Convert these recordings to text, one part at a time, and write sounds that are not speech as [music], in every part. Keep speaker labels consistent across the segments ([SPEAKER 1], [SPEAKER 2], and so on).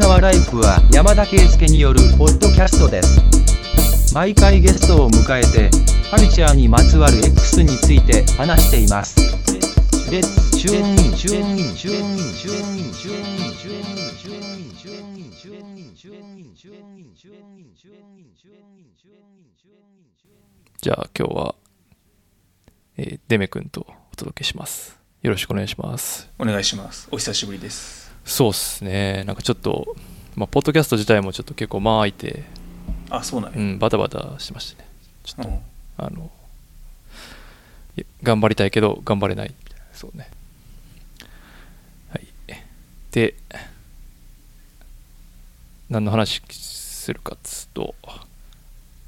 [SPEAKER 1] 川ライフは山田圭介によるポッドキャストです毎回ゲストを迎えてカルチャーにまつわる X について話していますレッツチューンインチューンインチューンインチューンインチューンインチューンインチューンインチューンインチューンインチューンインチューンインチューンインチューンインチューンインチューンインチューンインチューン
[SPEAKER 2] じゃあ今日は、えーデメ君とお届けします。よろしくお願いします。
[SPEAKER 3] お願いします。お久しぶりです。
[SPEAKER 2] そうっすね。なんかちょっと、まあ、ポッドキャスト自体もちょっと結構間空いて、
[SPEAKER 3] あ、そうなん
[SPEAKER 2] う
[SPEAKER 3] や。
[SPEAKER 2] ん、バタバタしてましたね。ちょっと、
[SPEAKER 3] うん
[SPEAKER 2] あの、いや頑張りたいけど頑張れないみたいな。そうね。はい。で、何の話するかっつうと、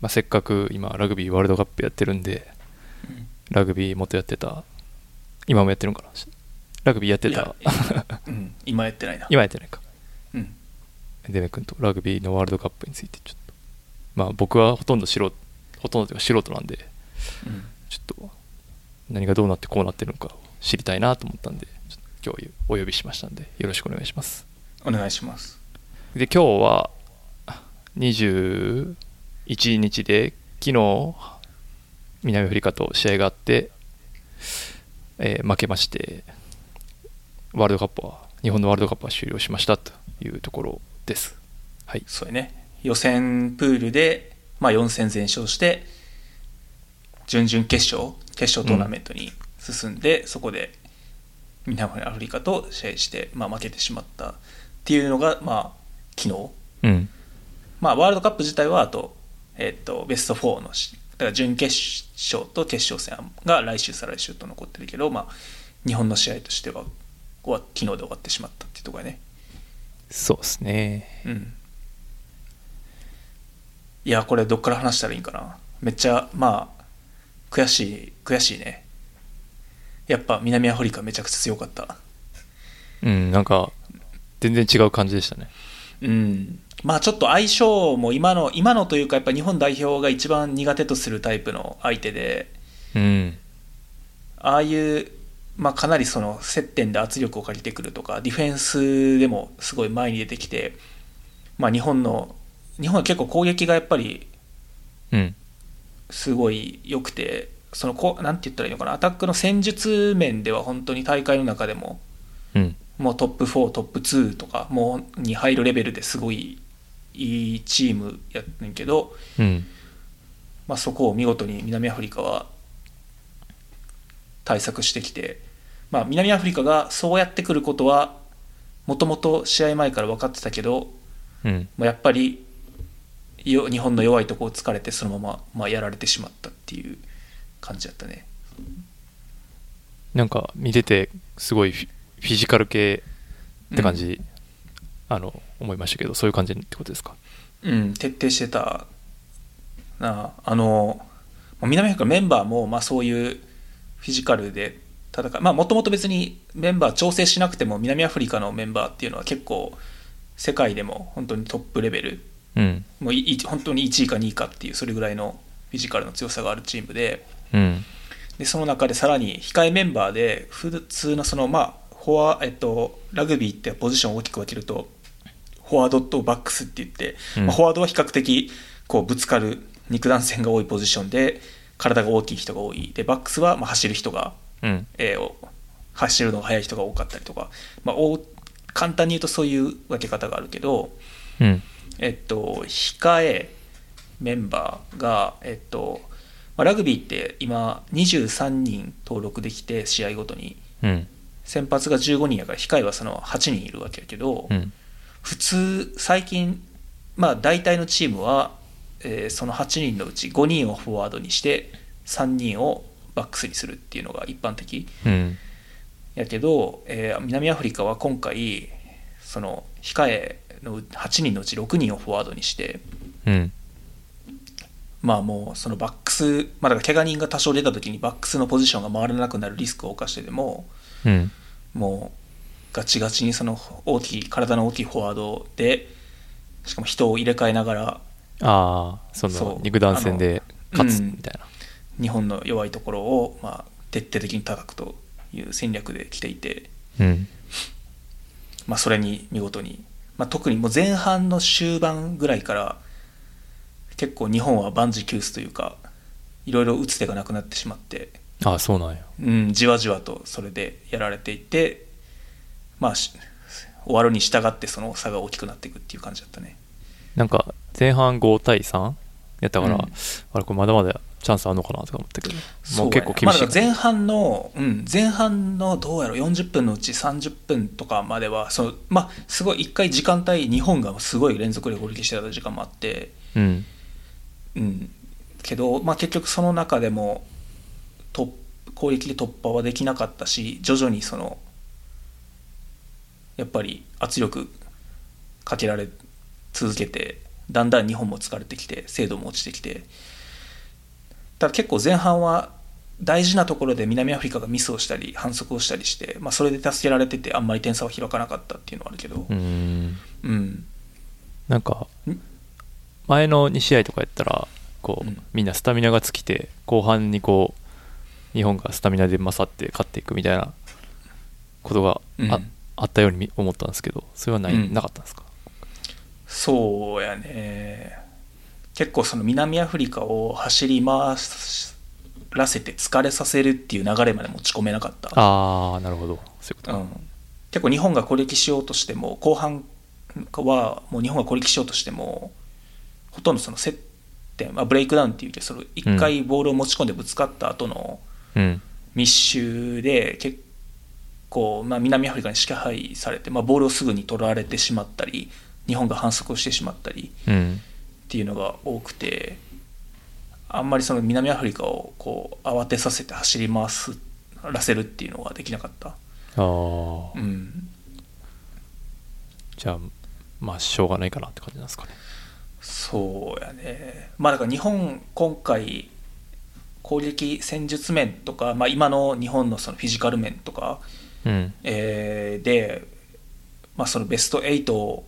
[SPEAKER 2] まあ、せっかく今ラグビーワールドカップやってるんで、ラグビー元やってた今もやってるんかなラグビーやってた
[SPEAKER 3] いやうん、今やってない
[SPEAKER 2] [laughs]
[SPEAKER 3] な。
[SPEAKER 2] 今やってないか
[SPEAKER 3] うん。
[SPEAKER 2] デメ君とラグビーのワールドカップについてちょっとまあ僕はほとんど素人ほとんどというか素人なんで
[SPEAKER 3] うん
[SPEAKER 2] ちょっと何がどうなってこうなってるのかを知りたいなと思ったんでちょっと今日お呼びしましたんでよろしくお願いします
[SPEAKER 3] お願いします。
[SPEAKER 2] で今日は21日で昨日南アフリカと試合があって、えー負けましてワールドカップは日本のワールドカップは終了しましたというところですはい
[SPEAKER 3] そうやね。予選プールで、まあ、4戦全勝して、準々決勝、決勝トーナメントに進んで、そこで南アフリカと試合して、まあ、負けてしまったっていうのが、まあ、昨日。
[SPEAKER 2] うん
[SPEAKER 3] まあ、ワールドカップ自体はあと,、えっとベスト4のしだから準決勝と決勝戦が来週再来週と残ってるけど、まあ、日本の試合としては終わ昨日で終わってしまったっていうところがね、
[SPEAKER 2] そうですね
[SPEAKER 3] うん、いやこれどっから話したらいいんかなめっちゃまあ悔しい悔しいねやっぱ南アフリカめちゃくちゃ強かった
[SPEAKER 2] うんなんか全然違う感じでしたね
[SPEAKER 3] うんまあちょっと相性も今の今のというかやっぱ日本代表が一番苦手とするタイプの相手で
[SPEAKER 2] うん
[SPEAKER 3] ああいう、まあ、かなりその接点で圧力をかけてくるとか、ディフェンスでもすごい前に出てきて、まあ、日本の、日本は結構攻撃がやっぱり
[SPEAKER 2] うん
[SPEAKER 3] すごい良くて、そのこうなんて言ったらいいのかな、アタックの戦術面では本当に大会の中でも、
[SPEAKER 2] うん
[SPEAKER 3] もうトップ4、トップ2とかもうに入るレベルですごいいいチームやってんけど、
[SPEAKER 2] うん
[SPEAKER 3] まあ、そこを見事に南アフリカは対策してきて、まあ、南アフリカがそうやってくることはもともと試合前から分かってたけど、
[SPEAKER 2] うん
[SPEAKER 3] まあ、やっぱりよ日本の弱いとこを突かれてそのまま、まあ、やられてしまったっていう感じだったね。
[SPEAKER 2] なんか見ててすごいフィフィジカル系って感じ、あの思いましたけどそういう感じってことですか
[SPEAKER 3] うん、徹底してたなああのまあ南アフリカのメンバーも、まあ、そういうフィジカルで戦うもともと別にメンバー調整しなくても南アフリカのメンバーっていうのは結構世界でも本当にトップレベル
[SPEAKER 2] うん
[SPEAKER 3] もういい本当に1位か2位かっていうそれぐらいのフィジカルの強さがあるチームで
[SPEAKER 2] うん
[SPEAKER 3] でその中でさらに控えメンバーで普通のそのまあフォア、えっと、ラグビーってポジションを大きく分けるとフォワードとバックスって言って、
[SPEAKER 2] うん
[SPEAKER 3] まあフォワードは比較的こうぶつかる肉弾戦が多いポジションで体が大きい人が多いでバックスはまあ走る人が、
[SPEAKER 2] うん
[SPEAKER 3] えーお走るのが速い人が多かったりとか、まあ、お簡単に言うとそういう分け方があるけど、
[SPEAKER 2] うん
[SPEAKER 3] えっと、控えメンバーが、えっとまあラグビーって今23人登録できて試合ごとに
[SPEAKER 2] うん
[SPEAKER 3] 先発が15人やから控えはその8人いるわけやけど、
[SPEAKER 2] うん
[SPEAKER 3] 普通最近、まあ、大体のチームは、えーその8人のうち5人をフォワードにして3人をバックスにするっていうのが一般的
[SPEAKER 2] うん
[SPEAKER 3] やけど、えー南アフリカは今回その控えの8人のうち6人をフォワードにして。
[SPEAKER 2] うん
[SPEAKER 3] まあもうそのバックス、まあ、だから怪我人が多少出た時にバックスのポジションが回らなくなるリスクを冒してでも
[SPEAKER 2] うん
[SPEAKER 3] もうガチガチにその大きい体の大きいフォワードでしかも人を入れ替えながら
[SPEAKER 2] ああそ
[SPEAKER 3] そ
[SPEAKER 2] の
[SPEAKER 3] う
[SPEAKER 2] 肉弾戦で勝つ
[SPEAKER 3] あのうん
[SPEAKER 2] みたいな
[SPEAKER 3] 日本の弱いところをまあ徹底的に叩くという戦略で来ていて、
[SPEAKER 2] うん
[SPEAKER 3] まあ、それに見事にまあ、特にもう前半の終盤ぐらいから結構日本は万事休すというかいろいろ打つ手がなくなってしまって、
[SPEAKER 2] ああそうなんや
[SPEAKER 3] うん、じわじわとそれでやられていて、まあ、し終わるに従ってその差が大きくなっていくっていう感じだったね。
[SPEAKER 2] なんか前半5対3やったから、
[SPEAKER 3] うん
[SPEAKER 2] あれこれまだまだチャンスあるのかなとか思ったけど
[SPEAKER 3] そ
[SPEAKER 2] もう
[SPEAKER 3] や
[SPEAKER 2] 結構厳しい、
[SPEAKER 3] まあだから前半の、うん、前半のどうやろ40分のうち30分とかまではそのまあすごい1回時間帯日本がすごい連続で攻撃してた時間もあって、
[SPEAKER 2] うん
[SPEAKER 3] うん、けど、まあ、結局その中でも突攻撃で突破はできなかったし徐々にそのやっぱり圧力かけられ続けてだんだん日本も疲れてきて精度も落ちてきてただ結構前半は大事なところで南アフリカがミスをしたり反則をしたりして、まあ、それで助けられててあんまり点差は開かなかったっていうのはあるけど、
[SPEAKER 2] うん
[SPEAKER 3] うん
[SPEAKER 2] なんか
[SPEAKER 3] ん
[SPEAKER 2] 前の2試合とかやったらこう、
[SPEAKER 3] うん
[SPEAKER 2] みんなスタミナが尽きて後半にこう日本がスタミナで勝って勝っていくみたいなことがあ,、
[SPEAKER 3] うん
[SPEAKER 2] あったようにみ思ったんですけどそれはない、
[SPEAKER 3] うん
[SPEAKER 2] なかったんですか
[SPEAKER 3] そうやね結構その南アフリカを走り回らせて疲れさせるっていう流れまで持ち込めなかった、
[SPEAKER 2] ああなるほどそういうこと
[SPEAKER 3] う
[SPEAKER 2] か、
[SPEAKER 3] ん、結構日本が攻撃しようとしても後半はもう日本が攻撃しようとしてもほとんどその接点、まあ、ブレイクダウンっていうけどその一回ボールを持ち込んでぶつかった後の
[SPEAKER 2] うん
[SPEAKER 3] 密集で結構、まあ、南アフリカに支配されて、まあ、ボールをすぐに取られてしまったり日本が反則をしてしまったり
[SPEAKER 2] うん
[SPEAKER 3] っていうのが多くてあんまりその南アフリカをこう慌てさせて走り回すらせるっていうのができなかった、
[SPEAKER 2] ああ
[SPEAKER 3] うん、
[SPEAKER 2] じゃあまあしょうがないかなって感じなんですかね
[SPEAKER 3] そうやねまあだから日本今回攻撃戦術面とか、まあ、今の日本のそのフィジカル面とか、
[SPEAKER 2] うん
[SPEAKER 3] えーで、まあ、そのベスト8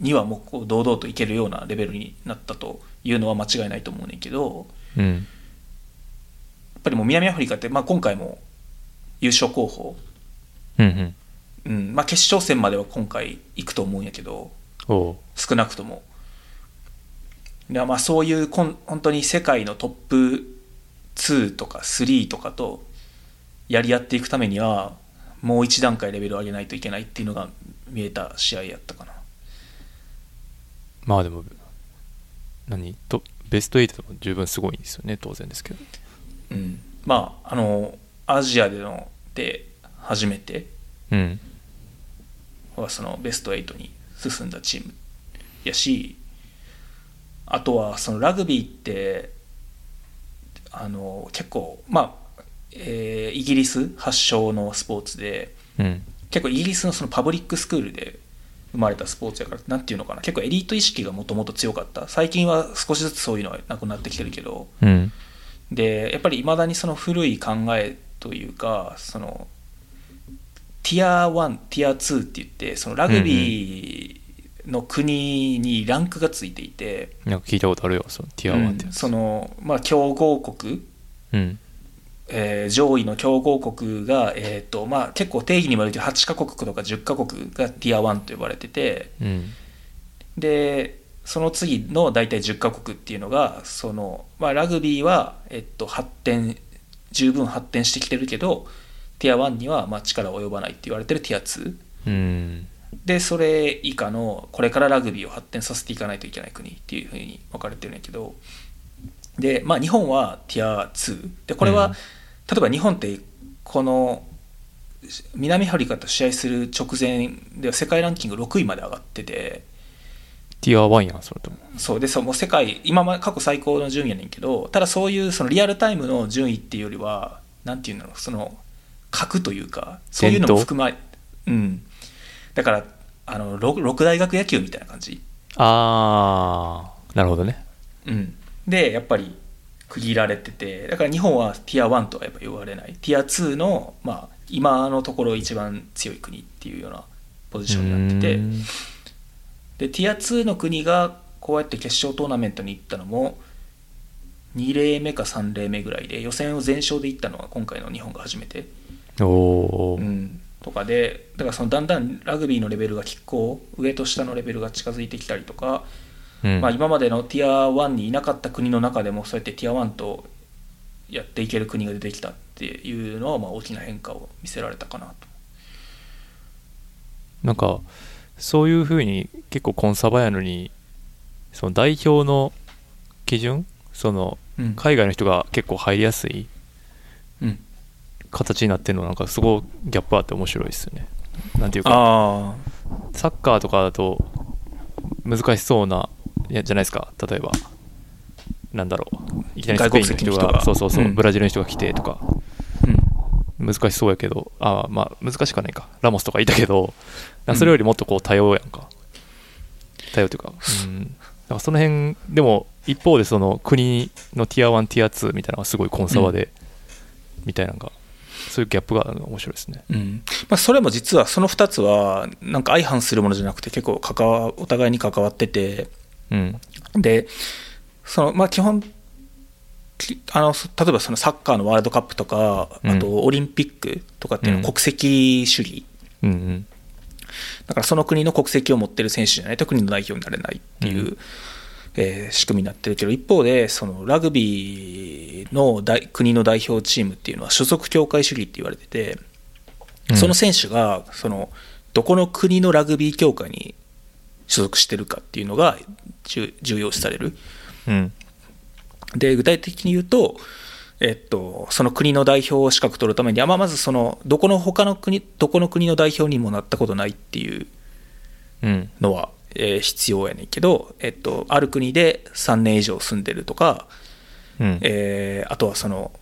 [SPEAKER 3] にはもうこう堂々といけるようなレベルになったというのは間違いないと思うねんけど
[SPEAKER 2] うん
[SPEAKER 3] やっぱりもう南アフリカって、まあ、今回も優勝候補、
[SPEAKER 2] うんうん
[SPEAKER 3] うんまあ、決勝戦までは今回行くと思うんやけど
[SPEAKER 2] おう
[SPEAKER 3] 少なくともでまあそういうこん本当に世界のトップ2とか3とかとやり合っていくためにはもう一段階レベルを上げないといけないっていうのが見えた試合やったかな
[SPEAKER 2] まあでも何とベスト8でも十分すごいんですよね当然ですけど
[SPEAKER 3] うんまああのアジアでので初めて
[SPEAKER 2] うん
[SPEAKER 3] はそのベスト8に進んだチームやしあとはそのラグビーってあの結構まあ、えーイギリス発祥のスポーツで
[SPEAKER 2] うん
[SPEAKER 3] 結構イギリスのそのパブリックスクールで生まれたスポーツやからなんていうのかな結構エリート意識がもともと強かった最近は少しずつそういうのはなくなってきてるけど
[SPEAKER 2] うん
[SPEAKER 3] でやっぱりいまだにその古い考えというかそのティア1ティア2って言ってそのラグビーの国にランクがついていて、
[SPEAKER 2] なんか聞いたことあるよそのティア
[SPEAKER 3] うん
[SPEAKER 2] ワンってやつ
[SPEAKER 3] そのまあ強豪国、
[SPEAKER 2] うん
[SPEAKER 3] えー上位の強豪国が、えーとまあ、結構定義にもよるけど8カ国とか10カ国がティア1と呼ばれてて
[SPEAKER 2] うん
[SPEAKER 3] でその次の大体10カ国っていうのがその、まあ、ラグビーは、えっと、発展十分発展してきてるけどティア1にはまあ力及ばないって言われてるティア2
[SPEAKER 2] うん
[SPEAKER 3] でそれ以下のこれからラグビーを発展させていかないといけない国っていうふうに分かれてるんやけどで、まあ、日本はティア2でこれは、
[SPEAKER 2] うん
[SPEAKER 3] 例えば日本ってこの南アフリカと試合する直前では世界ランキング6位まで上がってて。
[SPEAKER 2] ティアワンやんそれとも
[SPEAKER 3] そうでそうもう世界今ま過去最高の順位やねんけどただそういうそのリアルタイムの順位っていうよりはなんていうんだろうその核というかそういうのも含まうんだからあの 6, 大学野球みたいな感じ、
[SPEAKER 2] ああなるほどね
[SPEAKER 3] うん、でやっぱり区切られててだから日本はティア1とはやっぱ言われないティア2の、まあ、今のところ一番強い国っていうようなポジションになってて。
[SPEAKER 2] うん
[SPEAKER 3] でティア2の国がこうやって決勝トーナメントに行ったのも2例目か3例目ぐらいで予選を全勝で行ったのは今回の日本が初めて、
[SPEAKER 2] おお、
[SPEAKER 3] うん、とかでだからそのだんだんラグビーのレベルが拮抗上と下のレベルが近づいてきたりとか、
[SPEAKER 2] うん
[SPEAKER 3] まあ、今までのティア1にいなかった国の中でもそうやってティア1とやっていける国が出てきたっていうのはまあ大きな変化を見せられたかなと。
[SPEAKER 2] なんかそういうふうに結構コンサバやのにその代表の基準その
[SPEAKER 3] うん
[SPEAKER 2] 海外の人が結構入りやすい
[SPEAKER 3] うん、
[SPEAKER 2] 形になってるのなんかすごいギャップあって面白いですよね。なんていうか
[SPEAKER 3] ああ
[SPEAKER 2] サッカーとかだと難しそうないやじゃないですか例えばなんだろういきなりスペインの人
[SPEAKER 3] 外国籍の
[SPEAKER 2] が
[SPEAKER 3] 人が
[SPEAKER 2] そうそうそう、
[SPEAKER 3] うん
[SPEAKER 2] ブラジルの人が来てとか
[SPEAKER 3] うん
[SPEAKER 2] 難しそうやけどあーまあ難しくはないかラモスとかいたけどなんかそれよりもっとこう多様やんか、多様というか,、うん、なんかその辺でも一方でその国のティア1ティア2みたいなのがすごいコンサバで、みたいなのがそういうギャップがあるのが面白いですね
[SPEAKER 3] うんまあ、それも実はその2つはなんか相反するものじゃなくて結構関わお互いに関わってて
[SPEAKER 2] うん
[SPEAKER 3] でそのまあ基本きあのそ例えばそのサッカーのワールドカップとか
[SPEAKER 2] うん
[SPEAKER 3] あとオリンピックとかっていうのは
[SPEAKER 2] うん
[SPEAKER 3] 国籍主義、
[SPEAKER 2] うんうん
[SPEAKER 3] だからその国の国籍を持ってる選手じゃないと国の代表になれないっていう、
[SPEAKER 2] うん
[SPEAKER 3] えー仕組みになってるけど一方でそのラグビーの大国の代表チームっていうのは所属協会主義って言われてて。
[SPEAKER 2] うん
[SPEAKER 3] その選手がそのどこの国のラグビー協会に所属してるかっていうのが重重要視される。
[SPEAKER 2] うん
[SPEAKER 3] で具体的に言うと、えっと、その国の代表資格取るためには、まあ、まずそのどこの他の国どこの国の代表にもなったことないっていう
[SPEAKER 2] うん
[SPEAKER 3] のは、えー必要やねんけど、えっと、ある国で3年以上住んでるとか、
[SPEAKER 2] うん
[SPEAKER 3] えーあとはその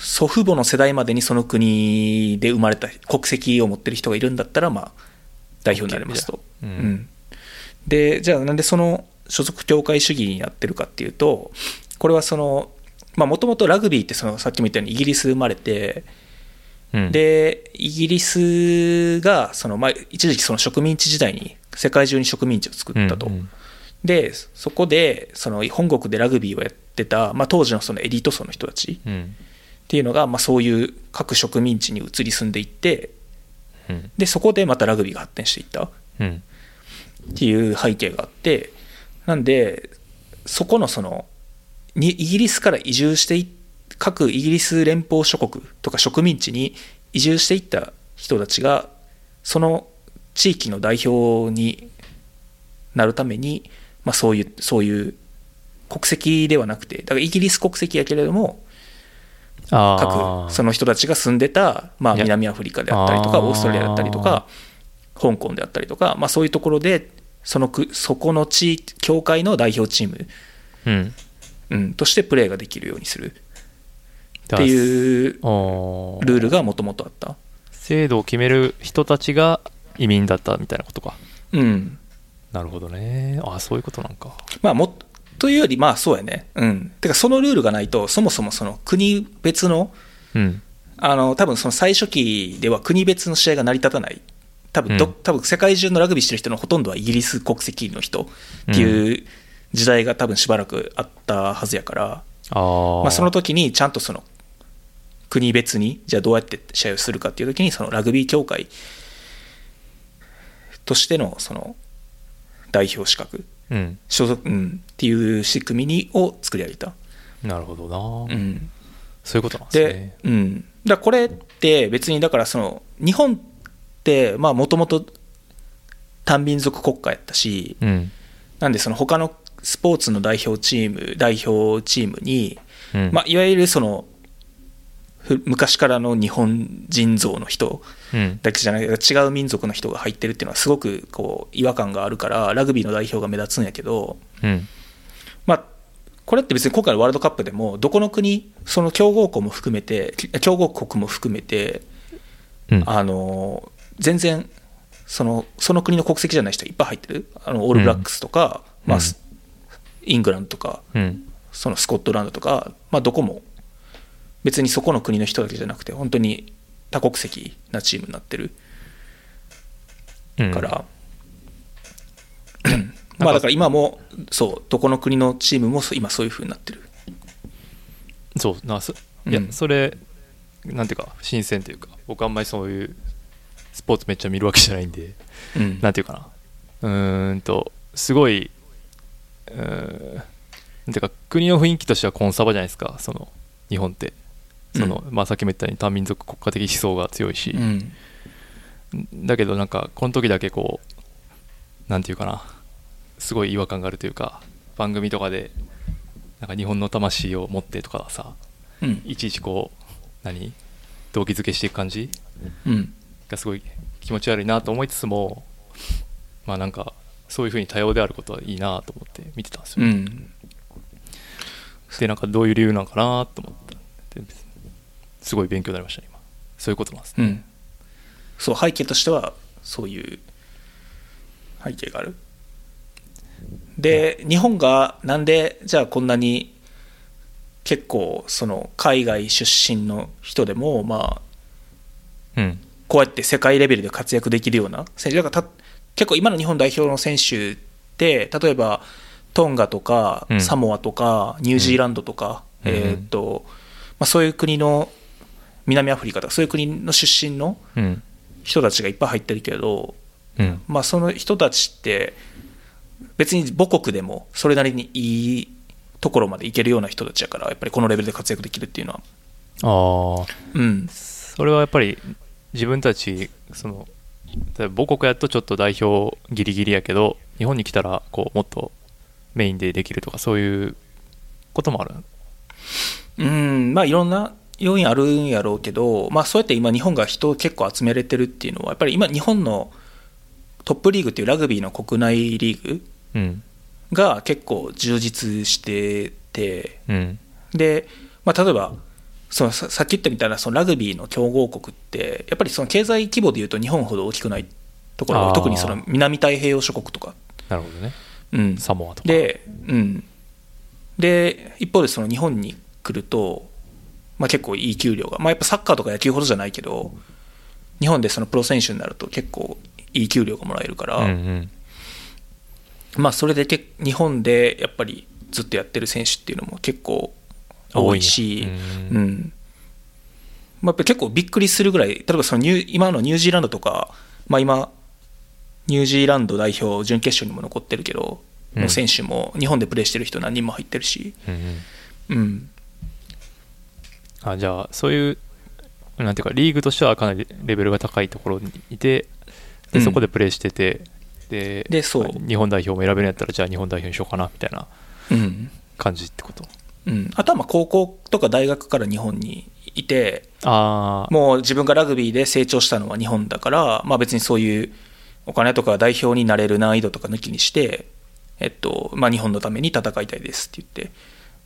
[SPEAKER 3] 祖父母の世代までにその国で生まれた国籍を持ってる人がいるんだったら、まあ、代表になれますと。
[SPEAKER 2] OK みたいな
[SPEAKER 3] う
[SPEAKER 2] うん
[SPEAKER 3] んでじゃあなんでその所属協会主義になってるかっていうとこれはそのもともとラグビーってそのさっきも言ったようにイギリス生まれて
[SPEAKER 2] うん
[SPEAKER 3] でイギリスがその、まあ、一時期その植民地時代に世界中に植民地を作ったと。
[SPEAKER 2] うんうん
[SPEAKER 3] でそこでその本国でラグビーをやってた、まあ、当時のそのエリート層の人たち
[SPEAKER 2] うん
[SPEAKER 3] っていうのが、まあ、そういう各植民地に移り住んでいって
[SPEAKER 2] うん
[SPEAKER 3] でそこでまたラグビーが発展していったっ
[SPEAKER 2] うん
[SPEAKER 3] ていう背景があってなんでそこのそのにイギリスから移住してい各イギリス連邦諸国とか植民地に移住していった人たちがその地域の代表になるために、まあ、そういうそういう国籍ではなくてだからイギリス国籍やけれども
[SPEAKER 2] あ
[SPEAKER 3] 各
[SPEAKER 2] あ
[SPEAKER 3] その人たちが住んでた、まあ、
[SPEAKER 2] いや
[SPEAKER 3] 南アフリカであったりとか
[SPEAKER 2] あー
[SPEAKER 3] オーストラリアだったりとか香港であったりとか、まあ、そういうところでそのくそこの地域協会の代表チーム、
[SPEAKER 2] うん
[SPEAKER 3] うん、としてプレーができるようにする
[SPEAKER 2] だ
[SPEAKER 3] っ
[SPEAKER 2] か
[SPEAKER 3] て
[SPEAKER 2] ら
[SPEAKER 3] いう
[SPEAKER 2] ああ
[SPEAKER 3] ルールがもともとあった、
[SPEAKER 2] 制度を決める人たちが移民だったみたいなことか
[SPEAKER 3] うん
[SPEAKER 2] なるほどねああそういうことなんか
[SPEAKER 3] まあ、もっというよりまあそうやねうんてかそのルールがないとそもそもその国別の
[SPEAKER 2] うん
[SPEAKER 3] あの多分その最初期では国別の試合が成り立たない多分ど、
[SPEAKER 2] うん
[SPEAKER 3] 多分世界中のラグビーしてる人のほとんどはイギリス国籍の人っていう時代が多分しばらくあったはずやから、
[SPEAKER 2] ああ、
[SPEAKER 3] まあ、その時にちゃんとその国別にじゃあどうやって試合をするかっていう時にそのラグビー協会としてのその代表資格
[SPEAKER 2] うん、
[SPEAKER 3] 所属、うん、っていう仕組みにを作り上げた。
[SPEAKER 2] なるほどな、
[SPEAKER 3] うん
[SPEAKER 2] そういうことなんです
[SPEAKER 3] で
[SPEAKER 2] ね、
[SPEAKER 3] うん、だからこれって別にだからその日本ってもともと単民族国家やったし
[SPEAKER 2] うん
[SPEAKER 3] なんでその他のスポーツの代表チーム代表チームに、
[SPEAKER 2] うん
[SPEAKER 3] まあ、いわゆるそのふ昔からの日本人像の人
[SPEAKER 2] うん
[SPEAKER 3] だけじゃない違う民族の人が入ってるっていうのはすごくこう違和感があるからラグビーの代表が目立つんやけど、
[SPEAKER 2] うん
[SPEAKER 3] まあ、これって別に今回のワールドカップでも、どこの国、その強豪国も含めて、き強豪国も含めて、
[SPEAKER 2] うん
[SPEAKER 3] あの全然その、その国の国籍じゃない人いっぱい入ってる、あのオールブラックスとか、
[SPEAKER 2] うん
[SPEAKER 3] ま
[SPEAKER 2] う
[SPEAKER 3] あ
[SPEAKER 2] ん
[SPEAKER 3] スイングランドとか、
[SPEAKER 2] うん
[SPEAKER 3] そのスコットランドとか、まあ、どこも、別にそこの国の人だけじゃなくて、本当に多国籍なチームになってる
[SPEAKER 2] うん
[SPEAKER 3] から、まあだから今も、そう、どこの国のチームもそう今、そういう風になってる。
[SPEAKER 2] そうなすいや、
[SPEAKER 3] うん
[SPEAKER 2] それなんていうか新鮮というか僕あんまりそういうスポーツめっちゃ見るわけじゃないんで、
[SPEAKER 3] うん
[SPEAKER 2] なんていうかな、うーんと、すごい、うーん、なんていうか、国の雰囲気としてはコンサバじゃないですか、その、日本って。その、まあ、さっきも言ったように多民族国家的思想が強いし、
[SPEAKER 3] うん
[SPEAKER 2] だけどなんかこの時だけこうなんていうかなすごい違和感があるというか番組とかでなんか日本の魂を持ってとかさ
[SPEAKER 3] うん
[SPEAKER 2] いちいちこう何動機づけしていく感じ
[SPEAKER 3] うん
[SPEAKER 2] がすごい気持ち悪いなと思いつつもまあなんかそういうふうに多様であることはいいなと思って見てたんです
[SPEAKER 3] う
[SPEAKER 2] よ、
[SPEAKER 3] ん
[SPEAKER 2] でなんかどういう理由なのかなと思ったですごい勉強になりましたね今そういうことなんです
[SPEAKER 3] う
[SPEAKER 2] ね、
[SPEAKER 3] んそう背景としてはそういう背景があるで日本がなんでじゃあこんなに結構その海外出身の人でもまあ
[SPEAKER 2] うん
[SPEAKER 3] こうやって世界レベルで活躍できるような選手だからた結構今の日本代表の選手って例えばトンガとか、
[SPEAKER 2] うん
[SPEAKER 3] サモアとかニュージーランドとか、
[SPEAKER 2] うん
[SPEAKER 3] えーっとまあ、そういう国の南アフリカとかそういう国の出身の
[SPEAKER 2] うん
[SPEAKER 3] 人たちがいっぱい入ってるけど、
[SPEAKER 2] うん
[SPEAKER 3] まあ、その人たちって別に母国でもそれなりにいいところまでいけるような人たちやからやっぱりこのレベルで活躍できるっていうのは。
[SPEAKER 2] ああ
[SPEAKER 3] うん
[SPEAKER 2] それはやっぱり自分たちその例えば母国やとちょっと代表ギリギリやけど日本に来たらこうもっとメインでできるとかそういうこともある
[SPEAKER 3] うん、まあいろんな要因あるんやろうけど、まあそうやって今日本が人を結構集めれてるっていうのは、やっぱり今日本のトップリーグっていうラグビーの国内リーグ
[SPEAKER 2] うん
[SPEAKER 3] が結構充実してて、
[SPEAKER 2] うん
[SPEAKER 3] で、まあ例えば、そのささっき言ったみたいなそのラグビーの強豪国って、やっぱりその経済規模でいうと日本ほど大きくないところ
[SPEAKER 2] あ
[SPEAKER 3] が、
[SPEAKER 2] ー
[SPEAKER 3] 特にその南太平洋諸国とか。
[SPEAKER 2] なるほどね
[SPEAKER 3] うん、
[SPEAKER 2] サモアとか
[SPEAKER 3] で、うん、で一方でその日本に来ると、まあ、結構いい給料が、まあ、やっぱサッカーとか野球ほどじゃないけど日本でそのプロ選手になると結構いい給料がもらえるから、
[SPEAKER 2] うんうん
[SPEAKER 3] まあ、それでけ日本でやっぱりずっとやってる選手っていうのも結構
[SPEAKER 2] 多
[SPEAKER 3] 多
[SPEAKER 2] いん
[SPEAKER 3] い
[SPEAKER 2] や
[SPEAKER 3] し
[SPEAKER 2] うん
[SPEAKER 3] うんまあ、やっぱり結構びっくりするぐらい例えばそのニュー今のニュージーランドとか、まあ、今ニュージーランド代表準決勝にも残ってるけど、
[SPEAKER 2] うん
[SPEAKER 3] の選手も日本でプレーしてる人何人も入ってるし、
[SPEAKER 2] うんうん
[SPEAKER 3] うん、
[SPEAKER 2] あじゃあそういうなんていうかリーグとしてはかなりレベルが高いところにいて
[SPEAKER 3] う
[SPEAKER 2] で
[SPEAKER 3] ん
[SPEAKER 2] そこでプレーしてて、で
[SPEAKER 3] でそう
[SPEAKER 2] 日本代表も選べるんやったらじゃあ日本代表にしようかなみたいな
[SPEAKER 3] うん
[SPEAKER 2] 感じってこと
[SPEAKER 3] うん、あとはまあ高校とか大学から日本にいて
[SPEAKER 2] ああ
[SPEAKER 3] もう自分がラグビーで成長したのは日本だから、まあ、別にそういうお金とか代表になれる難易度とか抜きにして、えっとまあ、日本のために戦いたいですって言って、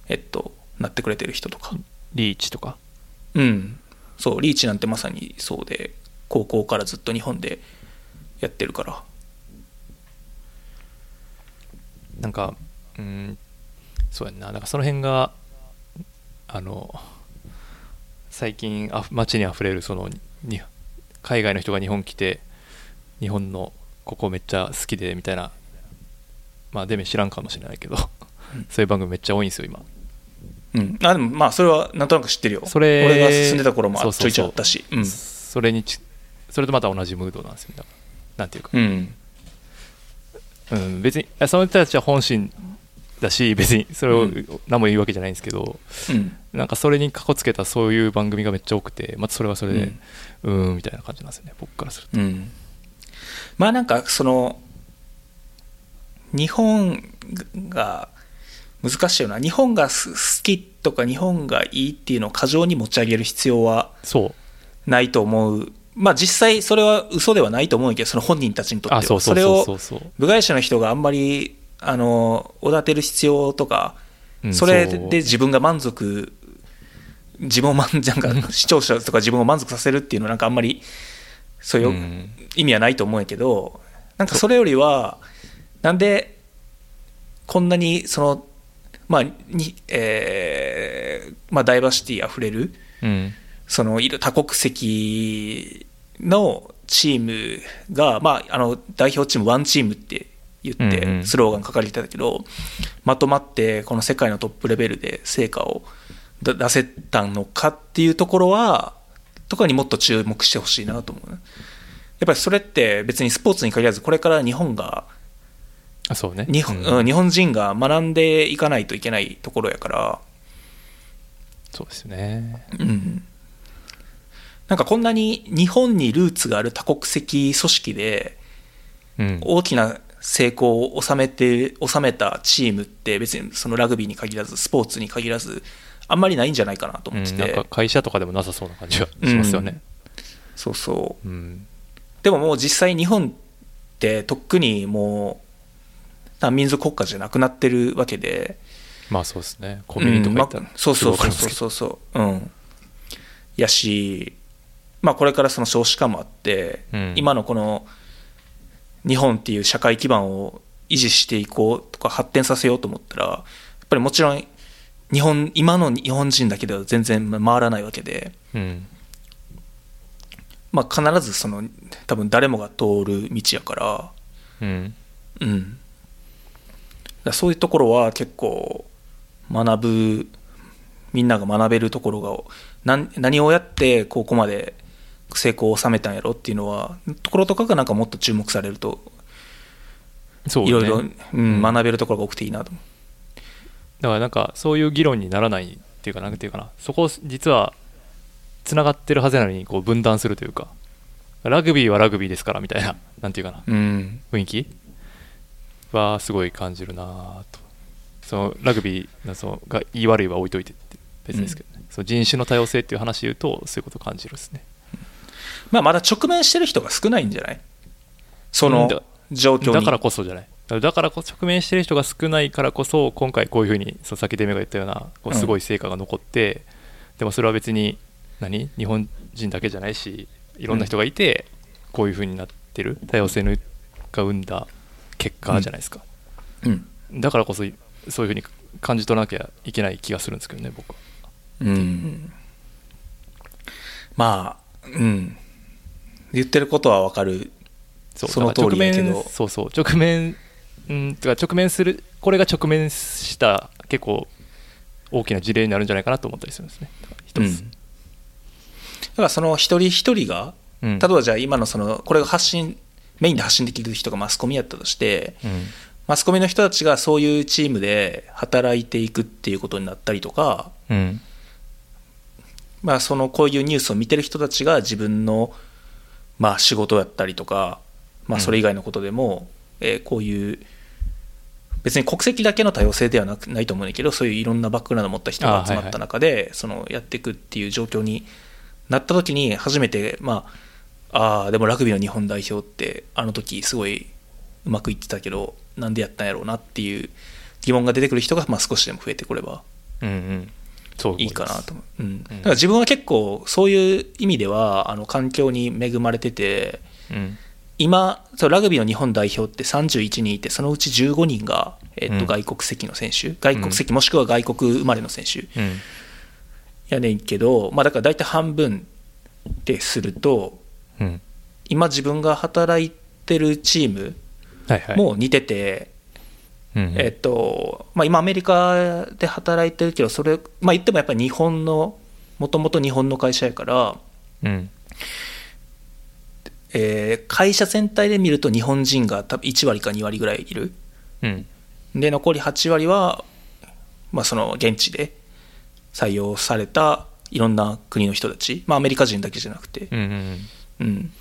[SPEAKER 3] えっと、なってくれてる人とか、
[SPEAKER 2] リーチとか
[SPEAKER 3] うん、そうリーチなんてまさにそうで高校からずっと日本でやってるから
[SPEAKER 2] なんかうんそうやんななんかその辺があの最近あ街にあふれるそのに海外の人が日本来て日本のここめっちゃ好きでみたいなまあデメ知らんかもしれないけどそういう番組めっちゃ多いんですよ今
[SPEAKER 3] うん、あでもまあそれはなんとなく知ってるよ
[SPEAKER 2] それ
[SPEAKER 3] 俺が住んでた頃も
[SPEAKER 2] そう
[SPEAKER 3] あち
[SPEAKER 2] そ
[SPEAKER 3] ょ
[SPEAKER 2] う
[SPEAKER 3] いち
[SPEAKER 2] そう
[SPEAKER 3] ょいあったしうん
[SPEAKER 2] それにちそれとまた同じムードなんですよだからなんていうか
[SPEAKER 3] うん
[SPEAKER 2] うん、別にあその人たちは本心だし別にそれ
[SPEAKER 3] う
[SPEAKER 2] を
[SPEAKER 3] ん
[SPEAKER 2] 何も言うわけじゃないんですけど、
[SPEAKER 3] うん
[SPEAKER 2] なんかそれにかこつけたそういう番組がめっちゃ多くてまたそれはそれで
[SPEAKER 3] うん
[SPEAKER 2] うーんみたいな感じなんですよね僕からすると
[SPEAKER 3] うん、まあなんかその日本が難しいよな日本がす好きとか日本がいいっていうのを過剰に持ち上げる必要は
[SPEAKER 2] そう
[SPEAKER 3] ないと思うまあ実際それは嘘ではないと思うけどその本人たちにとって
[SPEAKER 2] あ
[SPEAKER 3] は
[SPEAKER 2] そうそう
[SPEAKER 3] れ
[SPEAKER 2] そうそ
[SPEAKER 3] を
[SPEAKER 2] うそう
[SPEAKER 3] 部外者の人があんまりあのおだてる必要とか、
[SPEAKER 2] うん
[SPEAKER 3] それ
[SPEAKER 2] そう
[SPEAKER 3] で自分が満足自分を満 [laughs] なんか視聴者とか自分を満足させるっていうのはなんかあんまりそういう、
[SPEAKER 2] うん
[SPEAKER 3] 意味はないと思うんやけどなんかそれよりはなんでこんなにそのまあにえーまあダイバーシティあふれる
[SPEAKER 2] うん
[SPEAKER 3] そのいろ多国籍のチームが、まあ、あの代表チーム、ワンチームって言っ
[SPEAKER 2] うんうん
[SPEAKER 3] て、スローガン書かれてたけど、まとまって、この世界のトップレベルで成果をだ出せたのかっていうところは、とかにもっと注目してほしいなと思うね、っぱりそれって別にスポーツに限らず、これから日本が、
[SPEAKER 2] あそうね
[SPEAKER 3] 日本,、
[SPEAKER 2] うん
[SPEAKER 3] うん、日本人が学んでいかないといけないところやから、
[SPEAKER 2] そうですね
[SPEAKER 3] うんなんかこんなに日本にルーツがある多国籍組織で
[SPEAKER 2] うん
[SPEAKER 3] 大きな成功を収めて収めたチームって別にそのラグビーに限らずスポーツに限らずあんまりないんじゃないかなと
[SPEAKER 2] う
[SPEAKER 3] 思って
[SPEAKER 2] ん
[SPEAKER 3] て、
[SPEAKER 2] なんか会社とかでもなさそうな感じはしますよね
[SPEAKER 3] そうそう
[SPEAKER 2] うん
[SPEAKER 3] でももう実際日本ってとっくにもう単民族国家じゃなくなってるわけで
[SPEAKER 2] まあそうですねコンビニとか行った
[SPEAKER 3] うん
[SPEAKER 2] ら
[SPEAKER 3] まあそうそう
[SPEAKER 2] すぐわか
[SPEAKER 3] そう
[SPEAKER 2] ります
[SPEAKER 3] そう
[SPEAKER 2] けど
[SPEAKER 3] そうそううんやしまあこれからその少子化もあって、
[SPEAKER 2] うん
[SPEAKER 3] 今のこの日本っていう社会基盤を維持していこうとか発展させようと思ったらやっぱりもちろん日本今の日本人だけでは全然回らないわけで、
[SPEAKER 2] うん
[SPEAKER 3] まあ、必ずその多分誰もが通る道やから
[SPEAKER 2] うん
[SPEAKER 3] うん、だからそういうところは結構学ぶみんなが学べるところがなん何をやってここまで成功を収めたんやろっていうのはところとかがなんかもっと注目されると
[SPEAKER 2] そうね
[SPEAKER 3] いろいろ、うん、
[SPEAKER 2] うん
[SPEAKER 3] 学べるところが多くていいなと思
[SPEAKER 2] だからなんかそういう議論にならないっていうかなんていうかなそこ実はつながってるはずなのにこう分断するというかラグビーはラグビーですからみたいな [laughs] なんていうかな
[SPEAKER 3] う、うん
[SPEAKER 2] 雰囲気はすごい感じるなぁとそのラグビーのそのが言い悪いは置いといてって別ですけどね、その人種の多様性っていう話で言うとそういうことを感じるですね
[SPEAKER 3] まあ、まだ直面してる人が少ないんじゃないその
[SPEAKER 2] だ
[SPEAKER 3] 状況に
[SPEAKER 2] だからこそじゃないだだからこそ直面してる人が少ないからこそ今回こういうふうにそう先で目が言ったようなこう
[SPEAKER 3] うん
[SPEAKER 2] すごい成果が残って、でもそれは別に何日本人だけじゃないしいろんな人がいて、こういうふうになってる多様性のが生んだ結果じゃないですか、
[SPEAKER 3] うん
[SPEAKER 2] だからこそいそういうふうに感じ取らなきゃいけない気がするんですけどね僕は
[SPEAKER 3] うん、まあうん言ってることは分かる
[SPEAKER 2] そう
[SPEAKER 3] その
[SPEAKER 2] だから
[SPEAKER 3] 通りやけど
[SPEAKER 2] 直面そうそう直面うんてか直面するこれが直面した結構大きな事例になるんじゃないかなと思ったりするんですねだから一
[SPEAKER 3] うん
[SPEAKER 2] つ、
[SPEAKER 3] だからその一人一人が、
[SPEAKER 2] うん
[SPEAKER 3] 例えばじゃあ今のそのこれが発信メインで発信できる人がマスコミやったとして、
[SPEAKER 2] うん
[SPEAKER 3] マスコミの人たちがそういうチームで働いていくっていうことになったりとか、
[SPEAKER 2] うん
[SPEAKER 3] まあ、そのこういうニュースを見てる人たちが自分の、まあ、仕事やったりとか、まあ、それ以外のことでも、えーこういう別に国籍だけの多様性ではなくないと思うんだけどそういういろんなバックグラウンドを持った人が集まった中で、そのやっていくっていう状況になった時に初めてまああーでもラグビーの日本代表ってあの時すごいうまくいってたけどなんでやったんやろうなっていう疑問が出てくる人が、まあ、少しでも増えてくれば。
[SPEAKER 2] うんうんそう
[SPEAKER 3] いいかなと思う、うん、だ
[SPEAKER 2] うん
[SPEAKER 3] から自分は結構そういう意味ではあの環境に恵まれてて
[SPEAKER 2] うん
[SPEAKER 3] 今そうラグビーの日本代表って31人いてそのうち15人が、えっ
[SPEAKER 2] う
[SPEAKER 3] と、
[SPEAKER 2] ん
[SPEAKER 3] 外国籍の選手、外国籍もしくは外国生まれの選手
[SPEAKER 2] うん
[SPEAKER 3] やねんけど、まあ、だから大体半分ってすると
[SPEAKER 2] うん
[SPEAKER 3] 今自分が働いてるチーム
[SPEAKER 2] はいはい
[SPEAKER 3] も似てて、
[SPEAKER 2] うんうん
[SPEAKER 3] えっとまあ、今、アメリカで働いてるけどそれ、まあ、言ってもやっぱり日本のもともと日本の会社やから。
[SPEAKER 2] うん
[SPEAKER 3] えー会社全体で見ると日本人が多分1割か2割ぐらいいる
[SPEAKER 2] うん
[SPEAKER 3] で残り8割は、まあ、その現地で採用されたいろんな国の人たち、まあ、アメリカ人だけじゃなくて、
[SPEAKER 2] うんうん
[SPEAKER 3] うん、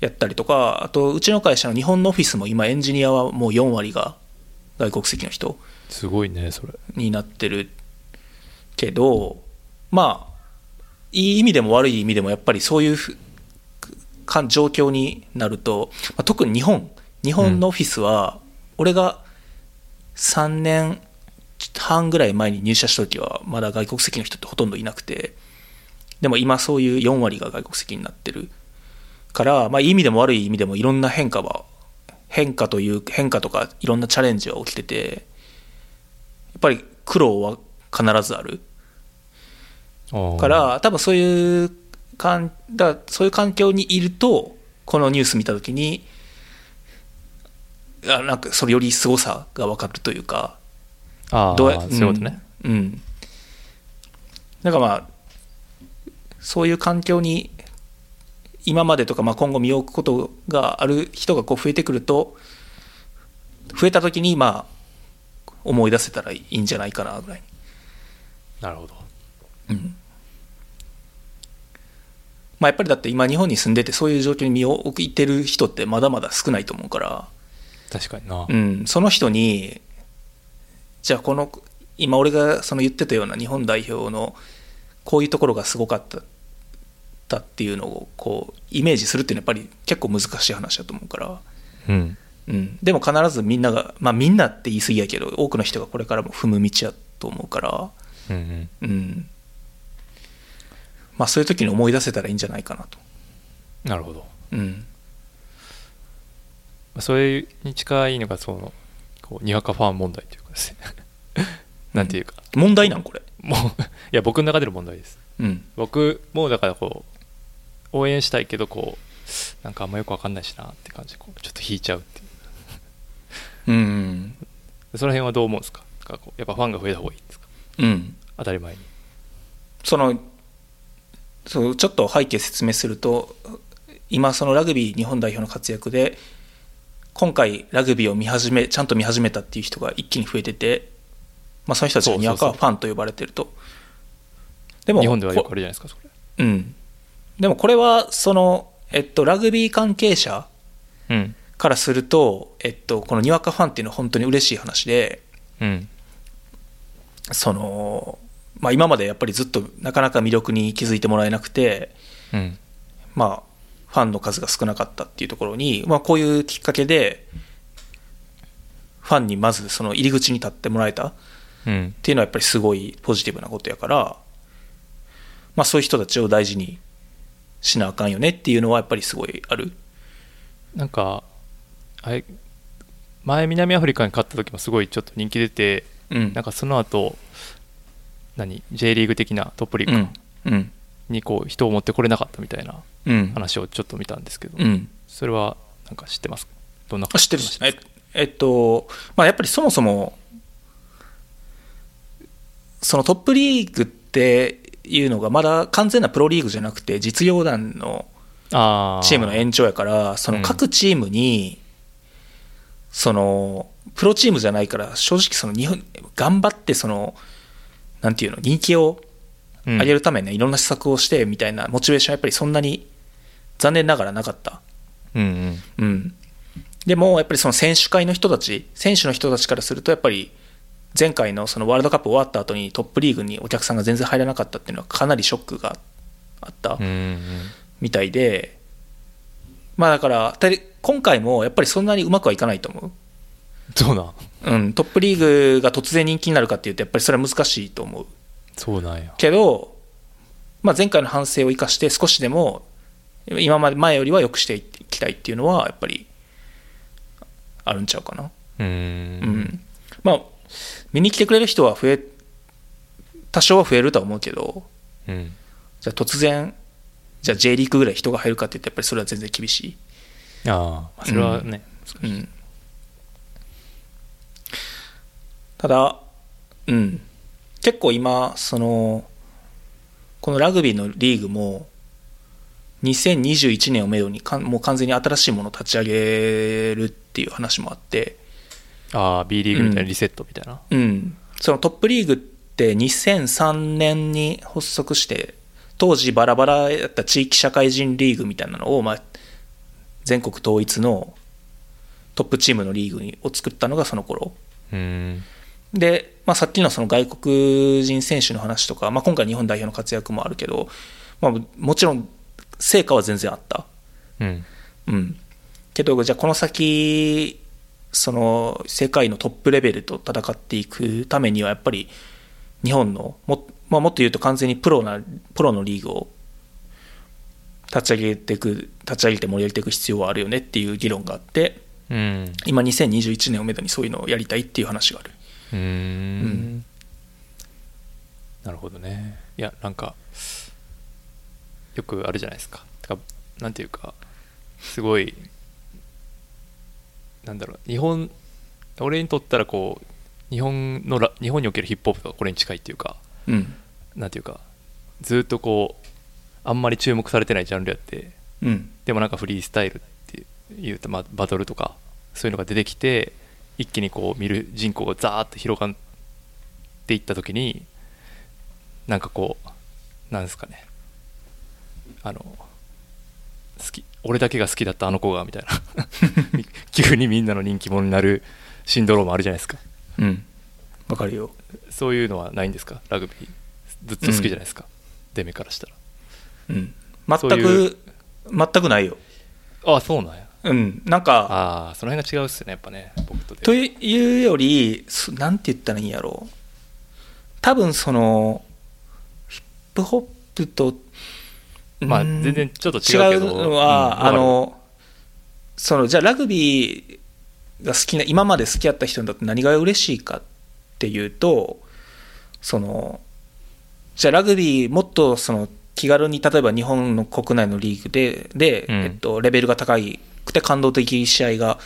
[SPEAKER 3] やったりとかあとうちの会社の日本のオフィスも今エンジニアはもう4割が外国籍の人
[SPEAKER 2] すごいねそれ
[SPEAKER 3] になってるけどまあいい意味でも悪い意味でもやっぱりそういうふか状況になると、まあ特に日本日本のオフィスは、俺が3年半ぐらい前に入社した時はまだ外国籍の人ってほとんどいなくてでも今そういう4割が外国籍になってるから、まあ、いい意味でも悪い意味でもいろんな変化は変化という変化とかいろんなチャレンジは起きててやっぱり苦労は必ずあるか
[SPEAKER 2] から
[SPEAKER 3] 多分そういうかんだからそういう環境にいるとこのニュース見た時にあなんかそれより凄さが分かるというか
[SPEAKER 2] ああ
[SPEAKER 3] ど
[SPEAKER 2] そううい
[SPEAKER 3] や
[SPEAKER 2] うことね
[SPEAKER 3] うん、うんなんかまあそういう環境に今までとか、まあ、今後見置くことがある人がこう増えてくると増えた時にまあ思い出せたらいいんじゃないかなぐらい
[SPEAKER 2] なるほど。
[SPEAKER 3] に、うんまあ、やっぱりだって今日本に住んでてそういう状況に身を置いてる人ってまだまだ少ないと思うから、
[SPEAKER 2] 確かにな。
[SPEAKER 3] うん、その人にじゃあこの今俺がその言ってたような日本代表のこういうところがすごかったたっていうのをこうイメージするっていうのはやっぱり結構難しい話だと思うから、
[SPEAKER 2] うん。
[SPEAKER 3] うん、でも必ずみんながまあみんなって言い過ぎやけど多くの人がこれからも踏む道やと思うから、
[SPEAKER 2] うんうん。
[SPEAKER 3] うんまあ、そういう時に思い出せたらいいんじゃないかなと。
[SPEAKER 2] なるほど。
[SPEAKER 3] うん
[SPEAKER 2] それに近いのが、その、こう、にわかファン問題というかですね。 [laughs] なんていうか、
[SPEAKER 3] 問題なんこれ、
[SPEAKER 2] もう、いや、僕の中での問題です。
[SPEAKER 3] うん
[SPEAKER 2] 僕もだからこう応援したいけどこうなんかあんまよくわかんないしなって感じでこうちょっと引いちゃうってい
[SPEAKER 3] うん
[SPEAKER 2] うその辺はどう思うんですかなんかこうやっぱファンが増えた方がいいんですか
[SPEAKER 3] うん、
[SPEAKER 2] 当たり前に
[SPEAKER 3] そのそうちょっと背景説明すると今そのラグビー日本代表の活躍で今回ラグビーを見始めちゃんと見始めたっていう人が一気に増えてて、まあ、その人たちがにわか
[SPEAKER 2] そうそう
[SPEAKER 3] フ
[SPEAKER 2] そう
[SPEAKER 3] ァンと呼ばれてるとで
[SPEAKER 2] 日本ではよく
[SPEAKER 3] こ
[SPEAKER 2] あるじゃないですかそれ
[SPEAKER 3] うん、でもこれはその、えっと、ラグビー関係者
[SPEAKER 2] うん
[SPEAKER 3] からすると、えっと、このにわかファンっていうのは本当に嬉しい話で
[SPEAKER 2] うん
[SPEAKER 3] その、まあ、今までやっぱりずっとなかなか魅力に気づいてもらえなくて
[SPEAKER 2] うん
[SPEAKER 3] まあ、ファンの数が少なかったっていうところに、まあ、こういうきっかけで、ファンにまずその入り口に立ってもらえたっ
[SPEAKER 2] うん
[SPEAKER 3] ていうのはやっぱりすごいポジティブなことやから、まあ、そういう人たちを大事にしなあかんよねっていうのはやっぱりすごいある。
[SPEAKER 2] なんかあれ前南アフリカに勝った時もすごいちょっと人気出て
[SPEAKER 3] うん。
[SPEAKER 2] なんかその後何 J リーグ的なトップリーグ
[SPEAKER 3] う
[SPEAKER 2] か
[SPEAKER 3] ん。うん。
[SPEAKER 2] にこう人を持ってこれなかったみたいな
[SPEAKER 3] うん。
[SPEAKER 2] 話をちょっと見たんですけど
[SPEAKER 3] うん。
[SPEAKER 2] それはなんか知ってますかどんな
[SPEAKER 3] あ知ってるええっと、まあ、やっぱりそもそも、そのトップリーグっていうのが、まだ完全なプロリーグじゃなくて、実業団の
[SPEAKER 2] あ
[SPEAKER 3] チームの
[SPEAKER 2] 演
[SPEAKER 3] 延長やから、その各チームに、そのプロチームじゃないから、正直、その日本、頑張って、その、なんていうの、人気を上げるためにね、いろんな施策をしてみたいなモチベーションはやっぱりそんなに残念ながらなかった。
[SPEAKER 2] うんうん
[SPEAKER 3] うん、でもやっぱりその選手会の人たち選手の人たちからするとやっぱり前回のそのワールドカップ終わった後にトップリーグにお客さんが全然入らなかったっていうのはかなりショックがあった
[SPEAKER 2] うんうん
[SPEAKER 3] みたいで、まあだからたり今回もやっぱりそんなにうまくはいかないと思
[SPEAKER 2] そうなん
[SPEAKER 3] う、うん、トップリーグが突然人気になるかっていうとやっぱりそれは難しいと思う
[SPEAKER 2] そうなんや
[SPEAKER 3] けど、まあ、前回の反省を生かして少しでも今まで前よりは良くしていきたいっていうのはやっぱりあるんちゃうかな
[SPEAKER 2] うん
[SPEAKER 3] うん、まあ見に来てくれる人は増え多少は増えるとは思うけど
[SPEAKER 2] うん
[SPEAKER 3] じゃあ突然じゃあ J リーグぐらい人が入るかって言ってやっぱりそれは全然厳し
[SPEAKER 2] ああまあそれはね
[SPEAKER 3] い、うん、ただうん結構今そのこのラグビーのリーグも2021年をめどにかんもう完全に新しいものを立ち上げるっていう話もあって、
[SPEAKER 2] ああ B リーグみたい
[SPEAKER 3] うん
[SPEAKER 2] なリセットみたいな
[SPEAKER 3] うん、そのトップリーグって2003年に発足して当時バラバラやった地域社会人リーグみたいなのを、まあ、全国統一のトップチームのリーグにを作ったのがその頃
[SPEAKER 2] うん
[SPEAKER 3] で、まあ、さっきのその外国人選手の話とか、まあ、今回日本代表の活躍もあるけど、まあ、もちろん成果は全然あった
[SPEAKER 2] うん
[SPEAKER 3] うん、けどじゃあこの先その世界のトップレベルと戦っていくためにはやっぱり日本のも,、まあ、もっと言うと完全にプロなプロのリーグを立ち上げていく立ち上げて盛り上げていく必要はあるよねっていう議論があって
[SPEAKER 2] うん
[SPEAKER 3] 今2021年をめどにそういうのをやりたいっていう話がある
[SPEAKER 2] うんなるほどねいやなんかよくあるじゃないですかてかなんていうかすごいなんだろう日本俺にとったらこう日本のラ日本におけるヒップホップがこれに近いっていうか
[SPEAKER 3] うん
[SPEAKER 2] なんていうかずっとこうあんまり注目されてないジャンルやって
[SPEAKER 3] うん
[SPEAKER 2] でもなんかフリースタイルっていうと、まあ、バトルとかそういうのが出てきて一気にこう見る人口がザーッと広がっていった時になんかこうなんですかねあの好き俺だけが好きだったあの子がみたいな急にみんなの人気者になるシンドロームあるじゃないですか
[SPEAKER 3] うんわかるよ
[SPEAKER 2] そういうのはないんですかラグビーずっと好きじゃないですか、デメからしたら
[SPEAKER 3] うん
[SPEAKER 2] そ
[SPEAKER 3] 全
[SPEAKER 2] うい
[SPEAKER 3] く全くないよ
[SPEAKER 2] ああそうなんや
[SPEAKER 3] うんなんか
[SPEAKER 2] ああその辺が違うっすよねやっぱね僕とで
[SPEAKER 3] というよりそなんて言ったらいいんやろう多分そのヒップホップと
[SPEAKER 2] まあ
[SPEAKER 3] うん
[SPEAKER 2] 全然ちょっと違う
[SPEAKER 3] 違
[SPEAKER 2] け
[SPEAKER 3] う
[SPEAKER 2] ど
[SPEAKER 3] のは、
[SPEAKER 2] うん
[SPEAKER 3] あのそのじゃあラグビーが好きな今まで好きやった人にとって何が嬉しいかっていうとそのじゃあラグビーもっとその気軽に例えば日本の国内のリーグでで、
[SPEAKER 2] うん
[SPEAKER 3] えっと、レベルが高くて感動的試合が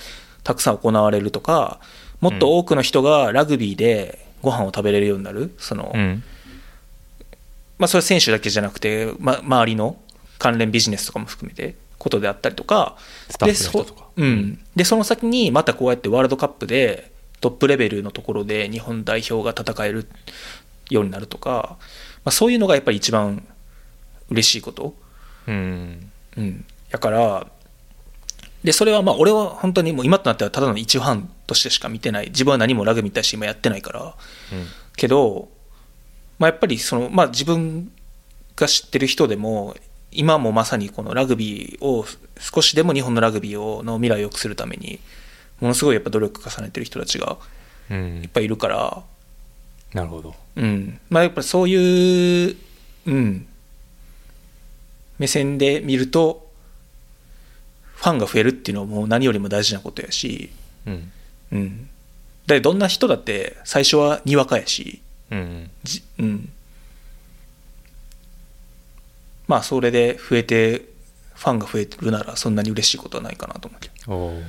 [SPEAKER 3] たくさん行われるとかもっと多くの人がラグビーでご飯を食べれるようになるその、
[SPEAKER 2] うん
[SPEAKER 3] まあ、それは選手だけじゃなくて、ま、周りの関連ビジネスとかも含めてことであったりとか
[SPEAKER 2] スタッフの人とか
[SPEAKER 3] でそうん、でその先にまたこうやってワールドカップでトップレベルのところで日本代表が戦えるようになるとか、まあ、そういうのがやっぱり一番嬉しいこと、
[SPEAKER 2] うん
[SPEAKER 3] うん、だからでそれはまあ俺は本当にもう今となってはただの一ファンとしてしか見てない自分は何もラグビーに対して今やってないから、けど、まあ、やっぱりその、まあ、自分が知ってる人でも今もまさにこのラグビーを少しでも日本のラグビーをの未来を良くするためにものすごいやっぱ努力重ねてる人たちが
[SPEAKER 2] うん、
[SPEAKER 3] いっぱいいるから、
[SPEAKER 2] なるほど
[SPEAKER 3] うんまあ、やっぱりそういう、うん、目線で見るとファンが増えるっていうのはもう何よりも大事なことやし、
[SPEAKER 2] うん
[SPEAKER 3] うん、だってどんな人だって最初はにわかやし。
[SPEAKER 2] うん
[SPEAKER 3] じうんまあそれで増えてファンが増えるならそんなに嬉しいことはないかなと思うけど
[SPEAKER 2] おおやっ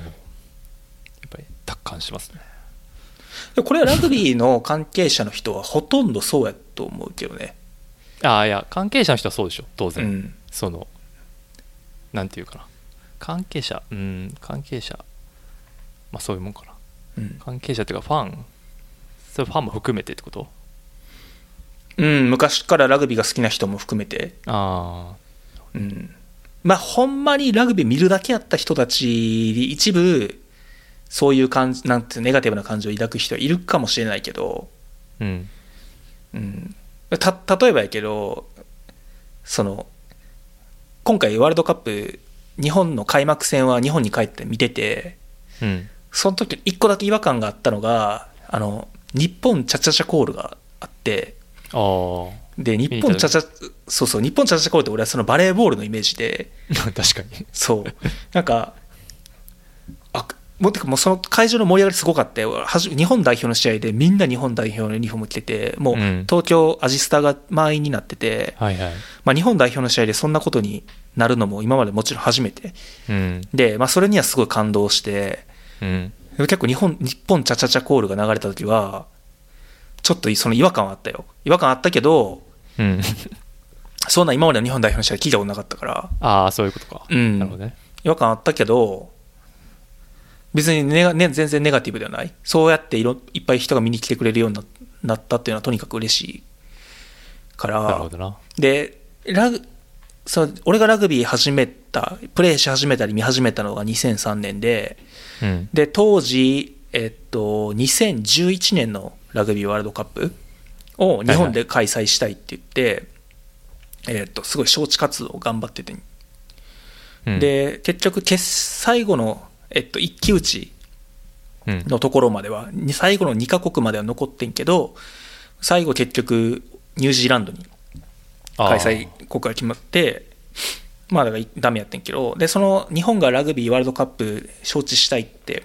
[SPEAKER 2] ぱり達観しますね
[SPEAKER 3] でこれはラグビーの関係者の人はほとんどそうやと思うけどね
[SPEAKER 2] ああいや関係者の人はそうでしょ当
[SPEAKER 3] う
[SPEAKER 2] 然、
[SPEAKER 3] ん
[SPEAKER 2] そのなんていうかな関係者うん関係者まあそういうもんかな
[SPEAKER 3] うん、
[SPEAKER 2] 関係者っていうかファンそれファンも含めてってこと
[SPEAKER 3] うん、昔からラグビーが好きな人も含めて
[SPEAKER 2] ああ
[SPEAKER 3] うんまあほんまにラグビー見るだけやった人たちに一部そういう感じなんてネガティブな感情を抱く人はいるかもしれないけど
[SPEAKER 2] うん
[SPEAKER 3] うん、た例えばやけどその今回ワールドカップ日本の開幕戦は日本に帰って見てて
[SPEAKER 2] うん
[SPEAKER 3] その時一個だけ違和感があったのがあの日本チャチャチャコールがあって
[SPEAKER 2] ああ
[SPEAKER 3] で日
[SPEAKER 2] 見
[SPEAKER 3] 本
[SPEAKER 2] に
[SPEAKER 3] チ
[SPEAKER 2] 行
[SPEAKER 3] ャ
[SPEAKER 2] っ
[SPEAKER 3] チャそうそう日本チャチャチャコールって俺はそのバレーボールのイメージで
[SPEAKER 2] [laughs] 確かに
[SPEAKER 3] そうなんかあもうてかもうその会場の盛り上がりすごかったよはじ日本代表の試合でみんな日本代表のユニフォーム着ててもう
[SPEAKER 2] うん
[SPEAKER 3] 東京アジスタが満員になってて、
[SPEAKER 2] はいはい
[SPEAKER 3] まあ、日本代表の試合でそんなことになるのも今までもちろん初めて
[SPEAKER 2] うん
[SPEAKER 3] で、まあ、それにはすごい感動して
[SPEAKER 2] うん
[SPEAKER 3] でも結構日本日本チャチャチャコールが流れた時はちょっとその違和感はあったよ違和感あったけど
[SPEAKER 2] うん [laughs]
[SPEAKER 3] そんな今までの日本代表の試合聞いたことなかったから
[SPEAKER 2] ああそういうことか、
[SPEAKER 3] うん
[SPEAKER 2] なるほどね
[SPEAKER 3] 違和感あったけど別にネガ、ね、全然ネガティブではないそうやっていろいっぱい人が見に来てくれるようにななったっていうのはとにかく嬉しいから
[SPEAKER 2] なるほどな
[SPEAKER 3] でラグそう俺がラグビー始めたプレーし始めたり見始めたのが2003年で
[SPEAKER 2] うん
[SPEAKER 3] で当時、えっと、2011年のラグビーワールドカップを日本で開催したいって言って、えっと、すごい招致活動を頑張ってて、
[SPEAKER 2] うん、
[SPEAKER 3] で結局決最後の、えっと、一騎打ち
[SPEAKER 2] うん、
[SPEAKER 3] のところまではに最後の2カ国までは残ってんけど最後結局ニュージーランドに
[SPEAKER 2] あ
[SPEAKER 3] 開
[SPEAKER 2] ー
[SPEAKER 3] 催国が決まって、まあだからダメやってんけど、で、その日本がラグビーワールドカップ招致したいって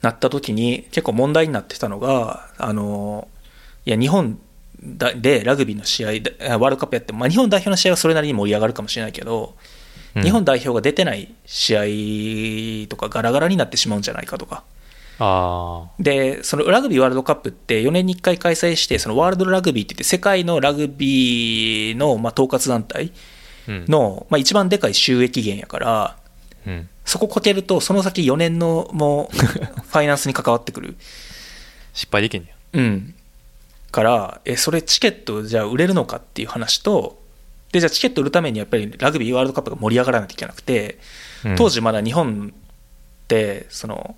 [SPEAKER 3] なった時に、結構問題になってたのが、あの、いや、日本だでラグビーの試合、だワールドカップやっても、まあ、日本代表の試合はそれなりに盛り上がるかもしれないけど、
[SPEAKER 2] うん
[SPEAKER 3] 日本代表が出てない試合とかガラガラになってしまうんじゃないかとか、
[SPEAKER 2] あ
[SPEAKER 3] で、そのラグビーワールドカップって4年に1回開催して、そのワールドラグビーって言って、世界のラグビーのまあ統括団体
[SPEAKER 2] うん
[SPEAKER 3] の、まあ、一番でかい収益源やから、
[SPEAKER 2] うん
[SPEAKER 3] そここけると、その先4年のもう、ファイナンスに関わってくる。
[SPEAKER 2] 失敗できんね
[SPEAKER 3] うん。から、え、それチケットじゃあ売れるのかっていう話と、で、じゃあチケット売るためにやっぱりラグビーワールドカップが盛り上がらないといけなくて、
[SPEAKER 2] や
[SPEAKER 3] 当時まだ日本って、その、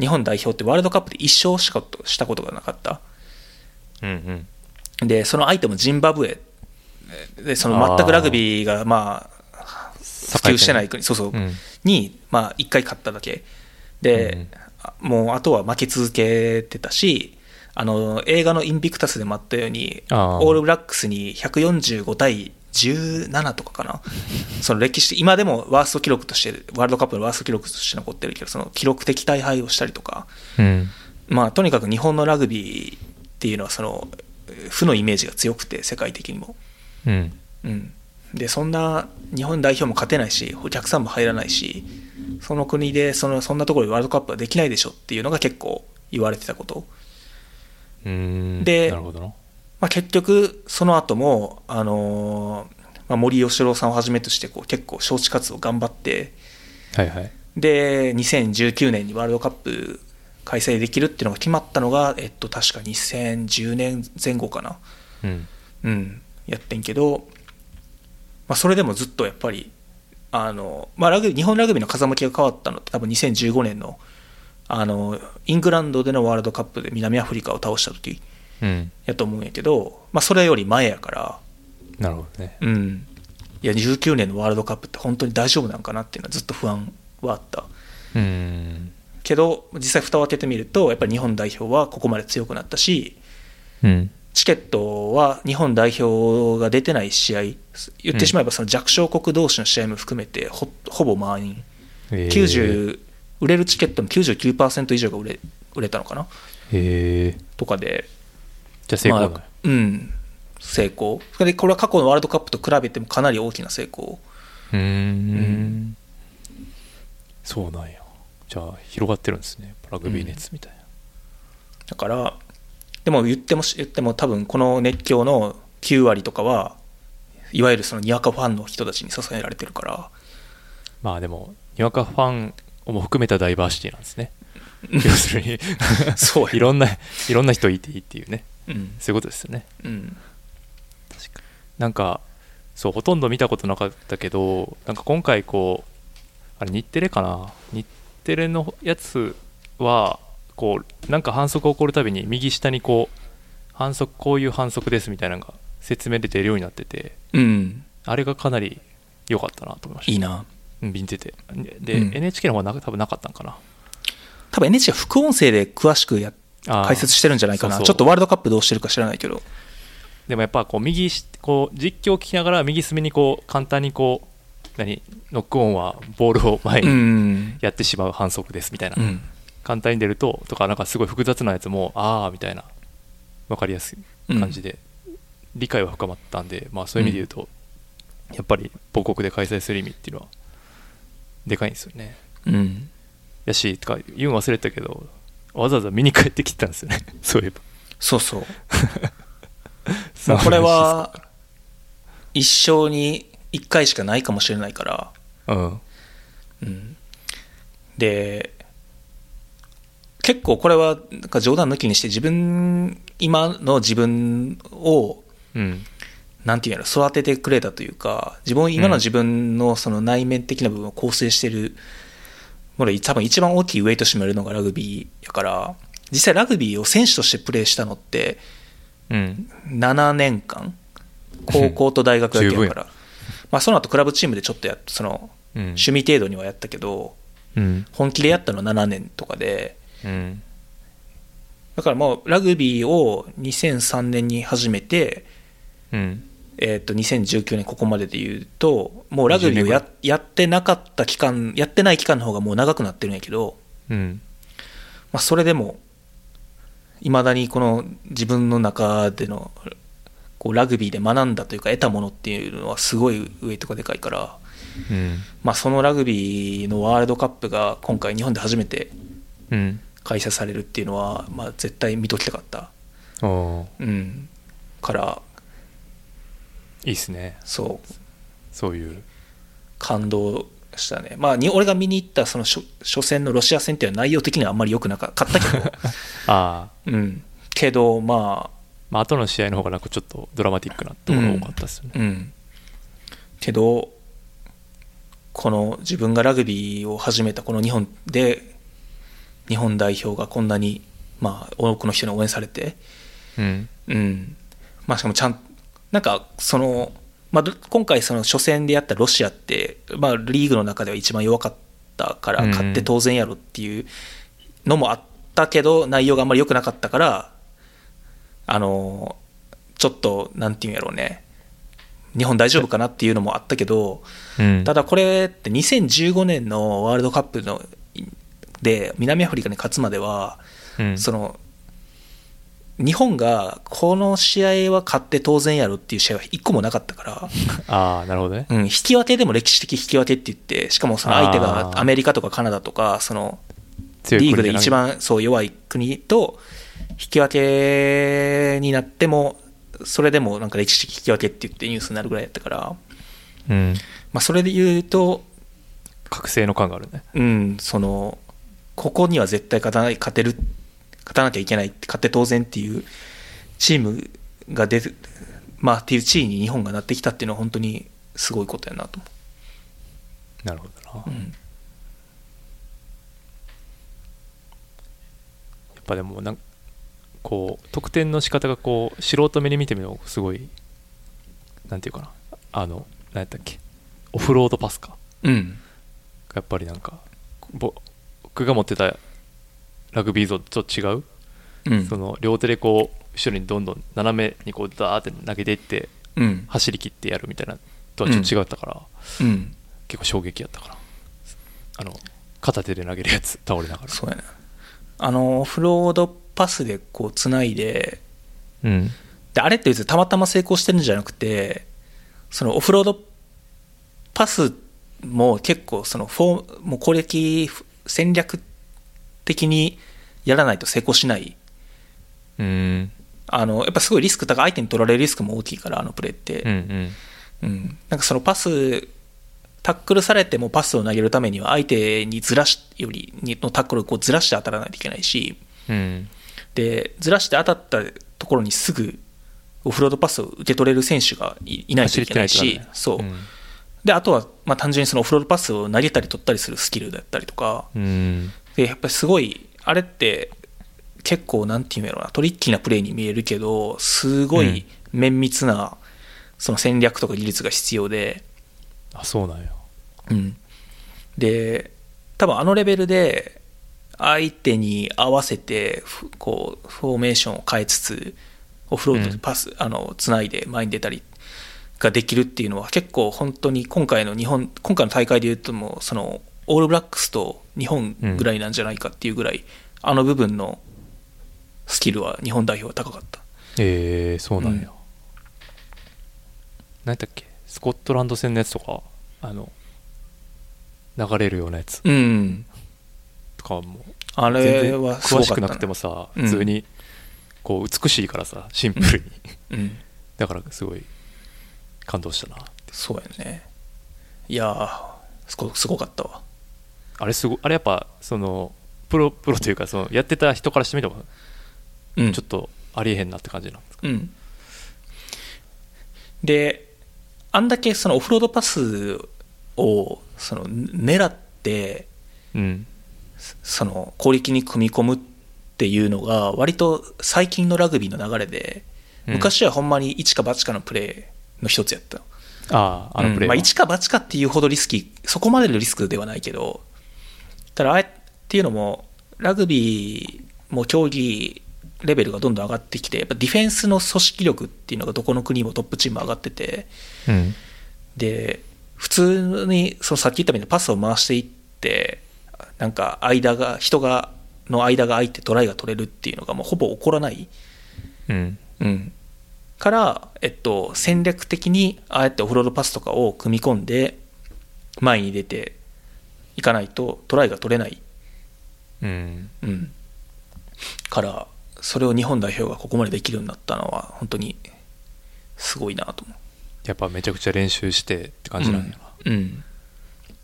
[SPEAKER 3] 日本代表ってワールドカップで1勝しかとしたことがなかった。
[SPEAKER 2] うんうん
[SPEAKER 3] で、その相手もジンバブエ。で、その全くラグビーが、まあ、普及してない国、そうそう、
[SPEAKER 2] うん
[SPEAKER 3] に、まあ、1回勝っただけ。で、
[SPEAKER 2] うん
[SPEAKER 3] あもうあとは負け続けてたし、あの映画のインビクタスでもあったように、
[SPEAKER 2] あー
[SPEAKER 3] オールブラックスに145対17とかかな、その歴史、今でもワースト記録として、ワールドカップのワースト記録として残ってるけど、その記録的大敗をしたりとか、
[SPEAKER 2] うん
[SPEAKER 3] まあ、とにかく日本のラグビーっていうのはその、負のイメージが強くて、世界的にも。
[SPEAKER 2] うん
[SPEAKER 3] うん、でそんな日本代表も勝てないしお客さんも入らないしその国でそのそんなところでワールドカップはできないでしょっていうのが結構言われてたこと、
[SPEAKER 2] うん
[SPEAKER 3] で
[SPEAKER 2] なるほどな
[SPEAKER 3] まあ、結局その後も、あのーまあ、森喜朗さんをはじめとしてこう結構招致活動頑張って
[SPEAKER 2] はいはい
[SPEAKER 3] で2019年にワールドカップ開催できるっていうのが決まったのが、えっと、確か2010年前後かな、
[SPEAKER 2] うん
[SPEAKER 3] うん、やってんけど、まあ、それでもずっとやっぱりあの、まあ、ラグビー日本ラグビーの風向きが変わったのって多分2015年のあのイングランドでのワールドカップで南アフリカを倒した時
[SPEAKER 2] うん
[SPEAKER 3] やと思うんやけど、まあ、それより前やから、
[SPEAKER 2] なるほどね
[SPEAKER 3] うん、いや19年のワールドカップって本当に大丈夫なんかなっていうのはずっと不安はあった。
[SPEAKER 2] うん
[SPEAKER 3] けど実際蓋を開けてみるとやっぱり日本代表はここまで強くなったし
[SPEAKER 2] うん
[SPEAKER 3] チケットは日本代表が出てない試合、言ってしまえばその弱小国同士の試合も含めてほほぼ満員、
[SPEAKER 2] えー
[SPEAKER 3] 90売れるチケットの99%以上が売れ売れたのかな
[SPEAKER 2] へえ
[SPEAKER 3] とかで、
[SPEAKER 2] じゃあ成功だ
[SPEAKER 3] まあうん、成功、でこれは過去のワールドカップと比べてもかなり大きな成功、
[SPEAKER 2] うー
[SPEAKER 3] うん
[SPEAKER 2] んそうなんやじゃあ広がってるんですねラグビー熱みたいな
[SPEAKER 3] だから、でも言ってもし言っても、多分この熱狂の9割とかは、いわゆるそのにわかファンの人たちに支えられてるから。
[SPEAKER 2] まあでもにわかファンも含めたダイバーシティなんですね要するに
[SPEAKER 3] [laughs] そうや
[SPEAKER 2] いろんないろんな人いていいっていうね
[SPEAKER 3] うん
[SPEAKER 2] そういうことですよね
[SPEAKER 3] うん
[SPEAKER 2] なんかそうほとんど見たことなかったけどなんか今回こうあれ日テレかな日テレのやつはこうなんか反則起こるたびに右下にこう反則こういう反則ですみたいなのが説明で出るようになってて
[SPEAKER 3] うん、
[SPEAKER 2] あれがかなり良かったなと思いました
[SPEAKER 3] いいな。
[SPEAKER 2] うん見ててでで、
[SPEAKER 3] うん
[SPEAKER 2] NHK の方はな多分なかったんかな
[SPEAKER 3] 多分 NHK は副音声で詳しくや
[SPEAKER 2] あー
[SPEAKER 3] 解説してるんじゃないかな
[SPEAKER 2] そうそう
[SPEAKER 3] ちょっとワールドカップどうしてるか知らないけど
[SPEAKER 2] でもやっぱこう右しこう実況を聞きながら右隅にこう簡単にこう何ノックオンはボールを前
[SPEAKER 3] う
[SPEAKER 2] に
[SPEAKER 3] ん、
[SPEAKER 2] やってしまう反則ですみたいな、
[SPEAKER 3] うん、
[SPEAKER 2] 簡単に出るととかなんかすごい複雑なやつもああみたいな分かりやすい感じで、理解は深まったんでまあそういう意味で言うと、やっぱり母国で開催する意味っていうのはでかいんですよね
[SPEAKER 3] うん、
[SPEAKER 2] やしとか言うん忘れてたけどわざわざ見に帰ってきてたんですよね [laughs] そういえば [laughs]
[SPEAKER 3] そうそう、まあ、これは一生に一回しかないかもしれないか
[SPEAKER 2] う
[SPEAKER 3] ら、
[SPEAKER 2] ん
[SPEAKER 3] うん、で結構これはなんか冗談抜きにして自分今の自分を
[SPEAKER 2] うん
[SPEAKER 3] なんていうんやろ育ててくれたというか自分今の自分のその内面的な部分を構成してるもので多分一番大きいウェイト占めるのがラグビーやから実際ラグビーを選手としてプレーしたのって
[SPEAKER 2] うん
[SPEAKER 3] 7年間高校と大学だけや
[SPEAKER 2] 十
[SPEAKER 3] か
[SPEAKER 2] 分
[SPEAKER 3] らまあその後クラブチームでちょっとやっその
[SPEAKER 2] うん
[SPEAKER 3] 趣味程度にはやったけど
[SPEAKER 2] うん
[SPEAKER 3] 本気でやったのは7年とかで
[SPEAKER 2] うん
[SPEAKER 3] だからもうラグビーを2003年に始めて
[SPEAKER 2] うん
[SPEAKER 3] えー、と2019年ここまでで言うともうラグビーをややってなかった期間やってない期間の方がもう長くなってるんやけど、
[SPEAKER 2] うん
[SPEAKER 3] まあ、それでもいまだにこの自分の中でのこうラグビーで学んだというか得たものっていうのはすごいウェイトがでかいから、
[SPEAKER 2] うん
[SPEAKER 3] まあ、そのラグビーのワールドカップが今回日本で初めて
[SPEAKER 2] うん
[SPEAKER 3] 開催されるっていうのは、まあ、絶対見ときたかった、
[SPEAKER 2] おお
[SPEAKER 3] うん、から
[SPEAKER 2] いいっすね
[SPEAKER 3] そう
[SPEAKER 2] そういう
[SPEAKER 3] 感動したね、まあ、に俺が見に行ったその初初戦のロシア戦っていうのは内容的にはあんまり良くなかったけど、
[SPEAKER 2] ああ
[SPEAKER 3] うん、けど、ま
[SPEAKER 2] まあ後の試合の方がなんかちょっとドラマティックなところが多かったですよね
[SPEAKER 3] あ、うん、けど、この自分がラグビーを始めたこの日本で、日本代表がこんなに、まあ、多くの人に応援されて、
[SPEAKER 2] うん
[SPEAKER 3] うん、まあしかもちゃんなんかその、まあ、ど今回その初戦でやったロシアって、まあ、リーグの中では一番弱かったから
[SPEAKER 2] うん
[SPEAKER 3] 勝って当然やろっていうのもあったけど内容があんまり良くなかったからあのちょっとなんていうんやろうね日本大丈夫かなっていうのもあったけど、
[SPEAKER 2] うん
[SPEAKER 3] ただこれって2015年のワールドカップので南アフリカに勝つまでは、
[SPEAKER 2] うん
[SPEAKER 3] その日本がこの試合は勝って当然やろっていう試合は一個もなかった
[SPEAKER 2] [laughs]
[SPEAKER 3] か
[SPEAKER 2] ああなるほどね
[SPEAKER 3] ら、うん、引き分けでも歴史的引き分けって言ってしかもその相手
[SPEAKER 2] あ
[SPEAKER 3] が
[SPEAKER 2] ー
[SPEAKER 3] アメリカとかカナダとかその
[SPEAKER 2] 強い
[SPEAKER 3] リー
[SPEAKER 2] 国
[SPEAKER 3] グ
[SPEAKER 2] じゃ
[SPEAKER 3] で
[SPEAKER 2] なく
[SPEAKER 3] 一番そう弱い国と引き分けになってもそれでもなんか歴史的引き分けって言ってニュースになるぐらいやったから、
[SPEAKER 2] うん
[SPEAKER 3] まあ、それで言うと
[SPEAKER 2] 覚醒の感があるね
[SPEAKER 3] うん、そのここには絶対勝たない勝てる勝たなきゃいけない勝って当然っていうチームが出る、まあ、っていう地位に日本がなってきたっていうのは本当にすごいことやなと思
[SPEAKER 2] なるほどな、
[SPEAKER 3] う、う
[SPEAKER 2] や
[SPEAKER 3] ん
[SPEAKER 2] っぱでもなんこう得点の仕方がこう素人目に見てみるとすごいなんていうかなあの何やったっけオフロードパスか
[SPEAKER 3] うん
[SPEAKER 2] やっぱりなんかぼ僕が持ってたラグビー像と違う、
[SPEAKER 3] うん
[SPEAKER 2] その両手でこう後ろにどんどん斜めにこうダーって投げていって
[SPEAKER 3] うん
[SPEAKER 2] 走り切ってやるみたいなとはちょっと違ったから、
[SPEAKER 3] うん、
[SPEAKER 2] 結構衝撃やったからあの片手で投げるやつ倒れながら
[SPEAKER 3] そうやなあのオフロードパスでこうつないで
[SPEAKER 2] うん
[SPEAKER 3] であれって別にたまたま成功してるんじゃなくてそのオフロードパスも結構そのフォーもう攻撃戦略的にやらないと成功しない
[SPEAKER 2] うん
[SPEAKER 3] あのやっぱすごいリスク高い相手に取られるリスクも大きいからあのプレーって、
[SPEAKER 2] うんうん
[SPEAKER 3] うんなんかそのパスタックルされてもパスを投げるためには相手にずらしよりにのタックルをこうずらして当たらないといけないし
[SPEAKER 2] うん
[SPEAKER 3] でずらして当たったところにすぐオフロードパスを受け取れる選手がいいないといけない
[SPEAKER 2] 走り
[SPEAKER 3] し
[SPEAKER 2] 手がいたらね
[SPEAKER 3] そう、
[SPEAKER 2] うん
[SPEAKER 3] であとは、まあ、単純にそのオフロードパスを投げたり取ったりするスキルだったりとか
[SPEAKER 2] うん
[SPEAKER 3] でやっぱりすごいあれって結構なんていうんやろうなトリッキーなプレーに見えるけどすごい綿密なその戦略とか技術が必要で、
[SPEAKER 2] あそうなんや
[SPEAKER 3] うん、で多分あのレベルで相手に合わせてふこうフォーメーションを変えつつオフロードでパス、あのつないで前に出たりができるっていうのは結構本当に今回の日本今回の大会でいうともうそのオールブラックスと日本ぐらいなんじゃないかっていうぐらい、あの部分のスキルは日本代表は高かった
[SPEAKER 2] えー、そうなんや、
[SPEAKER 3] うん
[SPEAKER 2] 何やったっけスコットランド戦のやつとかあの流れるようなやつ
[SPEAKER 3] うん
[SPEAKER 2] とかはもう
[SPEAKER 3] あ
[SPEAKER 2] 全
[SPEAKER 3] れ
[SPEAKER 2] 然
[SPEAKER 3] はす
[SPEAKER 2] 詳
[SPEAKER 3] ご
[SPEAKER 2] し
[SPEAKER 3] かった
[SPEAKER 2] く
[SPEAKER 3] な
[SPEAKER 2] なくてもさ
[SPEAKER 3] うん
[SPEAKER 2] 普通にこう美しいからさシンプルに [laughs]
[SPEAKER 3] うん
[SPEAKER 2] だからすごい感動したな
[SPEAKER 3] そうやねいやーすごすごかったわ
[SPEAKER 2] あれすごいあれやっぱそのプロプロというかそのやってた人からしてみても
[SPEAKER 3] うん
[SPEAKER 2] ちょっとありえへんなって感じなんですか
[SPEAKER 3] うんであんだけそのオフロードパスをその狙って
[SPEAKER 2] うん
[SPEAKER 3] その攻撃に組み込むっていうのが割と最近のラグビーの流れで
[SPEAKER 2] うん
[SPEAKER 3] 昔はほんまに一か八かのプレーの一つやった
[SPEAKER 2] あああのプレー
[SPEAKER 3] うんま
[SPEAKER 2] は
[SPEAKER 3] あ、一か八かっていうほどリスキーそこまでのリスクではないけどただあえっていうのもラグビーも競技レベルがどんどん上がってきてやっぱディフェンスの組織力っていうのがどこの国もトップチーム上がってて
[SPEAKER 2] うん
[SPEAKER 3] で普通にそのさっき言ったみたいにパスを回していってなんか間が人がの間が空いてトライが取れるっていうのがもうほぼ起こらない
[SPEAKER 2] うん
[SPEAKER 3] うん、から、えっと、戦略的にああやってオフロードパスとかを組み込んで前に出ていかないとトライが取れない、
[SPEAKER 2] うん
[SPEAKER 3] うん、からそれを日本代表がここまでできるようになったのは本当にすごいなと思
[SPEAKER 2] やっぱめちゃくちゃ練習してって感じなんやな、
[SPEAKER 3] うん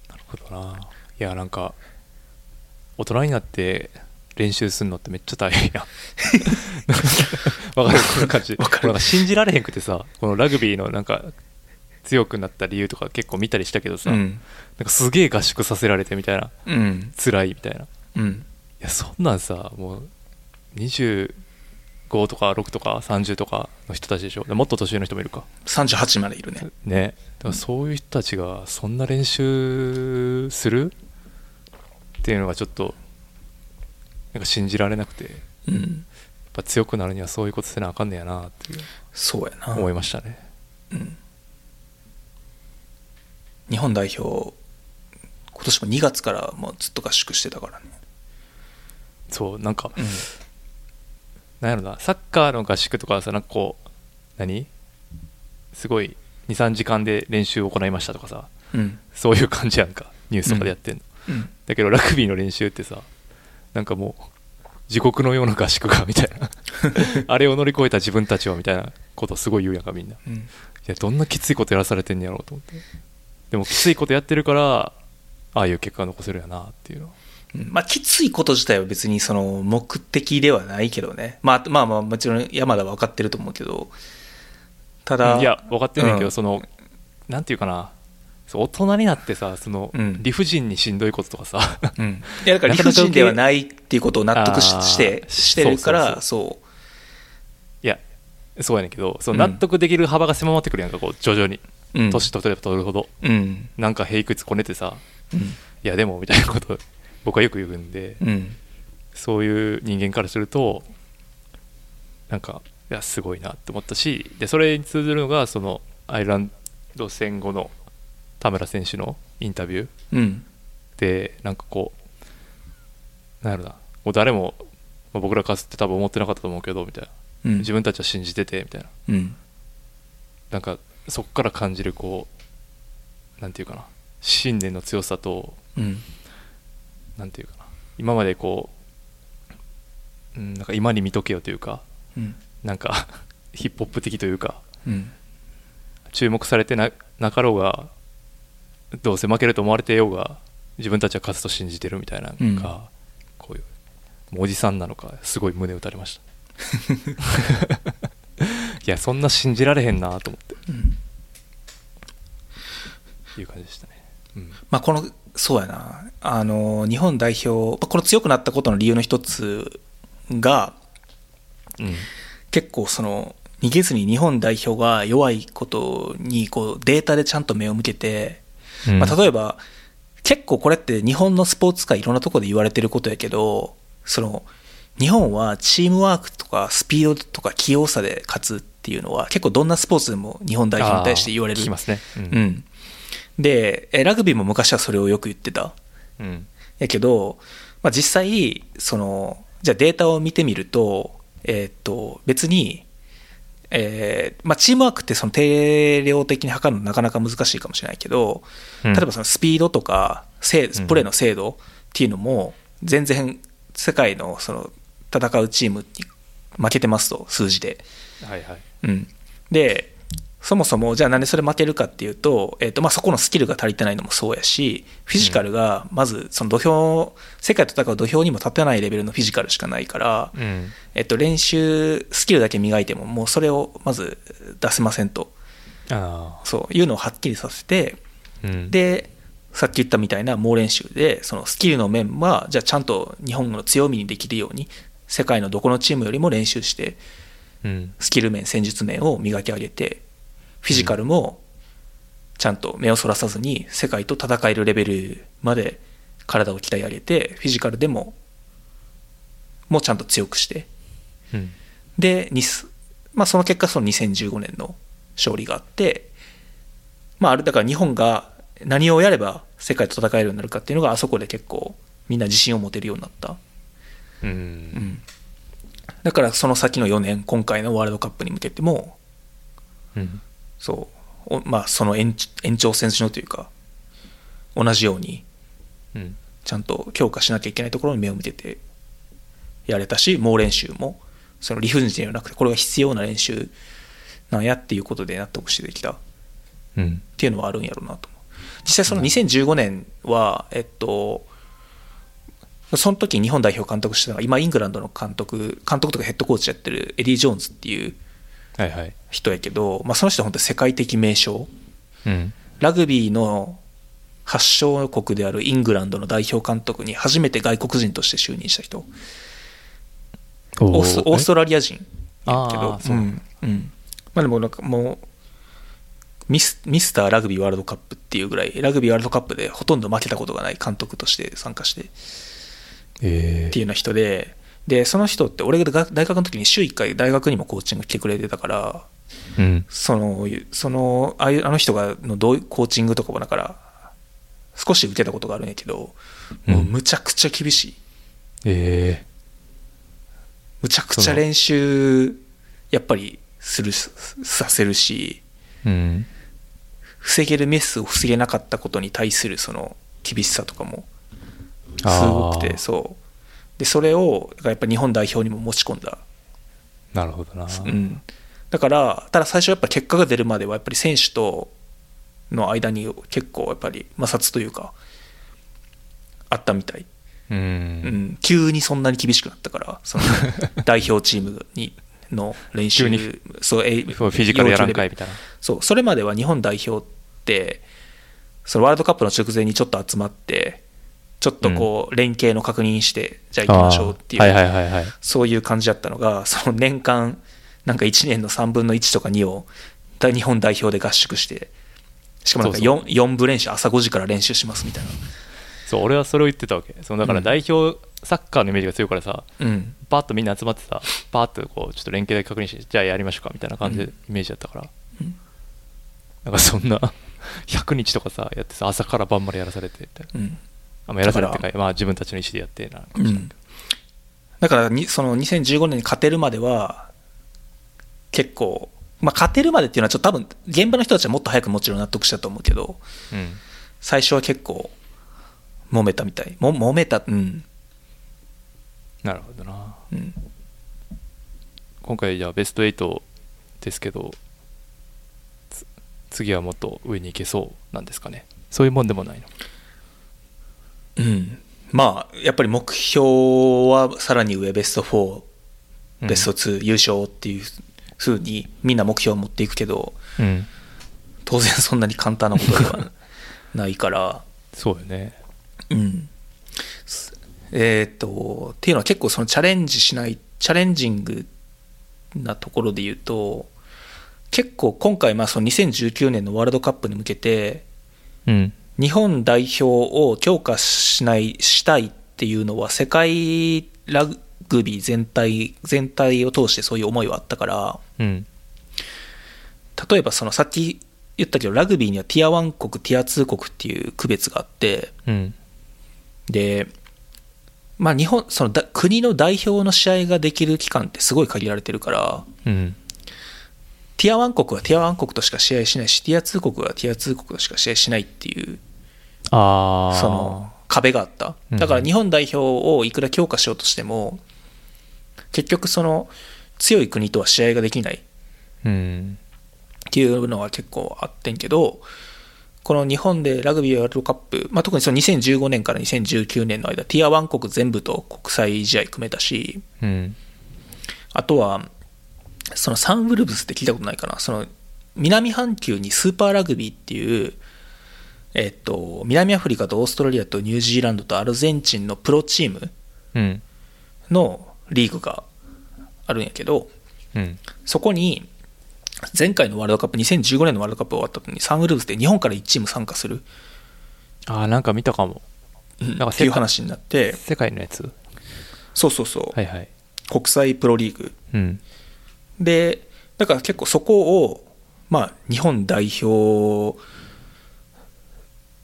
[SPEAKER 2] なるほどないやなんか大人になって練習するのってめっちゃ大変や
[SPEAKER 3] [laughs]
[SPEAKER 2] わかるこの感じ
[SPEAKER 3] わかる
[SPEAKER 2] なんか信じられへんくてさこのラグビーのなんか強くなった理由とか結構見たりしたけどさ、
[SPEAKER 3] う
[SPEAKER 2] なん
[SPEAKER 3] ん
[SPEAKER 2] かすげえ合宿させられてみたいな
[SPEAKER 3] うん
[SPEAKER 2] 辛いみたいない
[SPEAKER 3] うん
[SPEAKER 2] やそんなんさもう25とか6とか30とかの人たちでしょでもっと年上の人もいるか
[SPEAKER 3] 38までいるね
[SPEAKER 2] ねだからそういう人たちがそんな練習するっていうのがちょっとなんか信じられなくてやっ
[SPEAKER 3] うん
[SPEAKER 2] ぱ強くなるにはそういうことせなあかんねやなっていう
[SPEAKER 3] そうやな
[SPEAKER 2] 思いましたね
[SPEAKER 3] 日本代表今年も2月からもうずっと合宿してたからね
[SPEAKER 2] そうなんか
[SPEAKER 3] うん
[SPEAKER 2] なんやろなサッカーの合宿とかはさなんかこう何すごい23時間で練習を行いましたとかさ
[SPEAKER 3] うん
[SPEAKER 2] そういう感じやんかニュースとかでやってんの、
[SPEAKER 3] うん
[SPEAKER 2] だけどラグビーの練習ってさなんかもう地獄のような合宿か [laughs] みたい
[SPEAKER 3] [laughs]
[SPEAKER 2] なあれを乗り越えた自分たちはみたいなことすごい言うやんかみんない
[SPEAKER 3] うん
[SPEAKER 2] やどんなきついことやらされてんねやろうと思ってでもきついことやってるからああいう結果が残せるやなっていうの
[SPEAKER 3] うんまあ、きついこと自体は別にその目的ではないけどね、まああと、まあまあもちろん山田は分かってると思うけどただ
[SPEAKER 2] いや分かってんねんけど、
[SPEAKER 3] うん
[SPEAKER 2] そのなんていうかなそう大人になってさその、
[SPEAKER 3] うん
[SPEAKER 2] 理不尽にしんどいこととかさ
[SPEAKER 3] うん、いやだ
[SPEAKER 2] [laughs]
[SPEAKER 3] から理不尽ではないっていうことを納得し
[SPEAKER 2] あー
[SPEAKER 3] してしてるからそう
[SPEAKER 2] いやそうやねんけどその納得できる幅が狭まってくるやんかこう徐々に、
[SPEAKER 3] うん
[SPEAKER 2] 年取れば取るほど
[SPEAKER 3] うん
[SPEAKER 2] なんかへいくつこねてさ
[SPEAKER 3] うん
[SPEAKER 2] いやでもみたいなこと [laughs] 僕はよく言うんで、
[SPEAKER 3] うん
[SPEAKER 2] そういう人間からするとなんかいやすごいなって思ったしでそれに通ずるのがそのアイルランド戦後の田村選手のインタビュー
[SPEAKER 3] うん
[SPEAKER 2] でなんかこうなんやろなもう誰もまあ僕らかすって多分思ってなかったと思うけどみたいな
[SPEAKER 3] うん
[SPEAKER 2] 自分たちは信じててみたいな
[SPEAKER 3] うん
[SPEAKER 2] なんかそこから感じるこうなんていうかな信念の強さと
[SPEAKER 3] うん
[SPEAKER 2] なんていうかな今までこう、うん、なんか今に見とけよというか
[SPEAKER 3] うん
[SPEAKER 2] なんか [laughs] ヒップホップ的というか
[SPEAKER 3] うん
[SPEAKER 2] 注目されてななかろうがどうせ負けると思われてようが自分たちは勝つと信じてるみたいなのが、
[SPEAKER 3] うん
[SPEAKER 2] こういうもうおじさんなのかすごい胸打たれました
[SPEAKER 3] [laughs]
[SPEAKER 2] [laughs] いやそんな信じられへんなと思って
[SPEAKER 3] うん
[SPEAKER 2] いう感じでしたね、うん、
[SPEAKER 3] まあ、この、そうやな、あの、日本代表、まあこの強くなったことの理由の一つが、
[SPEAKER 2] うん
[SPEAKER 3] 結構その、逃げずに日本代表が弱いことに、こう、データでちゃんと目を向けて、まあ、例えば、結構これって日本のスポーツ界いろんなところで言われてることやけど、その、日本はチームワークとかスピードとか器用さで勝つっていうのは、結構どんなスポーツでも日本代表に対して言われる。
[SPEAKER 2] あー聞きますね
[SPEAKER 3] う、ん。で、えラグビーも昔はそれをよく言ってた。
[SPEAKER 2] うんうん
[SPEAKER 3] やけど、まあ、実際そのじゃあデータを見てみると,、えーっと別に、えーまあ、チームワークってその定量的に測るのなかなか難しいかもしれないけど、
[SPEAKER 2] うん
[SPEAKER 3] 例えばそのスピードとかせい
[SPEAKER 2] うん
[SPEAKER 3] プレーの精度っていうのも全然世界のその戦うチームに負けてますと数字で。
[SPEAKER 2] はいはい
[SPEAKER 3] うん、でそもそもじゃあなんでそれ負けるかっていうと,、えーとまあ、そこのスキルが足りてないのもそうやしフィジカルがまずその土俵世界と戦う土俵にも立てないレベルのフィジカルしかないから、
[SPEAKER 2] うん
[SPEAKER 3] えっと練習スキルだけ磨いてももうそれをまず出せませんと
[SPEAKER 2] あ
[SPEAKER 3] そういうのをはっきりさせて
[SPEAKER 2] あ、うん、
[SPEAKER 3] でさっき言ったみたいな猛練習でそのスキルの面はじゃあちゃんと日本の強みにできるように世界のどこのチームよりも練習して
[SPEAKER 2] うん、
[SPEAKER 3] スキル面戦術面を磨き上げてフィジカルもちゃんと目をそらさずに世界と戦えるレベルまで体を鍛え上げてフィジカルでももうちゃんと強くして
[SPEAKER 2] うん、
[SPEAKER 3] で、にすまあ、その結果その2015年の勝利があって、まあ、あれだから日本が何をやれば世界と戦えるようになるかっていうのがあそこで結構みんな自信を持てるようになった。
[SPEAKER 2] う、
[SPEAKER 3] うんん、だからその先の4年今回のワールドカップに向けても
[SPEAKER 2] うん、
[SPEAKER 3] そうおまあその延延長線上というか同じように
[SPEAKER 2] うん、
[SPEAKER 3] ちゃんと強化しなきゃいけないところに目を向けてやれたし猛練習もその理不尽ではなくてこれが必要な練習なんやっていうことで納得してできた
[SPEAKER 2] うん
[SPEAKER 3] っていうのはあるんやろうなと思う実際その2015年は、えっとその時日本代表監督してたのが今イングランドの監督監督とかヘッドコーチやってるエディ・ジョーンズっていう
[SPEAKER 2] はいはい
[SPEAKER 3] 人やけど、まあ、その人は本当に世界的名将
[SPEAKER 2] うん
[SPEAKER 3] ラグビーの発祥国であるイングランドの代表監督に初めて外国人として就任した人オースオーストラリア人やけど
[SPEAKER 2] あーそう
[SPEAKER 3] うんうんまあでもなんかもうミスミスターラグビーワールドカップっていうぐらいラグビーワールドカップでほとんど負けたことがない監督として参加してっ
[SPEAKER 2] え
[SPEAKER 3] ていうような人ででその人って俺が大学の時に週1回大学にもコーチング来てくれてたから
[SPEAKER 2] えうん
[SPEAKER 3] そのそのああいうあの人がのどうコーチングとかもだから少し受けたことがあるんやけどもううんむちゃくちゃ厳しい、
[SPEAKER 2] え
[SPEAKER 3] むちゃくちゃ練習やっぱりするすさせるし
[SPEAKER 2] えうん
[SPEAKER 3] 防げるミスを防げなかったことに対するその厳しさとかもすごく
[SPEAKER 2] あ
[SPEAKER 3] て
[SPEAKER 2] ー
[SPEAKER 3] そうでそれをだからやっぱ日本代表にも持ち込んだ、
[SPEAKER 2] なるほどな
[SPEAKER 3] うん、だからただ最初やっぱ結果が出るまではやっぱり選手との間に結構やっぱり摩擦というかあったみたい、
[SPEAKER 2] う
[SPEAKER 3] うんん、急にそんなに厳しくなったから
[SPEAKER 2] [laughs]
[SPEAKER 3] その代表チームにの練習
[SPEAKER 2] 急に
[SPEAKER 3] そうえ
[SPEAKER 2] フィジカルやらんかいみたいな
[SPEAKER 3] そう、それまでは日本代表って、そのワールドカップの直前にちょっと集まって、ちょっとこう、連携の確認して、じゃあ行きましょうっていう、
[SPEAKER 2] あーはいはいはいはい
[SPEAKER 3] そういう感じだったのが、その年間、なんか1年の3分の1とか2を、大日本代表で合宿して、しかもなんか
[SPEAKER 2] そう
[SPEAKER 3] 4, 4部練習、朝5時から練習しますみたい
[SPEAKER 2] そう俺はそれを言ってたわけそのだから代表、サッカーのイメージが強いからさ
[SPEAKER 3] な。うん。
[SPEAKER 2] パッとみんな集まってさパッとこうちょっと連携で確認してじゃあやりましょうかみたいな感じで
[SPEAKER 3] うん
[SPEAKER 2] イメージだったから、
[SPEAKER 3] うん
[SPEAKER 2] なんかそんな [laughs] 100日とかさやってさ朝から晩までやらされてみたいな
[SPEAKER 3] うん。
[SPEAKER 2] あんまやらされて
[SPEAKER 3] だ
[SPEAKER 2] か
[SPEAKER 3] か
[SPEAKER 2] まあ自分たちの意思でやってな
[SPEAKER 3] うん、だからにその2015年に勝てるまでは結構、まあ、勝てるまでっていうのはちょっと多分現場の人たちはもっと早くもちろん納得したと思うけど
[SPEAKER 2] うん
[SPEAKER 3] 最初は結構揉めたみたいも揉めたうん、
[SPEAKER 2] なるほどな
[SPEAKER 3] うん、
[SPEAKER 2] 今回じゃあベスト8ですけどつ次はもっと上に行けそうなんですかねそういうもんでもないの
[SPEAKER 3] うん、まあやっぱり目標はさらに上ベスト4
[SPEAKER 2] うん
[SPEAKER 3] ベスト2、優勝っていうふうにみんな目標を持っていくけど
[SPEAKER 2] うん
[SPEAKER 3] 当然そんなに簡単なことではないから。
[SPEAKER 2] そうよね
[SPEAKER 3] うん。すえーっと、っていうのは結構そのチャレンジしない、チャレンジングなところで言うと、結構今回、まあその2019年のワールドカップに向けて、
[SPEAKER 2] うん
[SPEAKER 3] 日本代表を強化しない、したいっていうのは世界ラグビー全体、全体を通してそういう思いはあったから、
[SPEAKER 2] うん
[SPEAKER 3] 例えばそのさっき言ったけど、ラグビーにはティア1国、ティア2国っていう区別があって、
[SPEAKER 2] うん
[SPEAKER 3] で、まあ、日本そのだ国の代表の試合ができる期間ってすごい限られてるから
[SPEAKER 2] うん
[SPEAKER 3] ティア1国はティア1国としか試合しないしティア2国はティア2国としか試合しないっていう
[SPEAKER 2] ああ
[SPEAKER 3] その壁があっただから
[SPEAKER 2] うん
[SPEAKER 3] 日本代表をいくら強化しようとしても、結局その強い国とは試合ができないっ
[SPEAKER 2] うん
[SPEAKER 3] ていうのは結構あってんけどこの日本でラグビーワールドカップ、まあ、特にその2015年から2019年の間ティア1国全部と国際試合組めたし
[SPEAKER 2] うん
[SPEAKER 3] あとは、そのサンウルブスって聞いたことないかな。その南半球にスーパーラグビーっていう、えっと、南アフリカとオーストラリアとニュージーランドとアルゼンチンのプロチーム
[SPEAKER 2] うん
[SPEAKER 3] のリーグがあるんやけど、
[SPEAKER 2] うん
[SPEAKER 3] そこに、前回のワールドカップ、2015年のワールドカップ終わった後に、サンウルブスで日本から1チーム参加する
[SPEAKER 2] ああなんか見たかも
[SPEAKER 3] うん
[SPEAKER 2] なんか
[SPEAKER 3] っていう話になって、
[SPEAKER 2] 世界のやつ
[SPEAKER 3] そうそうそう、
[SPEAKER 2] はいはい
[SPEAKER 3] 国際プロリーグ
[SPEAKER 2] うん
[SPEAKER 3] でだから結構そこをまあ日本代表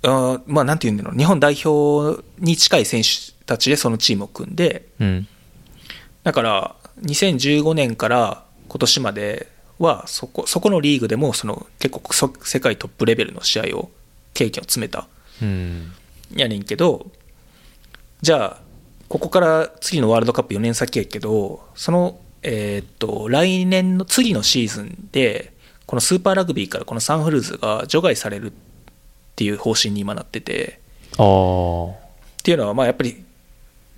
[SPEAKER 3] あーまあなんて言うんだろう日本代表に近い選手たちでそのチームを組んで
[SPEAKER 2] うん
[SPEAKER 3] だから2015年から今年まではそこそこのリーグでもその結構そ世界トップレベルの試合を経験を詰めた
[SPEAKER 2] うん
[SPEAKER 3] やねんけどじゃあここから次のワールドカップ4年先やけどそのえーっと来年の次のシーズンでこのスーパーラグビーからこのサンフルーズが除外されるっていう方針に今なってて、
[SPEAKER 2] あー
[SPEAKER 3] っていうのは、まあやっぱり、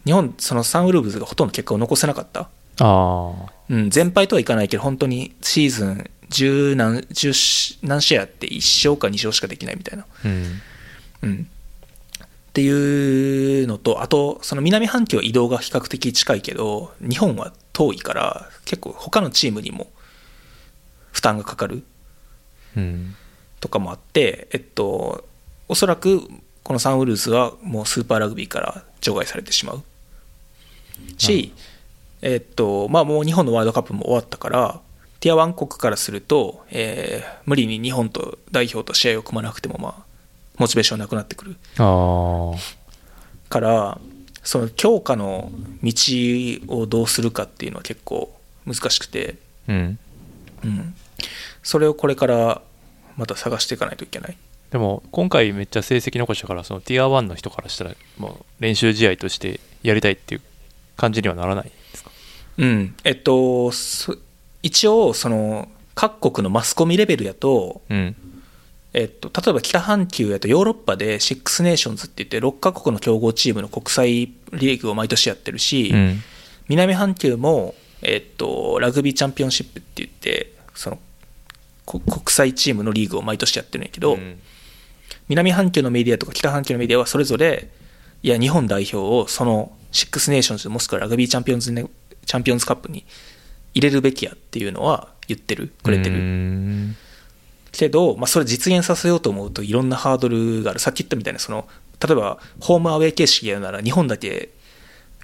[SPEAKER 3] 日本、そのサンフルーズがほとんど結果を残せなかった。
[SPEAKER 2] あ
[SPEAKER 3] うん、全敗とはいかないけど、本当にシーズン10何、10し何試合あって1勝か2勝しかできないみたいな。
[SPEAKER 2] ーうん
[SPEAKER 3] うん。っていうのと、あと、その南半球は移動が比較的近いけど、日本は遠いから、結構他のチームにも負担がかかる
[SPEAKER 2] うん
[SPEAKER 3] とかもあって、えっと、おそらくこのサンウルーズはもうスーパーラグビーから除外されてしまうし、えっとまあ、もう日本のワールドカップも終わったから、ティア1国からすると、えー無理に日本と代表と試合を組まなくても、まあ、モチベーションなくなってくる
[SPEAKER 2] あー
[SPEAKER 3] から、その強化の道をどうするかっていうのは結構難しくて、
[SPEAKER 2] うん
[SPEAKER 3] うん、それをこれからまた探していかないといけない。
[SPEAKER 2] でも今回めっちゃ成績残したからそのティア1の人からしたらもう練習試合としてやりたいっていう感じにはならないですか
[SPEAKER 3] うん、えっと、そ一応、その、各国のマスコミレベルやと、
[SPEAKER 2] うん
[SPEAKER 3] えっと、例えば北半球やとヨーロッパでシックスネーションズって言って6カ国の強豪チームの国際リーグを毎年やってるし、
[SPEAKER 2] うん
[SPEAKER 3] 南半球も、えっと、ラグビーチャンピオンシップって言って、その、こ国際チームのリーグを毎年やってるんやけ
[SPEAKER 2] う
[SPEAKER 3] ど、
[SPEAKER 2] ん
[SPEAKER 3] 南半球のメディアとか北半球のメディアはそれぞれ、いや、日本代表をそのシックスネーションズもしくはラグビーチャンピオンズ、ね、チャンピオンズカップに入れるべきやっていうのは言ってる、くれて
[SPEAKER 2] う
[SPEAKER 3] る。
[SPEAKER 2] ん
[SPEAKER 3] けど、まあ、それ実現させようと思うといろんなハードルがある。さっき言ったみたいな、その、例えば、ホームアウェイ形式やるなら日本だけ、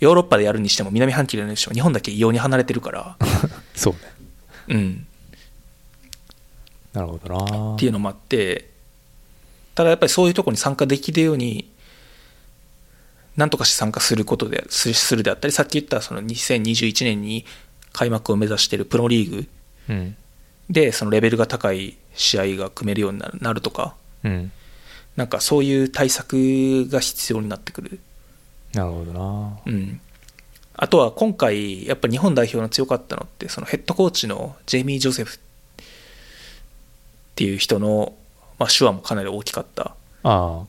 [SPEAKER 3] ヨーロッパでやるにしても南半球でやるにしても日本だけ異様に離れてるから、
[SPEAKER 2] そうね
[SPEAKER 3] うん。
[SPEAKER 2] なるほどな
[SPEAKER 3] っていうのもあって、ただやっぱりそういうところに参加できるように、なんとかして参加することで、すするであったり、さっき言ったその2021年に開幕を目指しているプロリーグ
[SPEAKER 2] うん
[SPEAKER 3] で、そのレベルが高い試合が組めるようになるなるとか、
[SPEAKER 2] うん
[SPEAKER 3] なんかそういう対策が必要になってくる。
[SPEAKER 2] なるほどな
[SPEAKER 3] うん。あとは今回、やっぱり日本代表の強かったのって、そのヘッドコーチのジェイミー・ジョセフっていう人の、まあ、手腕もかなり大きかった。
[SPEAKER 2] あ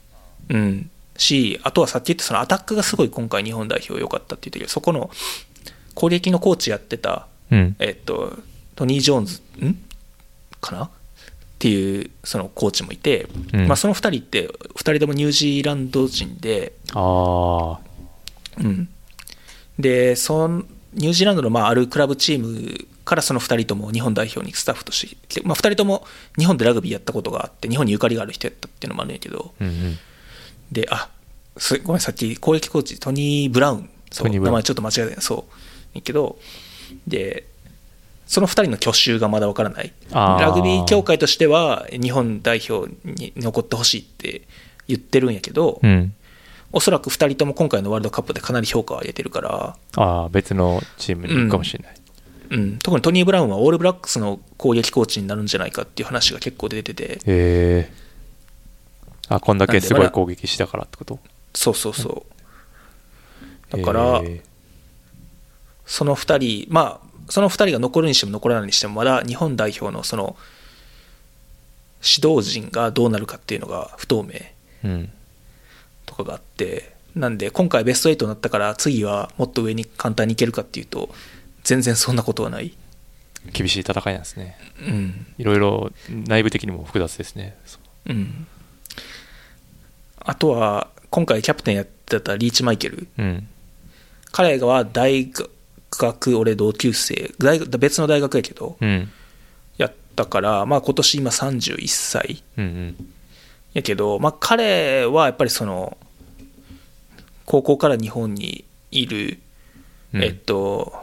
[SPEAKER 3] うん、し、あとはさっき言ったそのアタックがすごい今回日本代表良かったって言ったけど、そこの攻撃のコーチやってた、
[SPEAKER 2] あうん
[SPEAKER 3] えっと、トニー・ジョーンズ、んかなっていうそのコーチもいて、
[SPEAKER 2] うん
[SPEAKER 3] まあ、その2人って、2人ともニュージーランド人で、
[SPEAKER 2] ああ
[SPEAKER 3] うん、でそのニュージーランドのまああるクラブチームからその2人とも日本代表にスタッフとして、まあ、2人とも日本でラグビーやったことがあって、日本にゆかりがある人やったっていうのもあるんやけど、
[SPEAKER 2] うんうん
[SPEAKER 3] で、あ、すごめん、さっき攻撃コーチ、トニー・ブラウン。そ
[SPEAKER 2] ト
[SPEAKER 3] う
[SPEAKER 2] ニーブラウン
[SPEAKER 3] 名前ちょっと間違えたそう。いいけど、で、その2人の去就がまだわからない。
[SPEAKER 2] あー
[SPEAKER 3] ラグビー協会としては、日本代表に残ってほしいって言ってるんやけど、
[SPEAKER 2] うん
[SPEAKER 3] おそらく2人とも今回のワールドカップでかなり評価を上げてるから、
[SPEAKER 2] ああ別のチームに行くかもしれない、
[SPEAKER 3] うん、特にトニー・ブラウンはオールブラックスの攻撃コーチになるんじゃないかっていう話が結構出てて、
[SPEAKER 2] へえあこんだけすごい攻撃したからってこと
[SPEAKER 3] そうそうそう。だから、
[SPEAKER 2] へえ
[SPEAKER 3] その2人、まあ、その2人が残るにしても残らないにしても、まだ日本代表のその指導陣がどうなるかっていうのが不透明
[SPEAKER 2] うん
[SPEAKER 3] とかがあって、なんで、今回ベスト8になったから、次はもっと上に簡単にいけるかっていうと、全然そんなことはない。
[SPEAKER 2] 厳しい戦いなんですね
[SPEAKER 3] うん。
[SPEAKER 2] いろいろ内部的にも複雑ですねそう
[SPEAKER 3] うん。あとは、今回キャプテンやってたリーチマイケル。
[SPEAKER 2] うん
[SPEAKER 3] 彼は大学、俺同級生、大学別の大学やけど、
[SPEAKER 2] うん
[SPEAKER 3] やったから、まあ今年今31歳。
[SPEAKER 2] うんうん
[SPEAKER 3] やけど、まあ、彼はやっぱりその高校から日本にいる、
[SPEAKER 2] うん
[SPEAKER 3] えっと、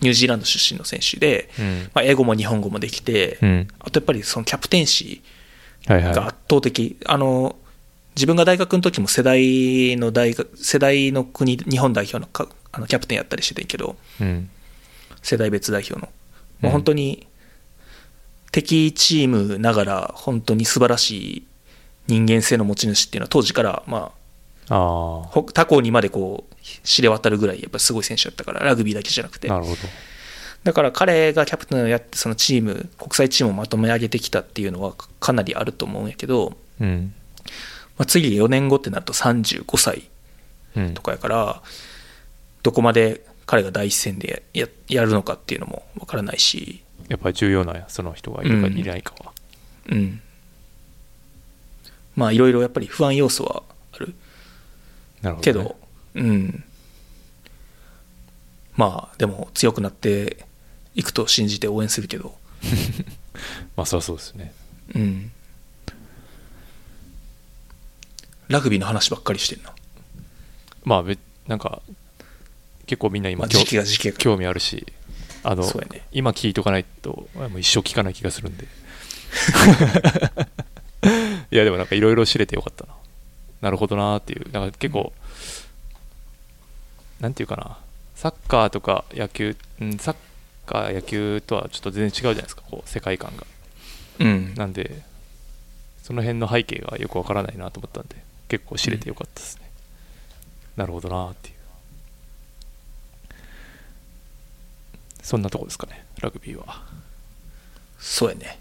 [SPEAKER 3] ニュージーランド出身の選手で、
[SPEAKER 2] うん
[SPEAKER 3] まあ、英語も日本語もできて、
[SPEAKER 2] うん
[SPEAKER 3] あとやっぱりそのキャプテンシ
[SPEAKER 2] はい
[SPEAKER 3] ーが
[SPEAKER 2] は
[SPEAKER 3] 圧倒的、あの自分が大学の時も世代の大学世代の国日本代表のかあのキャプテンやったりしてたけど
[SPEAKER 2] いうん
[SPEAKER 3] 世代別代表の、
[SPEAKER 2] う
[SPEAKER 3] も
[SPEAKER 2] ん
[SPEAKER 3] う本当に敵チームながら本当に素晴らしい人間性の持ち主っていうのは当時からまあ
[SPEAKER 2] あ
[SPEAKER 3] ほ他校にまでこう知れ渡るぐらいやっぱすごい選手だったからラグビーだけじゃなく
[SPEAKER 2] あ
[SPEAKER 3] て
[SPEAKER 2] なるほど
[SPEAKER 3] だから彼がキャプテンをやってそのチーム国際チームをまとめ上げてきたっていうのはかなりあると思うんやけど、
[SPEAKER 2] うん
[SPEAKER 3] まあ、次4年後ってなると35歳
[SPEAKER 2] うん
[SPEAKER 3] とかやからどこまで彼が第一線でややるのかっていうのもわからないし、
[SPEAKER 2] やっぱり重要なんやその人がいるかいないかは、
[SPEAKER 3] うん、まあいろいろやっぱり不安要素はある
[SPEAKER 2] なるほど、ね、
[SPEAKER 3] けど、うんまあでも強くなっていくと信じて応援するけど、
[SPEAKER 2] まあそりゃそうですね
[SPEAKER 3] うん、ラグビーの話ばっかりしてんな、
[SPEAKER 2] まあべなんか結構みんな
[SPEAKER 3] ま
[SPEAKER 2] 今、
[SPEAKER 3] あ、
[SPEAKER 2] 興
[SPEAKER 3] 時期が時期が
[SPEAKER 2] 興味あるしあの、
[SPEAKER 3] そうやね
[SPEAKER 2] 今聞いとかないともう一生聞かない気がする
[SPEAKER 3] [laughs]
[SPEAKER 2] んで [laughs] いやでもなんかいろいろ知れてよかったななるほどなーっていうなんか結構、なんていうかなサッカーとか野球、うん、サッカー野球とはちょっと全然違うじゃないですかこう世界観が
[SPEAKER 3] うん
[SPEAKER 2] なんでその辺の背景がよくわからないなと思ったんで結構知れてよかったですね、なるほどなーっていうそんなとこですかねラグビーは、
[SPEAKER 3] そうやね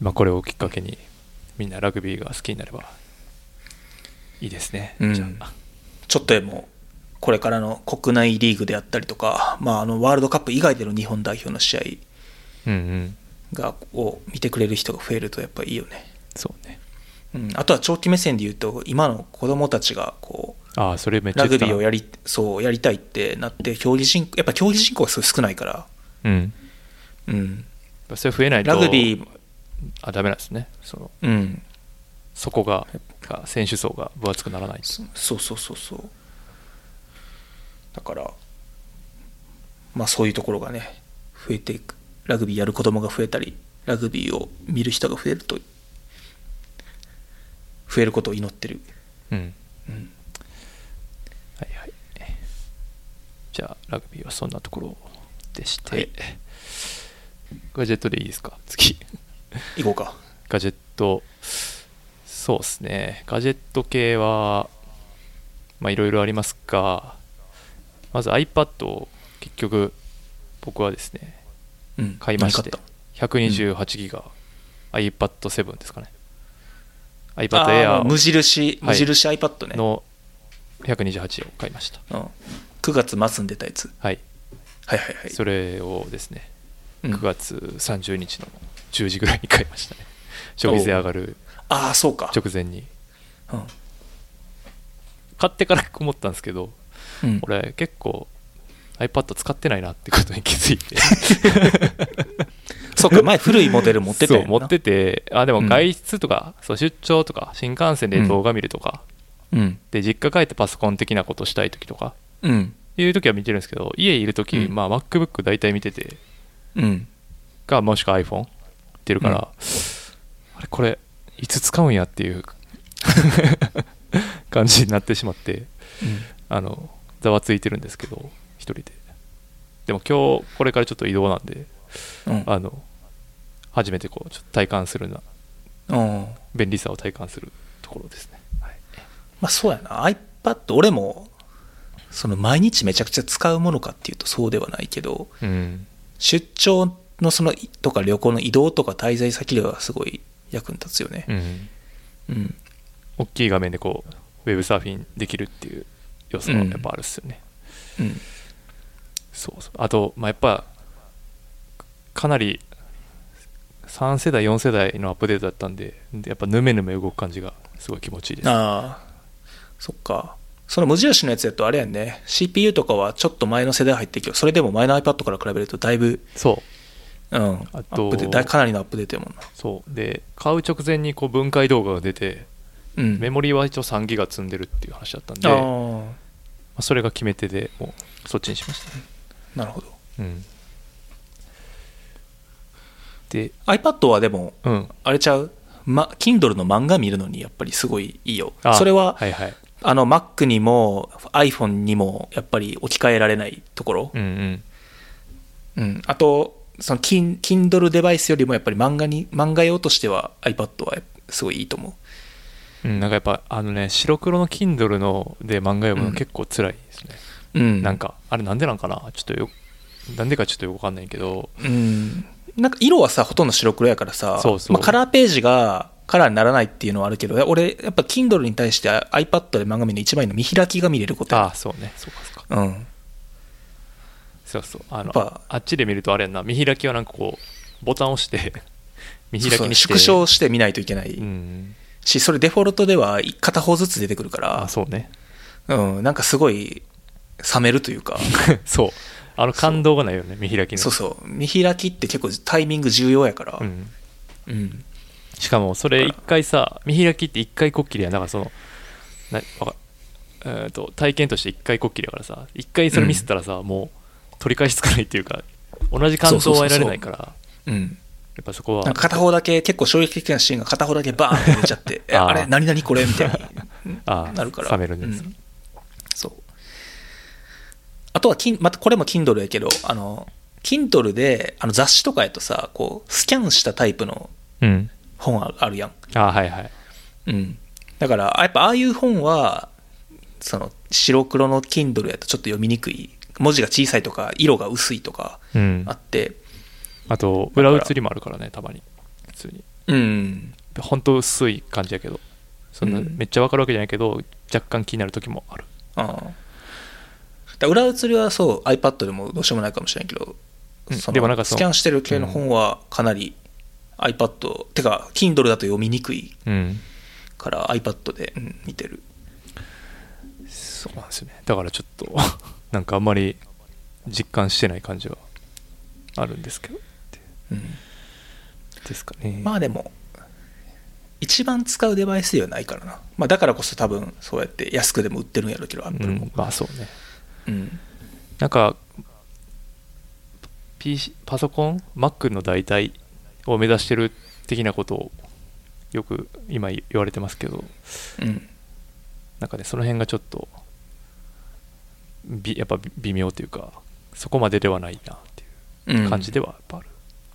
[SPEAKER 2] まあ、これをきっかけにみんなラグビーが好きになればいいですね、
[SPEAKER 3] うん
[SPEAKER 2] じゃあ
[SPEAKER 3] ちょっとでもこれからの国内リーグであったりとか、まあ、あのワールドカップ以外での日本代表の試合
[SPEAKER 2] うんうん
[SPEAKER 3] がを見てくれる人が増えるとやっぱいいよね、
[SPEAKER 2] そうね
[SPEAKER 3] うん、あとは長期目線で言うと今の子供たちがこう
[SPEAKER 2] ああそれめっちゃ
[SPEAKER 3] ラグビーをや
[SPEAKER 2] り
[SPEAKER 3] りそうやりたいってなって競技人やっぱ競技人口がすごい少ないから、
[SPEAKER 2] うん
[SPEAKER 3] うん、
[SPEAKER 2] それ増えないと
[SPEAKER 3] ラグビー、
[SPEAKER 2] あダメなんですねその
[SPEAKER 3] うん、
[SPEAKER 2] そこがが選手層が分厚くならないと
[SPEAKER 3] そそうそうそうそうだからまあそういうところがね増えていくラグビーやる子供が増えたりラグビーを見る人が増えると増えることを祈ってる
[SPEAKER 2] うんはいはいじゃあラグビーはそんなところでして、
[SPEAKER 3] はい
[SPEAKER 2] ガジェットでいいですか [laughs] 次
[SPEAKER 3] いこうか
[SPEAKER 2] ガジェットそうですねガジェット系はまあいろいろありますがまず iPad を結局僕はですね
[SPEAKER 3] うん
[SPEAKER 2] 買いまし
[SPEAKER 3] 何
[SPEAKER 2] て
[SPEAKER 3] 買っ
[SPEAKER 2] 128ギガ iPad7 ですかね
[SPEAKER 3] た
[SPEAKER 2] iPad
[SPEAKER 3] あー
[SPEAKER 2] Air
[SPEAKER 3] あの無印
[SPEAKER 2] はい
[SPEAKER 3] 無印 iPad ね、
[SPEAKER 2] の128を買いました
[SPEAKER 3] うん、9月末に出たやつ
[SPEAKER 2] はい
[SPEAKER 3] はいはいはい
[SPEAKER 2] それをですね
[SPEAKER 3] うん
[SPEAKER 2] 9月30日の10時ぐらいに買いました
[SPEAKER 3] [laughs]
[SPEAKER 2] ね消費税上がる
[SPEAKER 3] ああそうか、
[SPEAKER 2] 直前に
[SPEAKER 3] うん
[SPEAKER 2] 買ってから思ったんですけど
[SPEAKER 3] うん、
[SPEAKER 2] 俺結構 iPad 使ってないなってことに気づいて
[SPEAKER 3] そうか前古いモデ [laughs] ル持ってた
[SPEAKER 2] そ
[SPEAKER 3] よ
[SPEAKER 2] う
[SPEAKER 3] な
[SPEAKER 2] 持っててあでも
[SPEAKER 3] うん
[SPEAKER 2] 外出とか、そう出張とか新幹線で動画見るとか、
[SPEAKER 3] うん
[SPEAKER 2] で実家帰ってパソコン的なことしたい時とか
[SPEAKER 3] うん
[SPEAKER 2] いう時は見てるんですけど家いる時、
[SPEAKER 3] うん
[SPEAKER 2] まあ MacBook 大体見てて
[SPEAKER 3] うん
[SPEAKER 2] かもしくは iPhone ってるから、あれこれいつ使うんやっていう [laughs] 感じになってしまってあのざわついてるんですけど一人ででも今日これからちょっと移動なんで
[SPEAKER 3] うんうん
[SPEAKER 2] あの初めてこうちょっと体感するな
[SPEAKER 3] うん
[SPEAKER 2] 便利さを体感するところですね、はい、
[SPEAKER 3] まあそうやな iPad 俺もその毎日めちゃくちゃ使うものかっていうとそうではないけど
[SPEAKER 2] うん
[SPEAKER 3] 出張のそのとか旅行の移動とか滞在先ではすごい役に立つよね
[SPEAKER 2] うん
[SPEAKER 3] うん
[SPEAKER 2] 大きい画面でこうウェブサーフィンできるっていう良さはやっぱあるっすよね、
[SPEAKER 3] うん
[SPEAKER 2] そうそうあと、まあ、やっぱかなり3世代4世代のアップデートだったんででやっぱヌメヌメ動く感じがすごい気持ちいいです
[SPEAKER 3] ああそっかその無印のやつやとあれやんね CPU とかはちょっと前の世代入ってきてそれでも前の iPad から比べるとだいぶ
[SPEAKER 2] そう
[SPEAKER 3] うんア
[SPEAKER 2] あと
[SPEAKER 3] ップデートだいかなりのアップデートやもんな
[SPEAKER 2] そうで買う直前にこう分解動画が出て
[SPEAKER 3] うん
[SPEAKER 2] メモリーは一応3ギガ積んでるっていう話だったんでま
[SPEAKER 3] あ
[SPEAKER 2] あ、それが決め手でもうそっちにしましたね、
[SPEAKER 3] あなるほど
[SPEAKER 2] うん、で
[SPEAKER 3] iPad はでも
[SPEAKER 2] うん
[SPEAKER 3] あれちゃう、ま、Kindle の漫画見るのにやっぱりすごいいいよ
[SPEAKER 2] あ。
[SPEAKER 3] それは、
[SPEAKER 2] はいはい
[SPEAKER 3] あの Mac にも iPhone にもやっぱり置き換えられないところ。
[SPEAKER 2] うんうん
[SPEAKER 3] うんあと、その Kin- Kindle デバイスよりもやっぱり漫画に、漫画用としては iPad はすごいいいと思
[SPEAKER 2] うん、なんかやっぱあのね白黒の Kindle ので漫画読むの結構辛いですね、
[SPEAKER 3] う。うん
[SPEAKER 2] なんかあれなんでなんかなちょっとよなんでかちょっとよくわかんないけど
[SPEAKER 3] うんなんか色はさほとんど白黒やからさ
[SPEAKER 2] そうそう
[SPEAKER 3] まあ、カラーページがカラーにならないっていうのはあるけど俺やっぱ Kindle に対して iPad で漫画見るの一番いいの見開きが見れること
[SPEAKER 2] あ
[SPEAKER 3] や
[SPEAKER 2] あそうねそうかそうか
[SPEAKER 3] うん
[SPEAKER 2] そうそうあの
[SPEAKER 3] やっぱ
[SPEAKER 2] あっちで見るとあれやんな見開きはなんかこうボタンを押して
[SPEAKER 3] [laughs]
[SPEAKER 2] 見開きにして
[SPEAKER 3] そうそう縮小して見ないといけない、
[SPEAKER 2] うん
[SPEAKER 3] しそれデフォルトでは片方ずつ出てくるか
[SPEAKER 2] あ
[SPEAKER 3] ら
[SPEAKER 2] そうね
[SPEAKER 3] うん、なんかすごい冷めるとい
[SPEAKER 2] [laughs]
[SPEAKER 3] うか
[SPEAKER 2] そうあの感動がないよね見開きの
[SPEAKER 3] そうそう見開きって結構タイミング重要やから、
[SPEAKER 2] うん
[SPEAKER 3] うん
[SPEAKER 2] しかもそれ一回さ見開きって一回こっきりやんだからそのなわかえーと体験として一回こっきりだからさ一回それミスったらさ、もう取り返しつかないっていうか同じ感動は得られないから
[SPEAKER 3] うん
[SPEAKER 2] やっぱそこ
[SPEAKER 3] なん
[SPEAKER 2] は
[SPEAKER 3] か片方だけ結構衝撃的なシーンが片方だけバーンって出ちゃって
[SPEAKER 2] [laughs]
[SPEAKER 3] え
[SPEAKER 2] あー
[SPEAKER 3] あれ何々これみたいに
[SPEAKER 2] あー
[SPEAKER 3] なるから
[SPEAKER 2] 冷めるんです、
[SPEAKER 3] うんそうあとはキンまたこれも Kindle やけどあの Kindle であの雑誌とかやとさこうスキャンしたタイプの
[SPEAKER 2] うん
[SPEAKER 3] 本ああるやん
[SPEAKER 2] あーはいはい
[SPEAKER 3] うん、だからやっぱああいう本はその白黒の Kindle やとちょっと読みにくい文字が小さいとか色が薄いとか
[SPEAKER 2] うん
[SPEAKER 3] あって
[SPEAKER 2] あと裏写りもあるからねたまに普通に
[SPEAKER 3] うん
[SPEAKER 2] ほんと薄い感じやけどそんな
[SPEAKER 3] うん
[SPEAKER 2] めっちゃわかるわけじゃないけど若干気になる時もある
[SPEAKER 3] ああだから裏写りはそう iPad でもどうしようもないかもしれんけど、
[SPEAKER 2] うん
[SPEAKER 3] その
[SPEAKER 2] でもなんかそ
[SPEAKER 3] ス
[SPEAKER 2] の
[SPEAKER 3] キャンしてる系の本はかなり iPad てか Kindle だと読みにくい
[SPEAKER 2] うん
[SPEAKER 3] から iPad で、うん見てる
[SPEAKER 2] そうなんですよねだからちょっと [laughs] なんかあんまり実感してない感じはあるんですけどってですかね
[SPEAKER 3] まあでも一番使うデバイスではないからな、まあ、だからこそ多分そうやって安くでも売ってるんやろうけどアップ
[SPEAKER 2] う
[SPEAKER 3] ルも
[SPEAKER 2] ん、まあそうね
[SPEAKER 3] うん
[SPEAKER 2] なんか、PC、パソコン Mac の代替を目指してる的なことをよく今言われてますけど
[SPEAKER 3] うん
[SPEAKER 2] なんかねその辺がちょっとびやっぱ微妙というかそこまでではないなって
[SPEAKER 3] う
[SPEAKER 2] い
[SPEAKER 3] ん
[SPEAKER 2] う感じではやっぱある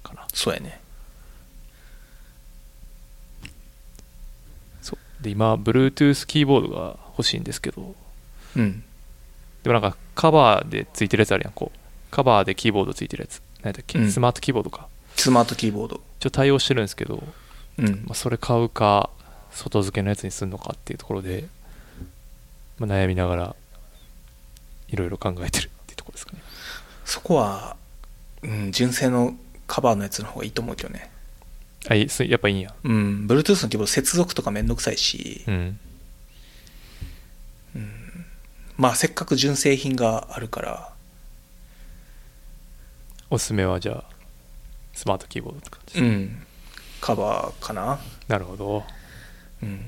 [SPEAKER 2] かな、
[SPEAKER 3] そうやね
[SPEAKER 2] そうで今 Bluetooth キーボードが欲しいんですけど
[SPEAKER 3] うん
[SPEAKER 2] でもなんかカバーでついてるやつあるやんこうカバーでキーボードついてるやつ何だっけ、
[SPEAKER 3] うん
[SPEAKER 2] スマートキーボードか
[SPEAKER 3] スマートキーボー
[SPEAKER 2] ち
[SPEAKER 3] ド
[SPEAKER 2] ょっと対応してるんですけど、
[SPEAKER 3] うん
[SPEAKER 2] まあ、それ買うか外付けのやつにするのかっていうところで、まあ、悩みながらいろいろ考えてるっていうところですかね
[SPEAKER 3] そこは、うん、純正のカバーのやつの方がいいと思うけどね
[SPEAKER 2] あいいすやっぱいいんや
[SPEAKER 3] うん Bluetooth のキーボード接続とかめんどくさいし、
[SPEAKER 2] うん
[SPEAKER 3] まあせっかく純正品があるから
[SPEAKER 2] おすすめはじゃあスマートキーボードって感じ、
[SPEAKER 3] うんカバーかな
[SPEAKER 2] なるほど
[SPEAKER 3] うん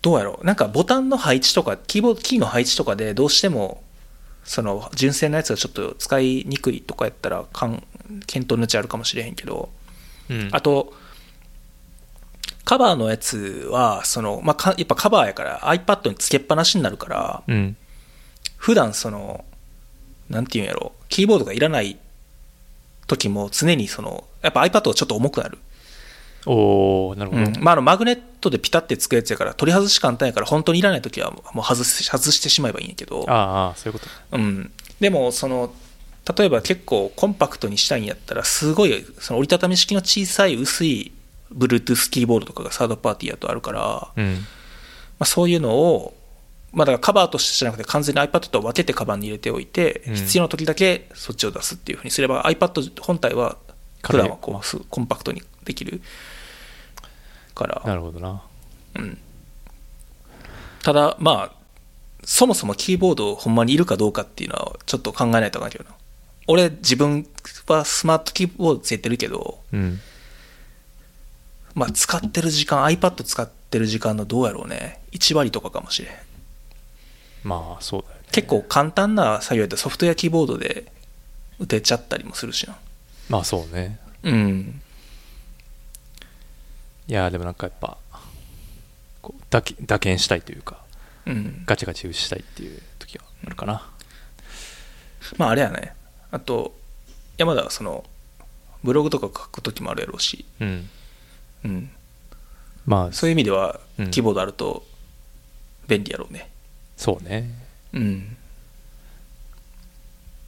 [SPEAKER 3] どうやろうなんかボタンの配置とかキーボードキーの配置とかでどうしてもその純正のやつがちょっと使いにくいとかやったらかん検討のうちあるかもしれへんけど
[SPEAKER 2] うん
[SPEAKER 3] あとカバーのやつはその、まあ、かやっぱカバーやから iPad につけっぱなしになるから
[SPEAKER 2] うん
[SPEAKER 3] 普段そのなんていうんやろキーボードがいらない時も常にそのやっぱ iPad がちょっと重くなる
[SPEAKER 2] おおなるほど、
[SPEAKER 3] うんまあ、あのマグネットでピタってつくやつやから取り外し簡単やから本当にいらない時はもう外す外してしまえばいいんやけど、
[SPEAKER 2] ああそういうこと
[SPEAKER 3] うん、でもその例えば結構コンパクトにしたいんやったらすごいその折りたたみ式の小さい薄い Bluetooth キーボードとかがサードパーティーやとあるから、ま
[SPEAKER 2] うん
[SPEAKER 3] あ、そういうのを、まあ、だからカバーとしてじゃなくて完全に iPad と分けてカバンに入れておいて、
[SPEAKER 2] うん
[SPEAKER 3] 必要な時だけそっちを出すっていうふうにすれば iPad 本体は普段はこうすコンパクトにできるから。
[SPEAKER 2] なるほどな
[SPEAKER 3] うん、ただまあそもそもキーボードほんまにいるかどうかっていうのはちょっと考えないとあかんけどな俺自分はスマートキーボードついてるけど、
[SPEAKER 2] うん
[SPEAKER 3] まあ、使ってる時間 iPad 使ってる時間のどうやろうね1割とかかもしれん
[SPEAKER 2] まあそうだよね
[SPEAKER 3] 結構簡単な作業やったらソフトウェアキーボードで打てちゃったりもするしな
[SPEAKER 2] まあそうね
[SPEAKER 3] うん
[SPEAKER 2] いやーでもなんかやっぱこう打鍵打鍵したいというか
[SPEAKER 3] うん
[SPEAKER 2] ガチガチ打ちしたいっていう時はあるかな
[SPEAKER 3] まああれやねあと山田はそのブログとか書く時もあるやろうし、
[SPEAKER 2] うん
[SPEAKER 3] うん、
[SPEAKER 2] まあ
[SPEAKER 3] そ
[SPEAKER 2] そう
[SPEAKER 3] いう意味では
[SPEAKER 2] うん
[SPEAKER 3] キーボードあると便利やろうね。
[SPEAKER 2] うね
[SPEAKER 3] うん。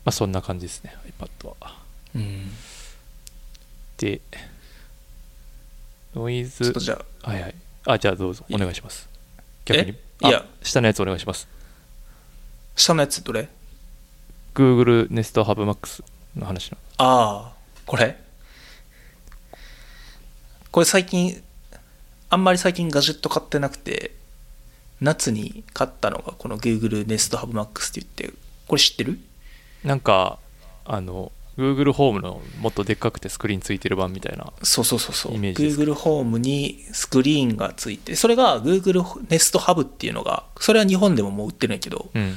[SPEAKER 2] あ、そんな感じですね、iPad は。
[SPEAKER 3] うん、
[SPEAKER 2] で、ノイ
[SPEAKER 3] ちょっ
[SPEAKER 2] ズ
[SPEAKER 3] と、じゃあ
[SPEAKER 2] はいはい。あ、じゃあどうぞ、お願いします。逆に、
[SPEAKER 3] えいや
[SPEAKER 2] あ、下のやつお願いします。
[SPEAKER 3] 下のやつどれ
[SPEAKER 2] Google Nest Hub Max の話の。
[SPEAKER 3] ああこれこれ最近あんまり最近ガジェット買ってなくて夏に買ったのがこの Google Nest Hub Max って言ってこれ知ってる
[SPEAKER 2] なんか、あの、Google ホームのもっとでっかくてスクリーンついてる版みたいな。
[SPEAKER 3] そうそうそうそう
[SPEAKER 2] イメージですか
[SPEAKER 3] Google ホームにスクリーンがついてそれが Google Nest Hub っていうのがそれは日本でももう売ってるんやけど
[SPEAKER 2] うん。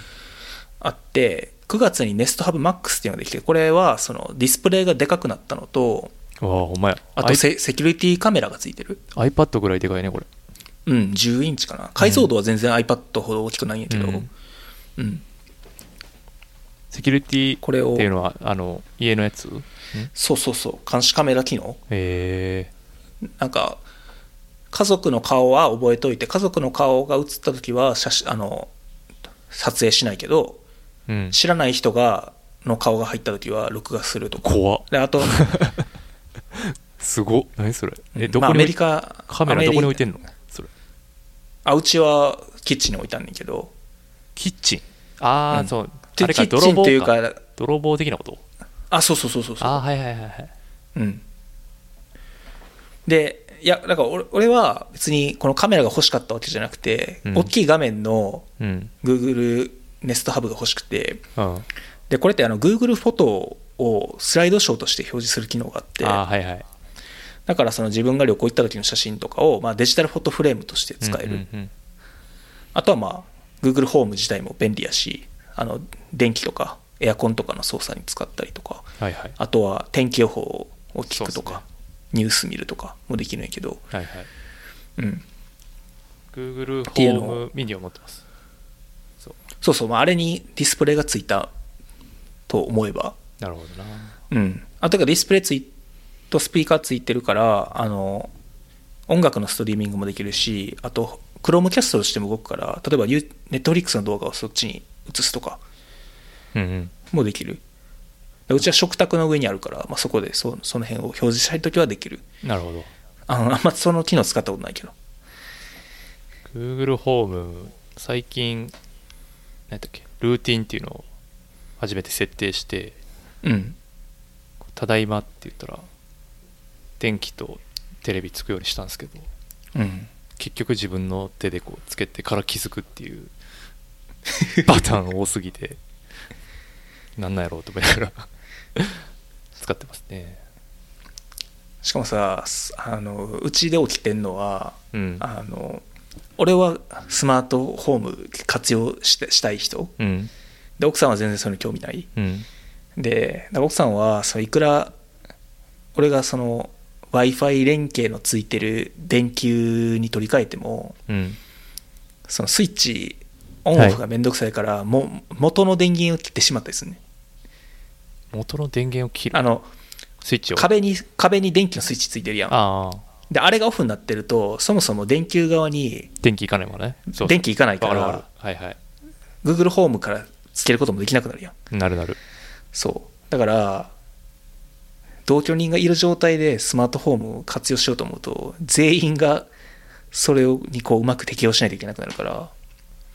[SPEAKER 3] あって9月に Nest Hub Max っていうのができてこれはそのディスプレイがでかくなったのと
[SPEAKER 2] わあ、お前、
[SPEAKER 3] あとセセキュリティカメラがついてる
[SPEAKER 2] I- iPad ぐらいでかいね、これ。
[SPEAKER 3] うん、10インチかな。解像度は全然 iPad ほど大きくないんやけど、
[SPEAKER 2] う
[SPEAKER 3] うんん。
[SPEAKER 2] セキュリティ
[SPEAKER 3] これを
[SPEAKER 2] っていうのは、あの、家のやつん
[SPEAKER 3] そうそうそう、監視カメラ機能
[SPEAKER 2] え
[SPEAKER 3] なんか、家族の顔は覚えといて、家族の顔が映った時は写真、あの、撮影しないけど、
[SPEAKER 2] ー、うん。
[SPEAKER 3] 知らない人が、の顔が入った時は録画するとか。
[SPEAKER 2] 怖っ
[SPEAKER 3] で、あと、
[SPEAKER 2] すごっ何それ [laughs] え、ど
[SPEAKER 3] まあ
[SPEAKER 2] こに
[SPEAKER 3] ア
[SPEAKER 2] 置
[SPEAKER 3] メ
[SPEAKER 2] い
[SPEAKER 3] リカ、
[SPEAKER 2] カメラどこに置いて
[SPEAKER 3] る
[SPEAKER 2] んのそれ
[SPEAKER 3] あ、うちはキッチンに置いたんだけど、
[SPEAKER 2] キッチンああ、
[SPEAKER 3] うん
[SPEAKER 2] そう
[SPEAKER 3] で
[SPEAKER 2] あれ
[SPEAKER 3] キ
[SPEAKER 2] か
[SPEAKER 3] ッ
[SPEAKER 2] 泥
[SPEAKER 3] チン
[SPEAKER 2] 棒
[SPEAKER 3] という
[SPEAKER 2] か
[SPEAKER 3] か、
[SPEAKER 2] 泥棒的なこと
[SPEAKER 3] あ、そうそうそうそうそう。
[SPEAKER 2] ああはいはいはいはい
[SPEAKER 3] うん、でいやだから俺俺は別にこのカメラが欲しかったわけじゃなくて、
[SPEAKER 2] うん
[SPEAKER 3] 大きい画面の
[SPEAKER 2] うん、
[SPEAKER 3] Google ネストハブが欲しくて
[SPEAKER 2] うん、
[SPEAKER 3] でこれってあの Google フォトをスライドショーとして表示する機能があって
[SPEAKER 2] ああはいはい
[SPEAKER 3] だからその自分が旅行行った時の写真とかを、まあ、デジタルフォトフレームとして使える、
[SPEAKER 2] うんうん
[SPEAKER 3] あとはまあ Google ホーム自体も便利やしあの電気とかエアコンとかの操作に使ったりとか
[SPEAKER 2] はいはい
[SPEAKER 3] あとは天気予報を聞くと
[SPEAKER 2] そうっ
[SPEAKER 3] か、
[SPEAKER 2] すね
[SPEAKER 3] ニュース見るとかもできるんやけど、
[SPEAKER 2] はいはい
[SPEAKER 3] うん、
[SPEAKER 2] Google ホ
[SPEAKER 3] てい
[SPEAKER 2] ー
[SPEAKER 3] うのを
[SPEAKER 2] ムミニを持ってます
[SPEAKER 3] そうそう、まあ、あれにディスプレイがついたと思えば、
[SPEAKER 2] なるほどな
[SPEAKER 3] うん、あというかディスプレイついとスピーカーついてるからあの音楽のストリーミングもできるしあと Chromecast としても動くから例えば You- Netflix の動画をそっちに移すとか
[SPEAKER 2] うんうん
[SPEAKER 3] もできるでうちは食卓の上にあるから、まあ、そこでそその辺を表示したいときはできる
[SPEAKER 2] なるほど
[SPEAKER 3] あのあんまその機能使ったことないけど
[SPEAKER 2] Google ホーム最近何だっけルーティンっていうのを初めて設定して
[SPEAKER 3] うん
[SPEAKER 2] 「ただいま」って言ったら電気とテレビつくようにしたんですけど
[SPEAKER 3] うん
[SPEAKER 2] 結局自分の手でこうつけてから気づくっていうパターン多すぎてなんなんやろうと思いながら [laughs] 使ってますね
[SPEAKER 3] しかもさすあのうちで起きてんのは
[SPEAKER 2] うん
[SPEAKER 3] あの俺はスマートホーム活用してしたい人
[SPEAKER 2] うん
[SPEAKER 3] で奥さんは全然それに興味ない
[SPEAKER 2] うん
[SPEAKER 3] でだから奥さんはそのいくら俺がその w i f i 連携のついてる電球に取り替えても
[SPEAKER 2] うん
[SPEAKER 3] そのスイッチオンオフがめんどくさいから、も元の電源を切ってしまったりするね
[SPEAKER 2] 元の電源を切る
[SPEAKER 3] あの
[SPEAKER 2] スイッチを
[SPEAKER 3] 壁に壁に電気のスイッチついてるやん
[SPEAKER 2] ああ
[SPEAKER 3] であれがオフになってるとそもそも電球側に
[SPEAKER 2] 電気いかないもんねそう
[SPEAKER 3] 電気いかないか
[SPEAKER 2] わるわ
[SPEAKER 3] ら
[SPEAKER 2] かるはいはい
[SPEAKER 3] Google ホームからつけることもできなくなるやん
[SPEAKER 2] なるなる
[SPEAKER 3] そう。だから、同居人がいる状態でスマートフォームを活用しようと思うと、全員がそれをにこううまく適用しないといけなくなるから、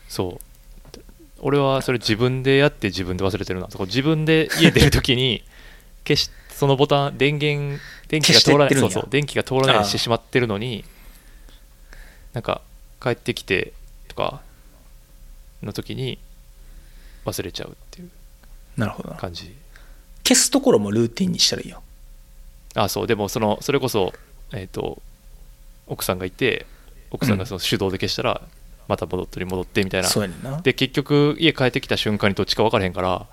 [SPEAKER 2] そう俺はそれ自分でやって自分で忘れてるなそこ自分で家出るとき
[SPEAKER 3] [laughs]
[SPEAKER 2] に消しそのボタン電源電気が通らない
[SPEAKER 3] 消してってるん
[SPEAKER 2] そ
[SPEAKER 3] や
[SPEAKER 2] うそう電気が通らないようにしてしまってるのになんか帰ってきてとかの時に忘れちゃうっていう
[SPEAKER 3] なるほどな。
[SPEAKER 2] 感じ
[SPEAKER 3] 消すところもルーティンにしたらいいよ。
[SPEAKER 2] あそうでもそのそれこそえっ、と奥さんがいて奥さんがその手動で消したらまた戻ってに戻ってみたいな
[SPEAKER 3] そうやねんな。
[SPEAKER 2] で結局家帰ってきた瞬間にどっちか分からへんから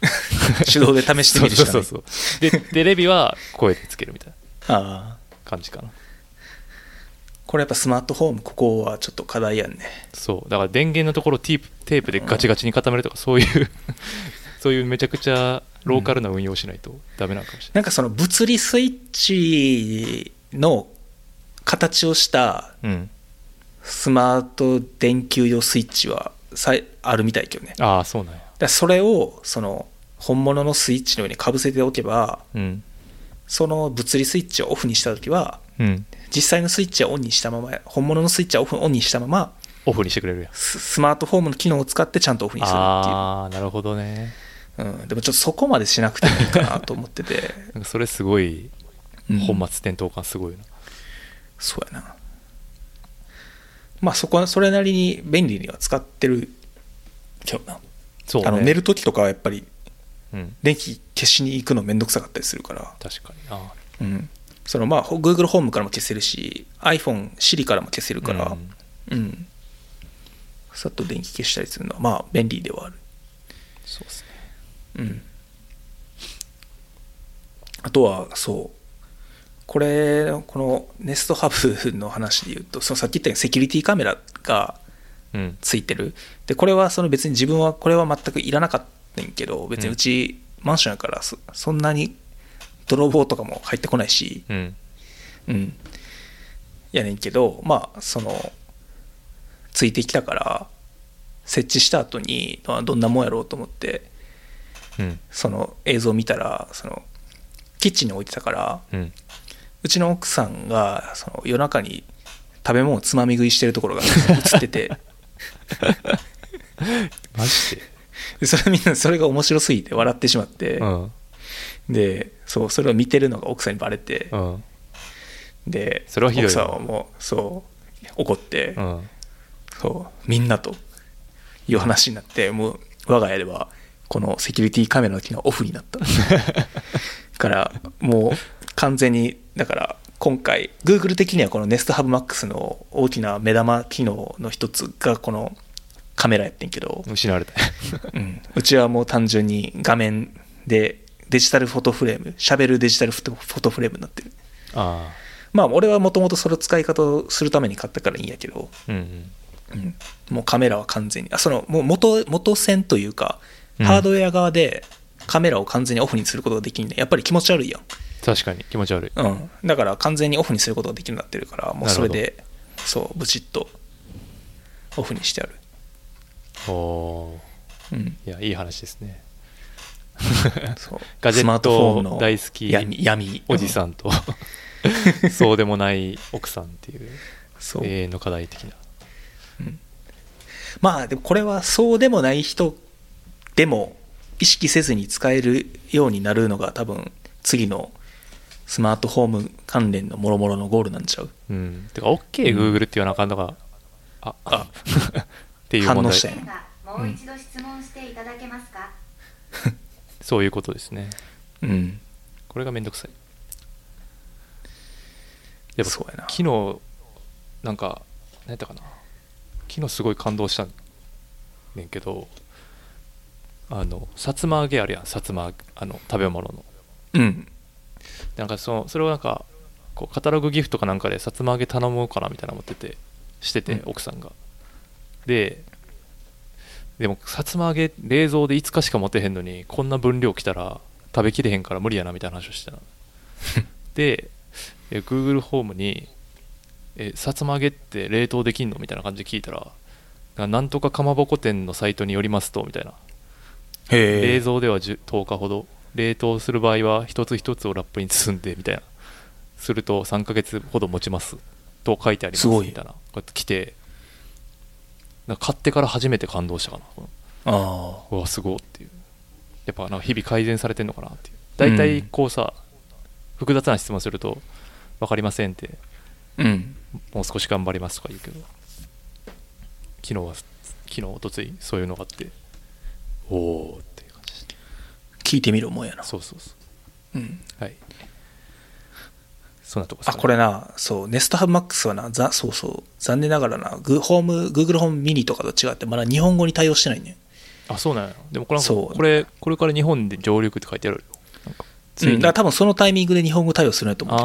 [SPEAKER 3] [laughs] 手動で試してみるしかな
[SPEAKER 2] [laughs]
[SPEAKER 3] い。
[SPEAKER 2] そうそうそうそうでテレビは声でつけるみたいな
[SPEAKER 3] ああ。
[SPEAKER 2] 感じかな
[SPEAKER 3] これやっぱスマートフォーム、ここはちょっと課題やんね。
[SPEAKER 2] そうだから電源のところをテープテープでガチガチに固めるとかそういう [laughs] そういうめちゃくちゃローカルな運用をしないとダメなのかもしれ
[SPEAKER 3] なんかその物理スイッチの形をした
[SPEAKER 2] ない、うん、
[SPEAKER 3] スマート電球用スイッチはさいあるみたいけどね。
[SPEAKER 2] ああそうなんや
[SPEAKER 3] だからそれをその本物のスイッチの上にかぶせておけば
[SPEAKER 2] うん
[SPEAKER 3] その物理スイッチをオフにした時は
[SPEAKER 2] うん
[SPEAKER 3] 実際のスイッチはオンにしたまま本物のスイッチはオフオンにしたまま
[SPEAKER 2] オフにしてくれるやん
[SPEAKER 3] ススマートフォームの機能を使ってちゃんとオフにするっ
[SPEAKER 2] ああーなるほどね
[SPEAKER 3] ていう、うん、でもちょっとそこまでしなくてもいいかなと思ってて、
[SPEAKER 2] [laughs] なんかそれすごい
[SPEAKER 3] うん
[SPEAKER 2] 本末転倒感すごいな、
[SPEAKER 3] そうやなまあそこはそれなりに便利には使ってるけどな、
[SPEAKER 2] そうね
[SPEAKER 3] あの寝る時とかはやっぱり
[SPEAKER 2] うん
[SPEAKER 3] 電気消しに行くのめんどくさかったりするから、
[SPEAKER 2] 確かにな
[SPEAKER 3] うん、そのまあほ Google ホームからも消せるし iPhone、Siri からも消せるから、
[SPEAKER 2] うん
[SPEAKER 3] うん、さっと電気消したりするのはまあ便利ではある、
[SPEAKER 2] そうですね
[SPEAKER 3] うん、あとはそうこれこの Nest Hub の話で言うとそのさっき言ったようにセキュリティカメラが
[SPEAKER 2] うん
[SPEAKER 3] ついてるでこれはその別に自分はこれは全くいらなかったんやけど別にうちマンションやからそそんなに泥棒とかも入ってこないし、
[SPEAKER 2] うん
[SPEAKER 3] うん、やねんけどまあそのついてきたから設置した後にまあどんなもんやろうと思って
[SPEAKER 2] うん
[SPEAKER 3] その映像見たらそのキッチンに置いてたから
[SPEAKER 2] うん
[SPEAKER 3] うちの奥さんがその夜中に食べ物をつまみ食いしてるところが映ってて [laughs]
[SPEAKER 2] マジで
[SPEAKER 3] でそれみんなそれが面白すぎて笑ってしまって、
[SPEAKER 2] うん
[SPEAKER 3] でそうそれを見てるのが奥さんにバレて、
[SPEAKER 2] うん
[SPEAKER 3] で
[SPEAKER 2] それはひどい
[SPEAKER 3] 奥さんはもうそう怒って、
[SPEAKER 2] うん
[SPEAKER 3] そうみんなという話になってもう我が家ではこのセキュリティカメラの機能はオフになったからもう完全にだから今回 Google 的にはこの NestHubMax の大きな目玉機能の一つがこのカメラやってんけど、
[SPEAKER 2] 失われた
[SPEAKER 3] うんうちはもう単純に画面でデジタルフォトフレームしゃべるデジタルフォトフォトフレームになってる
[SPEAKER 2] あ
[SPEAKER 3] まあ俺はもともとその使い方をするために買ったからいいんやけど、
[SPEAKER 2] あうん
[SPEAKER 3] うんもうカメラは完全にあそのもう元元線というか
[SPEAKER 2] うん
[SPEAKER 3] ハードウェア側でカメラを完全にオフにすることができんねやっぱり気持ち悪いや
[SPEAKER 2] 確かに気持ち悪い
[SPEAKER 3] ん、うん、だから完全にオフにすることができるようになってるからもうそれ
[SPEAKER 2] な
[SPEAKER 3] でそうブチッとオフにしてある、
[SPEAKER 2] おお
[SPEAKER 3] うん、
[SPEAKER 2] ーいやいい話ですね
[SPEAKER 3] そう
[SPEAKER 2] ガジェット
[SPEAKER 3] スマートフォンの
[SPEAKER 2] 大好き
[SPEAKER 3] 闇闇
[SPEAKER 2] おじ
[SPEAKER 3] ん、
[SPEAKER 2] さんと [laughs] そうでもない奥さんっていう
[SPEAKER 3] そう
[SPEAKER 2] 永遠の課題的な
[SPEAKER 3] まあでもこれはそうでもない人でも意識せずに使えるようになるのが多分次のスマートホーム関連のもろもろのゴールなんちゃう
[SPEAKER 2] うんてか OKGoogle って言わなあかんのがあ
[SPEAKER 3] あ
[SPEAKER 2] [laughs] っていう
[SPEAKER 3] 反
[SPEAKER 2] 問
[SPEAKER 3] 応した
[SPEAKER 2] 題
[SPEAKER 3] よね
[SPEAKER 4] もう一度質問していただけますか、
[SPEAKER 2] そういうことですね
[SPEAKER 3] うん
[SPEAKER 2] これがめんどくさいやっ
[SPEAKER 3] そうや
[SPEAKER 2] ぱ
[SPEAKER 3] な
[SPEAKER 2] 昨日なんか何やったかな昨日すごい感動したんねんけどあのさつま揚げあるやんさつまあの食べ物の
[SPEAKER 3] うん
[SPEAKER 2] なんかそのそれをなんかこうカタログギフトかなんかでさつま揚げ頼もうかなみたいな思っててしてて、
[SPEAKER 3] うん
[SPEAKER 2] 奥さんがででもさつま揚げ冷蔵で5日しか持てへんのにこんな分量きたら食べきれへんから無理やなみたいな話をして
[SPEAKER 3] [laughs]
[SPEAKER 2] たのでえ Google ホームにえ「さつま揚げって冷凍できんの?」みたいな感じで聞いたら「なんとかかまぼこ店のサイトによりますと」みたいな冷
[SPEAKER 3] へえ
[SPEAKER 2] 蔵では 10, 10日ほど冷凍する場合は一つ一つをラップに包んでみたいなすると3ヶ月ほど持ちますと書いてあります
[SPEAKER 3] すごい
[SPEAKER 2] みたいなこうやって来てなんか買ってから初めて感動したかな
[SPEAKER 3] あ
[SPEAKER 2] うわすごいっていうやっぱなんか日々改善されてんのかなっていう大体こうさ、複雑な質問すると分かりませんって
[SPEAKER 3] あうん
[SPEAKER 2] もう少し頑張りますとか言うけど昨日は昨日一昨日そういうのがあっておおっていう感じでした
[SPEAKER 3] 聞いてみるもんやな
[SPEAKER 2] そうそうそう
[SPEAKER 3] うん
[SPEAKER 2] はい。そんなとこです
[SPEAKER 3] あこれなそうネストハブマックスはなざそうそう残念ながらなグホーム Google ホームミニとかと違ってまだ日本語に対応してないねん
[SPEAKER 2] あ、そうなんや。でもこれなんか、
[SPEAKER 3] そう
[SPEAKER 2] これ、これから日本で上陸って書いてある。なんか、つい
[SPEAKER 3] うん
[SPEAKER 2] に。
[SPEAKER 3] だから多分そのタイミングで日本語対応するんやと思うけ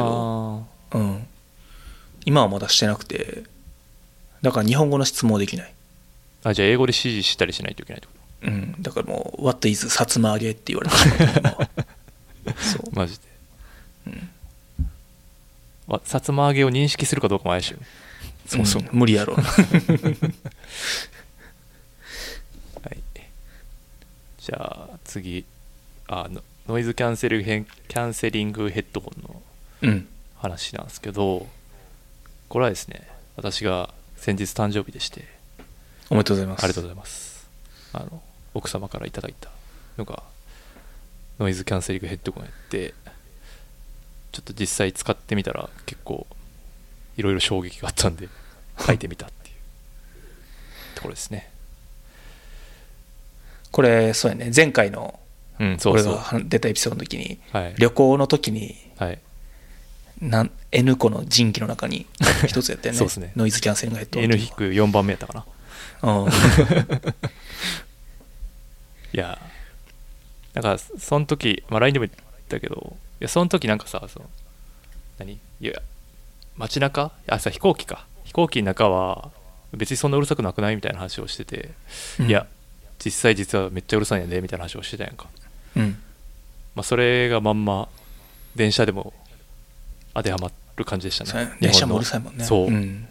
[SPEAKER 2] あ
[SPEAKER 3] どうん、今はまだしてなくてだから日本語の質問はできない、
[SPEAKER 2] ーあ、じゃあ英語で指示したりしないといけないってこ
[SPEAKER 3] うん、だからもう「What is さつま揚げ?」って言われてし
[SPEAKER 2] [laughs]
[SPEAKER 3] まった今はそう
[SPEAKER 2] とマジで。
[SPEAKER 3] うん
[SPEAKER 2] わさつま揚げを認識するかどうかも怪しいよね。
[SPEAKER 3] そうそう、無理
[SPEAKER 2] [laughs]
[SPEAKER 3] やろうな
[SPEAKER 2] はい。じゃあ、次。あのノイズキャンセルヘンキャンセリングヘッドホンの
[SPEAKER 3] うん。
[SPEAKER 2] 話なんですけどこれはですね私が先日誕生日でして
[SPEAKER 3] おめでとうございます。
[SPEAKER 2] ありがとうございますあの奥様からいただいたのがノイズキャンセリングヘッドホンやってちょっと実際使ってみたら結構いろいろ衝撃があったん
[SPEAKER 3] [laughs]
[SPEAKER 2] で書いてみたっていうところですね
[SPEAKER 3] これ、そうやね、前回の
[SPEAKER 2] うんそう
[SPEAKER 3] 俺
[SPEAKER 2] そう
[SPEAKER 3] が出たエピソードの時に、
[SPEAKER 2] はい
[SPEAKER 3] 旅行の時に、
[SPEAKER 2] はい
[SPEAKER 3] なん N 個の人気の中に一つやったよ
[SPEAKER 2] [laughs]
[SPEAKER 3] ね。
[SPEAKER 2] そうですね
[SPEAKER 3] ノイズキャンセリングヘッドホンっていう
[SPEAKER 2] N-4 番目やったかな
[SPEAKER 3] のは。
[SPEAKER 2] いやなんかその時、まあ、LINE でも言ったけどいやその時なんかさその何いや街中あさ飛行機か飛行機の中は別にそんなうるさくなくないみたいな話をしてて、
[SPEAKER 3] う
[SPEAKER 2] [laughs]
[SPEAKER 3] ん
[SPEAKER 2] いや実際実はめっちゃうるさいんやでみたいな話をしてたやんか、
[SPEAKER 3] うん。うん。
[SPEAKER 2] まあ、それがまんま電車でも当てはまる感じでした
[SPEAKER 3] そうや
[SPEAKER 2] ね
[SPEAKER 3] ね電車も
[SPEAKER 2] 日本の
[SPEAKER 3] うるさいもんね。
[SPEAKER 2] そう、
[SPEAKER 3] ん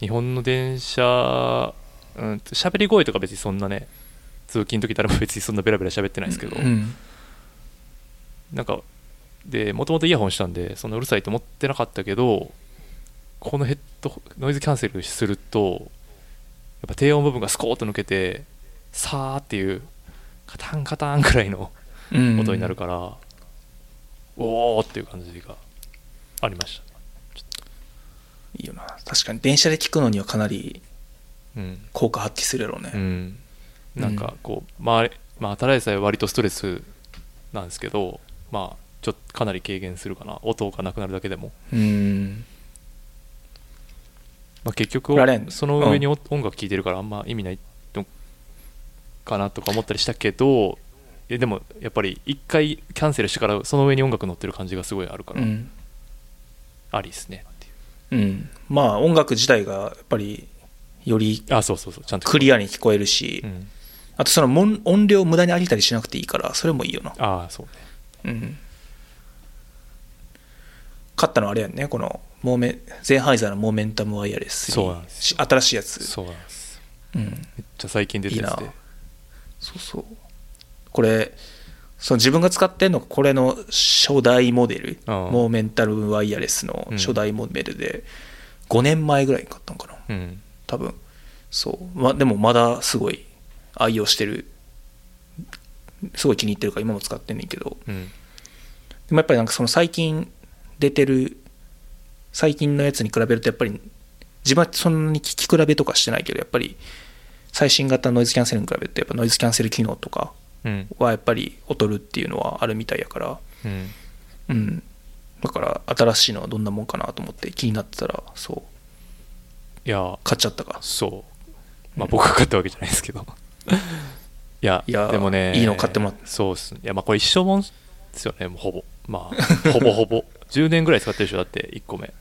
[SPEAKER 2] 日本の電車うん喋り声とか別にそんなね通勤の時誰も別にそんなベラベラ喋ってないですけど、
[SPEAKER 3] うん。
[SPEAKER 2] なんかでもともとイヤホンしたんでそんなうるさいと思ってなかったけどこのヘッドノイズキャンセルするとやっぱ低音部分がスコーッと抜けてさーっていうカタンカタンくらいの
[SPEAKER 3] うん
[SPEAKER 2] 音になるから、おーっていう感じがありました
[SPEAKER 3] いいよな確かに電車で聞くのにはかなり
[SPEAKER 2] ね
[SPEAKER 3] 効果発揮するやろうね、
[SPEAKER 2] うん、うん、なんかこう、まあ、まあただでさえ割とストレスなんですけどまあちょっとかなり軽減するかな音がなくなるだけでも
[SPEAKER 3] うん
[SPEAKER 2] まあ、結
[SPEAKER 3] こ
[SPEAKER 2] 局
[SPEAKER 3] れあれやん
[SPEAKER 2] その上にお音楽聴いてるからあんま意味ないのかなとか思ったりしたけどいやでもやっぱり一回キャンセルしてからその上に音楽乗ってる感じがすごいあるか
[SPEAKER 3] う
[SPEAKER 2] ら、
[SPEAKER 3] ん、
[SPEAKER 2] ありですねってい
[SPEAKER 3] うん、まあ音楽自体がやっぱりより
[SPEAKER 2] うあそうそうそうちゃんと
[SPEAKER 3] クリアに聞こえるし、
[SPEAKER 2] うん、
[SPEAKER 3] あとそのもん音量を無駄に上げたりしなくていいからそれもいいよな、
[SPEAKER 2] ああそうね
[SPEAKER 3] うん、買ったのあれやんねこのモーメゼンハイザーのモーメンタムワイヤレス
[SPEAKER 2] そうなんです
[SPEAKER 3] し新しいやつ
[SPEAKER 2] そうなんです
[SPEAKER 3] うん、
[SPEAKER 2] めっちゃ最近出てるやつで
[SPEAKER 3] いいなそうそうこれその自分が使ってんのがこれの初代モデル
[SPEAKER 2] ああ
[SPEAKER 3] モーメンタルワイヤレスの初代モデルで、5年前ぐらいに買ったのかな
[SPEAKER 2] うん
[SPEAKER 3] 多分そう、ま、でもまだすごい愛用してるすごい気に入ってるから今も使ってんねんけど
[SPEAKER 2] うん
[SPEAKER 3] でもやっぱりなんかその最近出てる最近のやつに比べるとやっぱり自分はそんなに聞き比べとかしてないけどやっぱり最新型ノイズキャンセルに比べるとやっぱノイズキャンセル機能とか
[SPEAKER 2] うん
[SPEAKER 3] はやっぱり劣るっていうのはあるみたいやから
[SPEAKER 2] うん
[SPEAKER 3] うんだから新しいのはどんなもんかなと思って気になってたらそう
[SPEAKER 2] いや
[SPEAKER 3] 買っちゃったか
[SPEAKER 2] そうまあ僕が買ったわけじゃないですけど [laughs] いや
[SPEAKER 3] いや
[SPEAKER 2] でもね
[SPEAKER 3] いいの買ってもらって
[SPEAKER 2] そうっすねいやまあこれ一生もんですよねもうほぼまあほぼほ
[SPEAKER 3] [laughs]
[SPEAKER 2] ぼ10年ぐらい使ってるでしょだって1個目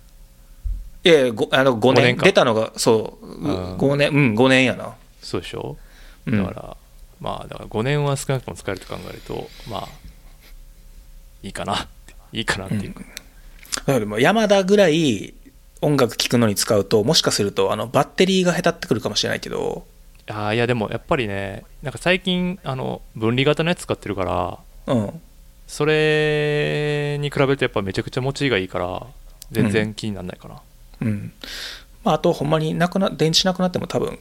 [SPEAKER 3] いやいやごあの5
[SPEAKER 2] 五
[SPEAKER 3] 年
[SPEAKER 2] 年か
[SPEAKER 3] 出たのがそう
[SPEAKER 2] あー
[SPEAKER 3] 5年うん5年やな
[SPEAKER 2] そうでしょ
[SPEAKER 3] う
[SPEAKER 2] だ
[SPEAKER 3] ん
[SPEAKER 2] から、まあだから5年は少なくとも使えると考えるとまあいいかなっていいかなっていうか、
[SPEAKER 3] だからもう山田ぐらい音楽聴くのに使うともしかするとあのバッテリーがへたってくるかもしれないけど
[SPEAKER 2] あーいやでもやっぱりねなんか最近あの分離型のやつ使ってるから
[SPEAKER 3] うん
[SPEAKER 2] それに比べてやっぱめちゃくちゃ持ちがいいから全然気にならないかな、
[SPEAKER 3] うんまああとほんまになくな電池なくなっても多分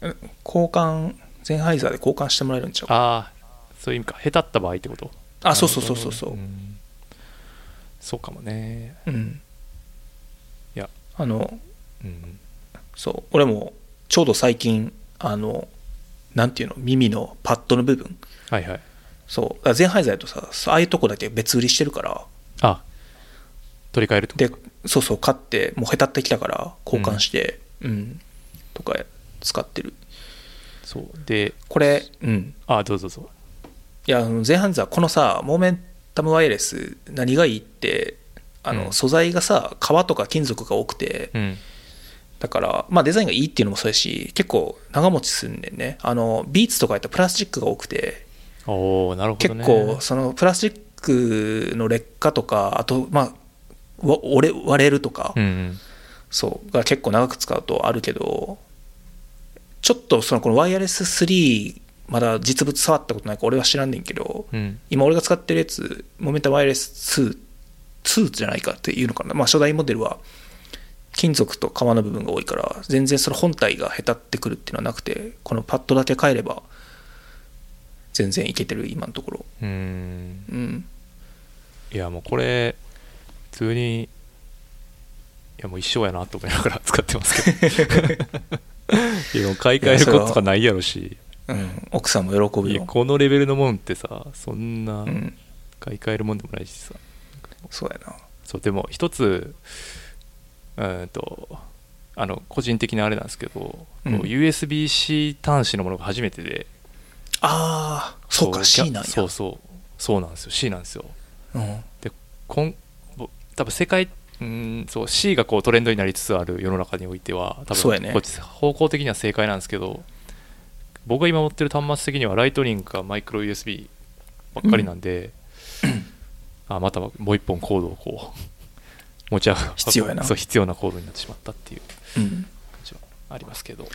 [SPEAKER 3] うん交換ゼンハイザーで交換してもらえるんちゃうか
[SPEAKER 2] ああそういう意味か下手った場合ってこと
[SPEAKER 3] あそうそうそうそうそう、
[SPEAKER 2] んそうかもね
[SPEAKER 3] うん。
[SPEAKER 2] いや、
[SPEAKER 3] あの、
[SPEAKER 2] うん
[SPEAKER 3] そう、俺もちょうど最近、あの、なんていうの、耳のパッドの部分、
[SPEAKER 2] はいはい
[SPEAKER 3] そう、だからゼンハイザーやとさ、ああいうとこだけ別売りしてるから、
[SPEAKER 2] あ取り替えるって
[SPEAKER 3] で
[SPEAKER 2] こと、
[SPEAKER 3] そうそう、買って、もうへたってきたから、交換して、うん、とか使ってる。
[SPEAKER 2] そうで
[SPEAKER 3] これ、うん。
[SPEAKER 2] あどうぞどうぞ
[SPEAKER 3] いや、あのゼンハイザー、このさ、モーメンタムワイヤレス、何がいいって、あの、
[SPEAKER 2] うん
[SPEAKER 3] 素材がさ、革とか金属が多くて、
[SPEAKER 2] うん
[SPEAKER 3] だから、まあ、デザインがいいっていうのもそうやし結構長持ちすんねんねあのビーツとかやったらプラスチックが多くて
[SPEAKER 2] おおなるほど
[SPEAKER 3] 結
[SPEAKER 2] ね
[SPEAKER 3] 構そのプラスチックの劣化とかあとまあわ折れ割れるとか、
[SPEAKER 2] うんうん
[SPEAKER 3] そうが結構長く使うとあるけどちょっとそのこのワイヤレス3まだ実物触ったことないから俺は知らんねんけど、
[SPEAKER 2] うん。
[SPEAKER 3] 今俺が使ってるやつモメンタワイヤレス2 2じゃないかっていうのかなまあ初代モデルは金属と革の部分が多いから全然その本体がへたってくるっていうのはなくてこのパッドだけ変えれば全然いけてる今のところ
[SPEAKER 2] うん。
[SPEAKER 3] うん
[SPEAKER 2] いや、もうこれ、普通に、いや、もう一生やなと思いながら [laughs] 使ってますけ [laughs] ど。いや、もう買い替えることとかないやろし、
[SPEAKER 3] うん奥さんも喜ぶ
[SPEAKER 2] いや
[SPEAKER 3] よ
[SPEAKER 2] このレベルのもんってさ、そんな
[SPEAKER 3] うん
[SPEAKER 2] 買い替えるもんでもないしさ。
[SPEAKER 3] そうやな
[SPEAKER 2] そうでも一つうーんとあの個人的なあれなんですけど、こう
[SPEAKER 3] うん
[SPEAKER 2] USB-C 端子のものが初めてで
[SPEAKER 3] ああそう
[SPEAKER 2] こ
[SPEAKER 3] か
[SPEAKER 2] う
[SPEAKER 3] C なんや
[SPEAKER 2] そうそうそうなんですよ C なんですよ
[SPEAKER 3] うん
[SPEAKER 2] こんぼ多分世界うーんそう C がこうトレンドになりつつある世の中においては多
[SPEAKER 3] そう
[SPEAKER 2] 分
[SPEAKER 3] やね
[SPEAKER 2] こっち方向的には正解なんですけど、僕が今持ってる端末的にはライトニングかマイクロ USB ばっかりなんで、あまたもう一本コードをこう持ち合う [laughs]
[SPEAKER 3] 必要やな
[SPEAKER 2] そう必要なコードになってしまったっていう
[SPEAKER 3] うん
[SPEAKER 2] 感じはありますけど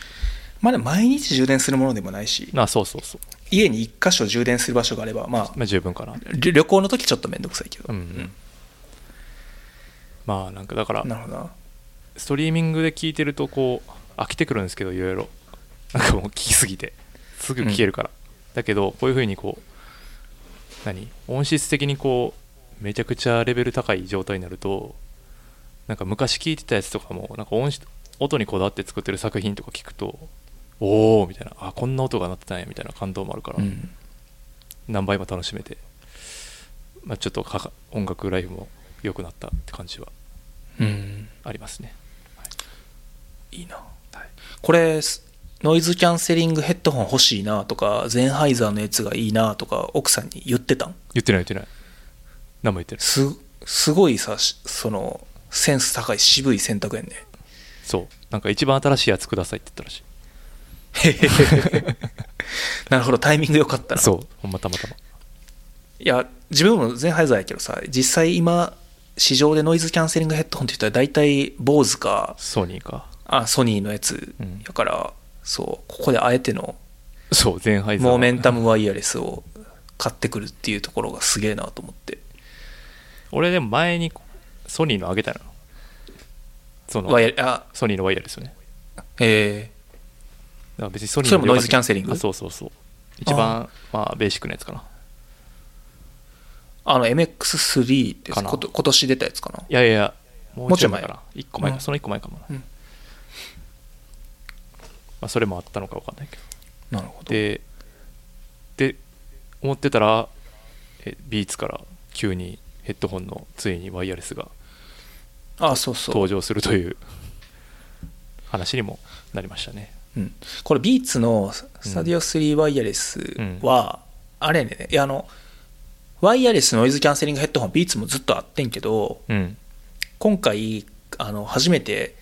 [SPEAKER 3] まあでも毎日充電するものでもないし
[SPEAKER 2] まあそうそうそう、
[SPEAKER 3] 家に1箇所充電する場所があればまあ
[SPEAKER 2] まあ、十分かな
[SPEAKER 3] 旅旅行の時ちょっとめんどくさいけど
[SPEAKER 2] うん、まあなんかだから
[SPEAKER 3] なるほどな
[SPEAKER 2] ストリーミングで聞いてるとこう飽きてくるんですけどいろいろなんかもう聞きすぎてすぐ消えるから、だけどこういうふうにこう何音質的にこうめちゃくちゃレベル高い状態になるとなんか昔聞いてたやつとかもなんか音質音にこだわって作ってる作品とか聞くとおおみたいなあこんな音が鳴ってたんやみたいな感動もあるから、
[SPEAKER 3] うん
[SPEAKER 2] 何倍も楽しめて、まあ、ちょっとかか音楽ライフも良くなったって感じは
[SPEAKER 3] うん
[SPEAKER 2] ありますね
[SPEAKER 3] いいな、
[SPEAKER 2] はい
[SPEAKER 3] これすノイズキャンセリングヘッドホン欲しいなとかゼンハイザーのやつがいいなとか奥さんに言ってたん
[SPEAKER 2] 言ってない言ってない何も言ってない
[SPEAKER 3] すすごいさしそのセンス高い渋い選択やんね
[SPEAKER 2] そうなんか一番新しいやつくださいって言ったらしい
[SPEAKER 3] へへへへ [laughs] なるほどタイミング良かったな
[SPEAKER 2] そうほんまたまたま
[SPEAKER 3] いや自分もゼンハイザーやけどさ実際今市場でノイズキャンセリングヘッドホンって言ったら大体 BOSE か
[SPEAKER 2] ソニーか
[SPEAKER 3] あソニーのやつ
[SPEAKER 2] うん
[SPEAKER 3] やから、そうここであえての
[SPEAKER 2] そうゼンハイザー
[SPEAKER 3] モーメンタムワイヤレスを買ってくるっていうところがすげえなと思って
[SPEAKER 2] 俺でも前にソニーのあげたのその
[SPEAKER 3] ワイヤあ
[SPEAKER 2] ソニーのワイヤレスよね
[SPEAKER 3] え
[SPEAKER 2] だから別にソニー
[SPEAKER 3] それもノイズキャンセリング
[SPEAKER 2] あそうそうそう一番まあベーシックなやつかな
[SPEAKER 3] ーあの MX3 って
[SPEAKER 2] かな
[SPEAKER 3] こと今年出たやつかない
[SPEAKER 2] やいやいやも
[SPEAKER 3] もうちょい
[SPEAKER 2] 前
[SPEAKER 3] 前
[SPEAKER 2] かな1個前か、
[SPEAKER 3] うん
[SPEAKER 2] その1個前かもな、
[SPEAKER 3] うん
[SPEAKER 2] まあ、それもあったのか分かんないけど
[SPEAKER 3] なるほど
[SPEAKER 2] でで思ってたらえビーツから急にヘッドホンのついにワイヤレスが
[SPEAKER 3] あそうそう、
[SPEAKER 2] 登場するという話にもなりましたね
[SPEAKER 3] うん、これビーツのスタディオ3ワイヤレスは、あれやねいやあのワイヤレスノイズキャンセリングヘッドホンビーツもずっとあってんけど
[SPEAKER 2] うん
[SPEAKER 3] 今回あの初めて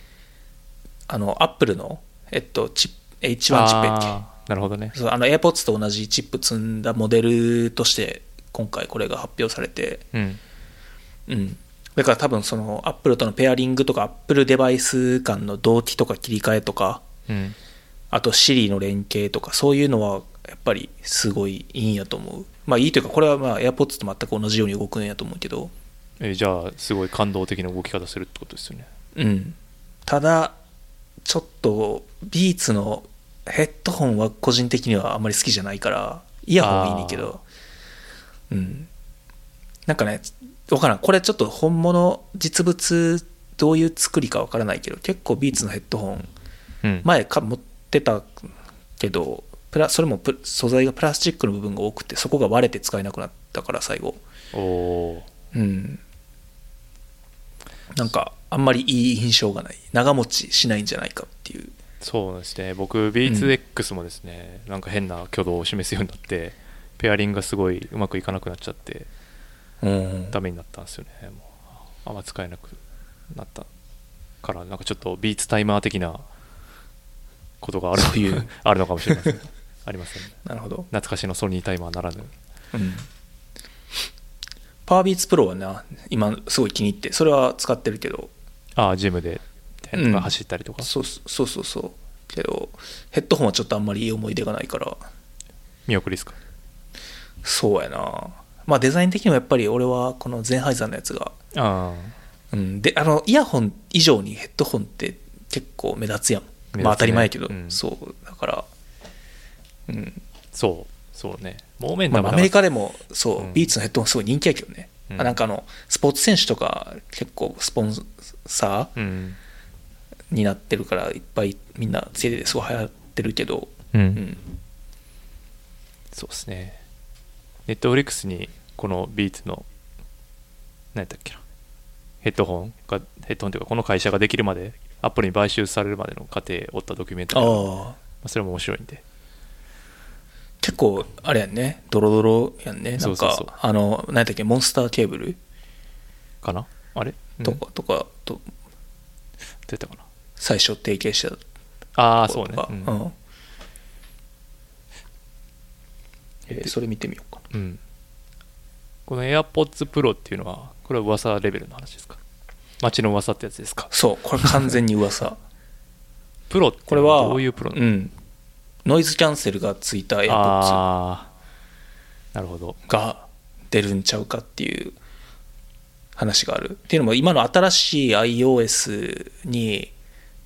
[SPEAKER 3] あのアップルのえっとチップ H1 チップやっけ
[SPEAKER 2] あーなるほどね
[SPEAKER 3] そうあの AirPods と同じチップ積んだモデルとして今回これが発表されて、
[SPEAKER 2] うん
[SPEAKER 3] うん、だから多分その Apple とのペアリングとか Apple デバイス間の同期とか切り替えとか
[SPEAKER 2] うん
[SPEAKER 3] あと Siri の連携とかそういうのはやっぱりすごいいいんやと思うまあいいというかこれはまあ AirPods と全く同じように動くんやと思うけど
[SPEAKER 2] えじゃあすごい感動的な動き方するってことですよね
[SPEAKER 3] うんただちょっとビーツのヘッドホンは個人的にはあんまり好きじゃないからイヤホンはいいねんけどうんなんかね分からんこれちょっと本物実物どういう作りか分からないけど結構ビーツのヘッドホン
[SPEAKER 2] うん、
[SPEAKER 3] 前か持ってたけどプラそれもプ素材がプラスチックの部分が多くてそこが割れて使えなくなったから最後
[SPEAKER 2] おお
[SPEAKER 3] うんなんかあんまりいい印象がない長持ちしないんじゃないかっていう
[SPEAKER 2] そうですね僕 B2X もですね、なんか変な挙動を示すようになってペアリングがすごいうまくいかなくなっちゃって
[SPEAKER 3] うん
[SPEAKER 2] ダメになったんですよねもうあんま使えなくなったからなんかちょっとビーツタイマー的なことがある
[SPEAKER 3] そういう [laughs]
[SPEAKER 2] あるのかもしれませんありません、ね、
[SPEAKER 3] なるほど、
[SPEAKER 2] 懐かしのソニータイマーならぬ
[SPEAKER 3] うん、パワービーツプロはな今すごい気に入ってそれは使ってるけど
[SPEAKER 2] ああジムでみたいな
[SPEAKER 3] う
[SPEAKER 2] と
[SPEAKER 3] ん
[SPEAKER 2] か走ったりとか、
[SPEAKER 3] そうそうそうそうそうけどヘッドホンはちょっとあんまりいい思い出がないから
[SPEAKER 2] 見送りですか
[SPEAKER 3] そうやなまあデザイン的にもやっぱり俺はこのゼンハイザーのやつが、
[SPEAKER 2] あ
[SPEAKER 3] うん、であのイヤホン以上にヘッドホンって結構目立つやん
[SPEAKER 2] 目立つね
[SPEAKER 3] まあ当たり前やけど、
[SPEAKER 2] うん
[SPEAKER 3] そうだからうん
[SPEAKER 2] あそうそうねもうめん
[SPEAKER 3] ま
[SPEAKER 2] だ
[SPEAKER 3] あ、アメリカ
[SPEAKER 2] で
[SPEAKER 3] でもそう、
[SPEAKER 2] うん
[SPEAKER 3] ビーツのヘッドホンすごい人気やけどね、
[SPEAKER 2] うん
[SPEAKER 3] あなんかあのスポーツ選手とか結構スポンサ
[SPEAKER 2] う
[SPEAKER 3] ー
[SPEAKER 2] ん
[SPEAKER 3] になってるからいっぱいみんなつけててすごい流行ってるけど、
[SPEAKER 2] うん、
[SPEAKER 3] うん、
[SPEAKER 2] そうですねネットフリックスにこのビーツの何やったっけなヘッドホンがヘッドホンというかこの会社ができるまでアップルに買収されるまでの過程を追ったドキュメントが
[SPEAKER 3] ああ
[SPEAKER 2] まあそれも面白いんで
[SPEAKER 3] 結構あれやんねドロドロやんねなんか
[SPEAKER 2] そうそうそう
[SPEAKER 3] あの何やったっけモンスターケーブル
[SPEAKER 2] かなあれ
[SPEAKER 3] と
[SPEAKER 2] うんど
[SPEAKER 3] か、とかと
[SPEAKER 2] うやったかな
[SPEAKER 3] 最初提携した
[SPEAKER 2] ああ
[SPEAKER 3] と
[SPEAKER 2] そう
[SPEAKER 3] こ
[SPEAKER 2] ね
[SPEAKER 3] とか
[SPEAKER 2] うん
[SPEAKER 3] うんえーそれ見てみようか
[SPEAKER 2] うんこの AirPods Pro っていうのはこれは噂レベルの話ですか街の噂ってやつですか
[SPEAKER 3] そうこれ完全に
[SPEAKER 2] [laughs]
[SPEAKER 3] 噂
[SPEAKER 2] プロって
[SPEAKER 3] これは
[SPEAKER 2] どういうプロな
[SPEAKER 3] う
[SPEAKER 2] の、
[SPEAKER 3] ん、ノイズキャンセルがついた AirPods
[SPEAKER 2] ああなるほど
[SPEAKER 3] が出るんちゃうかっていう話があるっていうのも今の新しい iOS に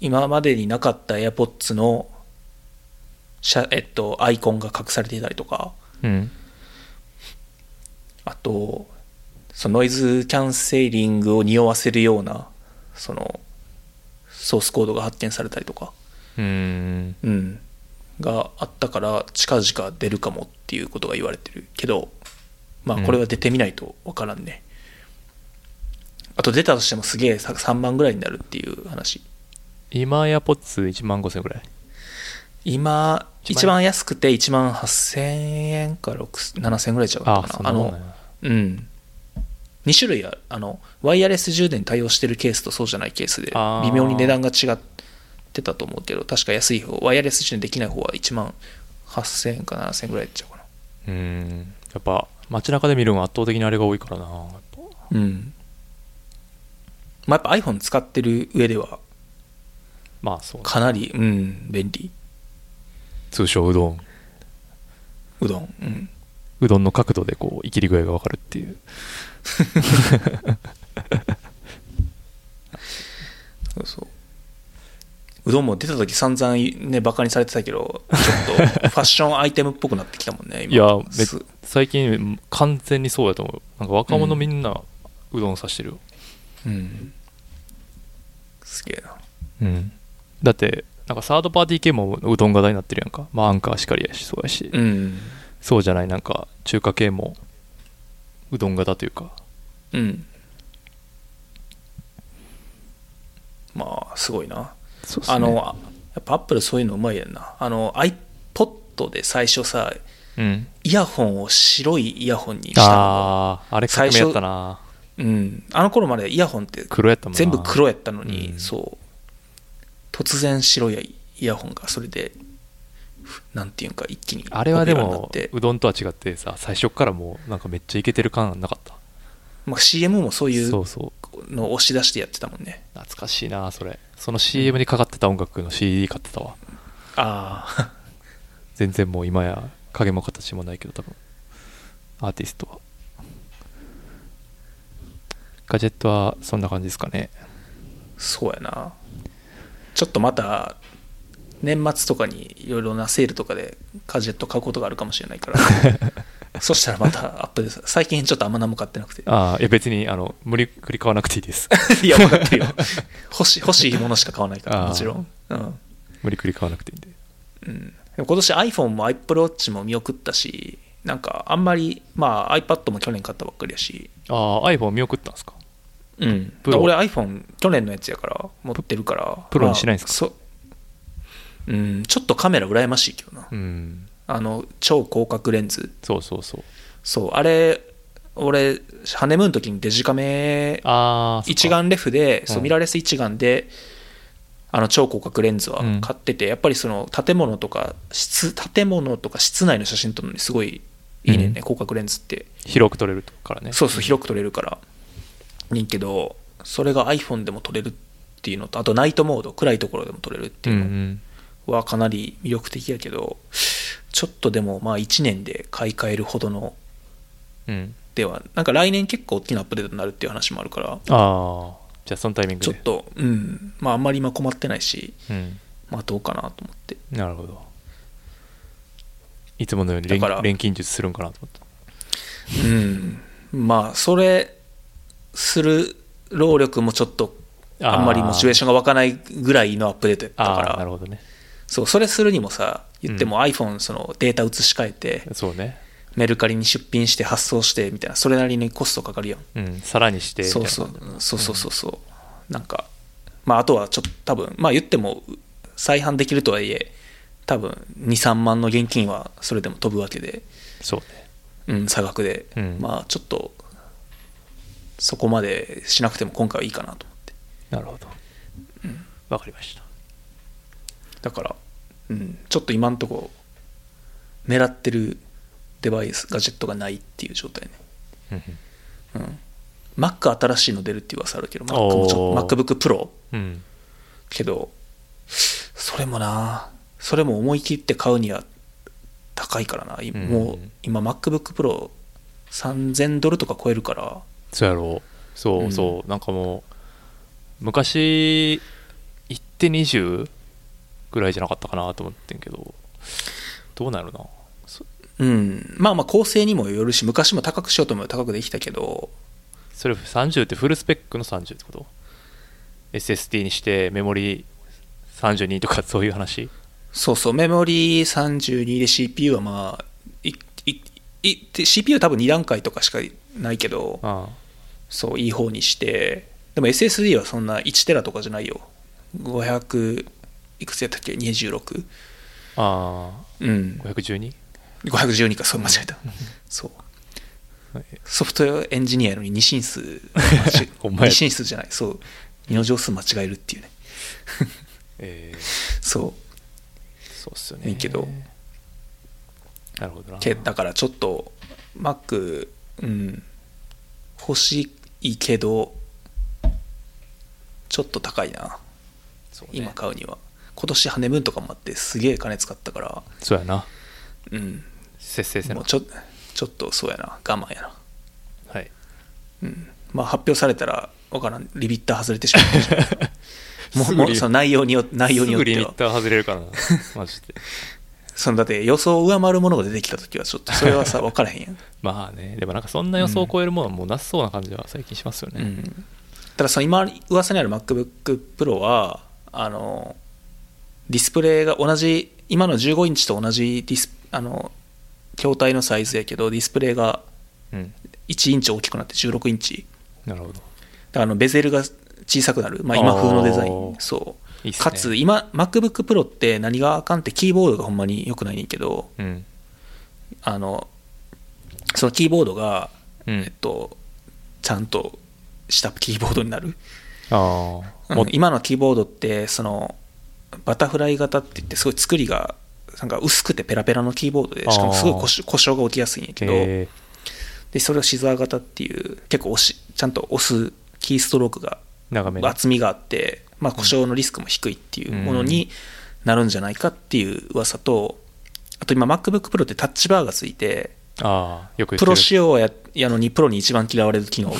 [SPEAKER 3] 今までになかった AirPods のしゃ、えっと、アイコンが隠されていたりとか
[SPEAKER 2] うん
[SPEAKER 3] あとそのノイズキャンセリングを匂わせるようなそのソースコードが発見されたりとか、
[SPEAKER 2] うーん
[SPEAKER 3] うん、があったから近々出るかもっていうことが言われてるけどまあ
[SPEAKER 2] うん
[SPEAKER 3] これは出てみないと分からんね、あと出たとしてもすげえさ3万ぐらいになるっていう話
[SPEAKER 2] 今 AirPods1 万5000ぐらい
[SPEAKER 3] 今
[SPEAKER 2] 一
[SPEAKER 3] 一
[SPEAKER 2] 番
[SPEAKER 3] 番安くて1万8000円か6 7000円ぐらいちゃう
[SPEAKER 2] あ
[SPEAKER 3] か
[SPEAKER 2] あそん
[SPEAKER 3] な
[SPEAKER 2] な
[SPEAKER 3] あ
[SPEAKER 2] もんな
[SPEAKER 3] の
[SPEAKER 2] んや
[SPEAKER 3] うん2種類あるあのワイヤレス充電に対応してるケースとそうじゃないケースで
[SPEAKER 2] あー
[SPEAKER 3] 微妙に値段が違ってたと思うけど確か安い方ワイヤレス充電できない方は1万8000円か7000円ぐらいちゃうかな
[SPEAKER 2] うーんやっぱ街中で見るのは圧倒的にあれが多いからなやっぱ
[SPEAKER 3] うん。まあ、やっぱ iPhone 使ってる上では、
[SPEAKER 2] まあそうね
[SPEAKER 3] かなり、うん、便利。
[SPEAKER 2] 通称うどん
[SPEAKER 3] うどん。うん。
[SPEAKER 2] うどんの角度でこういきり具合が分かるっていう
[SPEAKER 3] そうそう。うどんも出た時散々ね、バカにされてたけど、
[SPEAKER 2] [laughs]
[SPEAKER 3] ちょっとファッションアイテムっぽくなってきたもんね、今。
[SPEAKER 2] いやめ
[SPEAKER 3] す
[SPEAKER 2] 最近完全にそうやと思うなんか若者みんなうどん刺してるよ、
[SPEAKER 3] うん。すげえな。
[SPEAKER 2] うん、だってなんかサードパーティー系もうどん型になってるやんかまあアンカーしかりやしそうやし、
[SPEAKER 3] うん。
[SPEAKER 2] そうじゃないなんか中華系もうどん型というか
[SPEAKER 3] うん。まあ、すごいな。
[SPEAKER 2] そうっすね
[SPEAKER 3] あの、やっぱアップルそういうのうまいやんな。あの、iPod で最初さ、
[SPEAKER 2] うん
[SPEAKER 3] イヤホンを白いイヤホンにしたの
[SPEAKER 2] あああれ革命やったな
[SPEAKER 3] うん、あの頃までイヤホンって
[SPEAKER 2] 黒やったもんな
[SPEAKER 3] 全部黒やったのに、
[SPEAKER 2] うん
[SPEAKER 3] そう突然白いイヤホンがそれでふなんていうんか一気に
[SPEAKER 2] あれはで
[SPEAKER 3] ポピュラーになっ
[SPEAKER 2] も
[SPEAKER 3] て
[SPEAKER 2] うどんとは違ってさ最初っからもうなんかめっちゃイケてる感なかった
[SPEAKER 3] まあ、CM もそういう
[SPEAKER 2] そうそう
[SPEAKER 3] のを押し出してやってたもんね
[SPEAKER 2] 懐かしいなそれその CM にかかってた音楽の CD 買ってたわ
[SPEAKER 3] ああ
[SPEAKER 2] 全然もう今や影も形もないけど多分アーティストはガジェットはそんな感じですかね
[SPEAKER 3] [laughs] そうやなちょっとまた年末とかにいろいろなセールとかでガジェット買うことがあるかもしれないから
[SPEAKER 2] [laughs]
[SPEAKER 3] そしたらまたアップです最近ちょっとあんま何も買ってなくて
[SPEAKER 2] ああいや別にあの無理くり買わなくていいです
[SPEAKER 3] [laughs] いや、分かってるよ。欲しい、欲しいものしか買わないから、
[SPEAKER 2] あー
[SPEAKER 3] もちろん。うん。
[SPEAKER 2] 無理くり買わなくていいんで
[SPEAKER 3] うん、でも今年 iPhone も Apple Watch も見送ったし、なんかあんまり、まあ iPad も去年買ったばっかりやし、
[SPEAKER 2] ああ iPhone 見送ったんですか
[SPEAKER 3] うん。
[SPEAKER 2] プロ
[SPEAKER 3] 俺 iPhone 去年のやつやから、持ってるから。
[SPEAKER 2] プロにしないんすか
[SPEAKER 3] まあそう。うん、ちょっとカメラ羨ましいけどな。
[SPEAKER 2] うん
[SPEAKER 3] あの、超広角レンズ。
[SPEAKER 2] そうそうそう
[SPEAKER 3] そう、あれ、俺、ハネムーンの時にデジカメ
[SPEAKER 2] ああそっか
[SPEAKER 3] 一眼レフで、そう
[SPEAKER 2] うん
[SPEAKER 3] ミラーレス一眼であの超広角レンズは買ってて、やっぱりその建物とか室建物とか室内の写真撮るのにすごいいいねんね、
[SPEAKER 2] うん
[SPEAKER 3] 広角レンズって
[SPEAKER 2] 広く撮れるからね
[SPEAKER 3] そうそう広く撮れるからいいけどそれが iPhone でも撮れるっていうのとあとナイトモード暗いところでも撮れるって
[SPEAKER 2] う
[SPEAKER 3] い
[SPEAKER 2] ん
[SPEAKER 3] う
[SPEAKER 2] う
[SPEAKER 3] の
[SPEAKER 2] ん
[SPEAKER 3] はかなり魅力的やけどちちょっとでもまあ1年で買い替えるほどの
[SPEAKER 2] うん。
[SPEAKER 3] ではなんか来年結構大きなアップデートになるっていう話もあるから
[SPEAKER 2] ああ、じゃあそのタイミング
[SPEAKER 3] ち
[SPEAKER 2] で。
[SPEAKER 3] ょっとうんまああんまり今困ってないし
[SPEAKER 2] うん。
[SPEAKER 3] まあどうかなと思って
[SPEAKER 2] なるほど。いつものように錬
[SPEAKER 3] だから
[SPEAKER 2] 錬金術するんかなと思った。
[SPEAKER 3] うんまあそれする労力もちょっと
[SPEAKER 2] あー
[SPEAKER 3] あんまりモチベーションが湧かないぐらいのアップデートやったか
[SPEAKER 2] ああ、なる
[SPEAKER 3] ら
[SPEAKER 2] ほどね。
[SPEAKER 3] そうそれするにもさ言っても iPhone そのデータ移し替えて
[SPEAKER 2] そうね。
[SPEAKER 3] メルカリに出品して発送してみたいなそれなりにコストかかるやん
[SPEAKER 2] うん。さらにしてみたい
[SPEAKER 3] そう
[SPEAKER 2] な。
[SPEAKER 3] そうそうそうそうそう、なんかまああとはちょっと多分まあ言っても再販できるとはいえ多分23万の現金はそれでも飛ぶわけで、
[SPEAKER 2] そうね。
[SPEAKER 3] うん、差額で、
[SPEAKER 2] うん
[SPEAKER 3] まあちょっとそこまでしなくても今回はいいかなと思って
[SPEAKER 2] なるほど。わかりました。
[SPEAKER 3] だから、うん、ちょっと今んとこ狙ってるデバイスガジェットがないっていう状態ね
[SPEAKER 2] うん
[SPEAKER 3] うん、Mac 新しいの出るっていう噂あるけど Mac もちょ
[SPEAKER 2] おー
[SPEAKER 3] MacBook Pro
[SPEAKER 2] うん。
[SPEAKER 3] けどそれもなそれも思い切って買うには高いからな、い
[SPEAKER 2] ん
[SPEAKER 3] もう今 MacBookPro3000 ドルとか超えるから
[SPEAKER 2] そうやろう。そうそう。なんかもう、昔、行って20ぐらいじゃなかったかなと思ってんけど、どうなるな。そ
[SPEAKER 3] うんまあまあ構成にもよるし昔も高くしようと思えば高くできたけど
[SPEAKER 2] それ30ってフルスペックの30ってこと ?SSD にしてメモリ32とかそういう話
[SPEAKER 3] そうそうメモリー32で CPU はまあいいいで CPU は多分2段階とかしかないけど
[SPEAKER 2] あ
[SPEAKER 3] そういい方にしてでも SSD はそんな1テラとかじゃないよ500いくつやったっけ26
[SPEAKER 2] ああ
[SPEAKER 3] うん
[SPEAKER 2] あ 512?
[SPEAKER 3] 512かそう間違えたそう
[SPEAKER 2] はい
[SPEAKER 3] ソフトウェアエンジニアやのに二進数
[SPEAKER 2] [laughs] ほんまや
[SPEAKER 3] 二進数じゃないそう二の乗数間違えるっていうね
[SPEAKER 2] ええ
[SPEAKER 3] そ
[SPEAKER 2] そうっすよね
[SPEAKER 3] いいけど
[SPEAKER 2] なるほどな
[SPEAKER 3] うけだからちょっと Mac うん欲しいけどちょっと高いな
[SPEAKER 2] そうね
[SPEAKER 3] 今買うには今年ハネムーンとかもあってすげえ金使ったから
[SPEAKER 2] そうやな
[SPEAKER 3] うん
[SPEAKER 2] 節制せな
[SPEAKER 3] もうちょちょっとそうやな我慢やな
[SPEAKER 2] はい
[SPEAKER 3] まあ、発表されたら分からんリビッター外れてしまうかもしれない
[SPEAKER 2] [laughs]
[SPEAKER 3] も
[SPEAKER 2] す
[SPEAKER 3] う
[SPEAKER 2] ぐ
[SPEAKER 3] も
[SPEAKER 2] リ
[SPEAKER 3] うその内容によ内容によっ
[SPEAKER 2] すぐリ
[SPEAKER 3] て
[SPEAKER 2] ミ
[SPEAKER 3] は
[SPEAKER 2] ッター外れるから
[SPEAKER 3] [laughs]
[SPEAKER 2] なマジで
[SPEAKER 3] そのだって予想を上回るものが出てきた時はちょっとそれ
[SPEAKER 2] [laughs]
[SPEAKER 3] はさ分からへんやん、
[SPEAKER 2] まあねでもなんかそんな予想を超えるものはもうなさそうな感じは最近しますよ
[SPEAKER 3] う
[SPEAKER 2] ね、
[SPEAKER 3] ん、ただその今噂にある MacBookPro はあのディスプレイが同じ今の15インチと同じディスあの筐体のサイズやけどディスプレイが
[SPEAKER 2] うん
[SPEAKER 3] 1インチ大きくなって16インチ
[SPEAKER 2] なるほど
[SPEAKER 3] だからあのベゼルが小さくなる、まあ、今風のデザイ
[SPEAKER 2] あー
[SPEAKER 3] ンそう
[SPEAKER 2] いいっすね
[SPEAKER 3] かつ今 MacBookPro って何があかんってキーボードがほんまに良くないねんけど
[SPEAKER 2] うん
[SPEAKER 3] あのそのキーボードが、
[SPEAKER 2] うん
[SPEAKER 3] えっと、ちゃんとしたキーボードになる、
[SPEAKER 2] ああ
[SPEAKER 3] うん今のキーボードってそのバタフライ型って言ってすごい作りがなんか薄くてペラペラのキーボードでしかもすごい故障故障が起きやすいんやけど、
[SPEAKER 2] え
[SPEAKER 3] でそれをシザー型っていう結構押しちゃんと押すキーストロークが
[SPEAKER 2] ー、長めの
[SPEAKER 3] 厚みがあって、まあ、故障のリスクも低いっていうものになるんじゃないかっていう噂と、あと今 MacBookPro ってタッチバーがついて
[SPEAKER 2] ああよく言って
[SPEAKER 3] プ
[SPEAKER 2] る
[SPEAKER 3] ロ仕様ややのにプロに一番嫌われる機能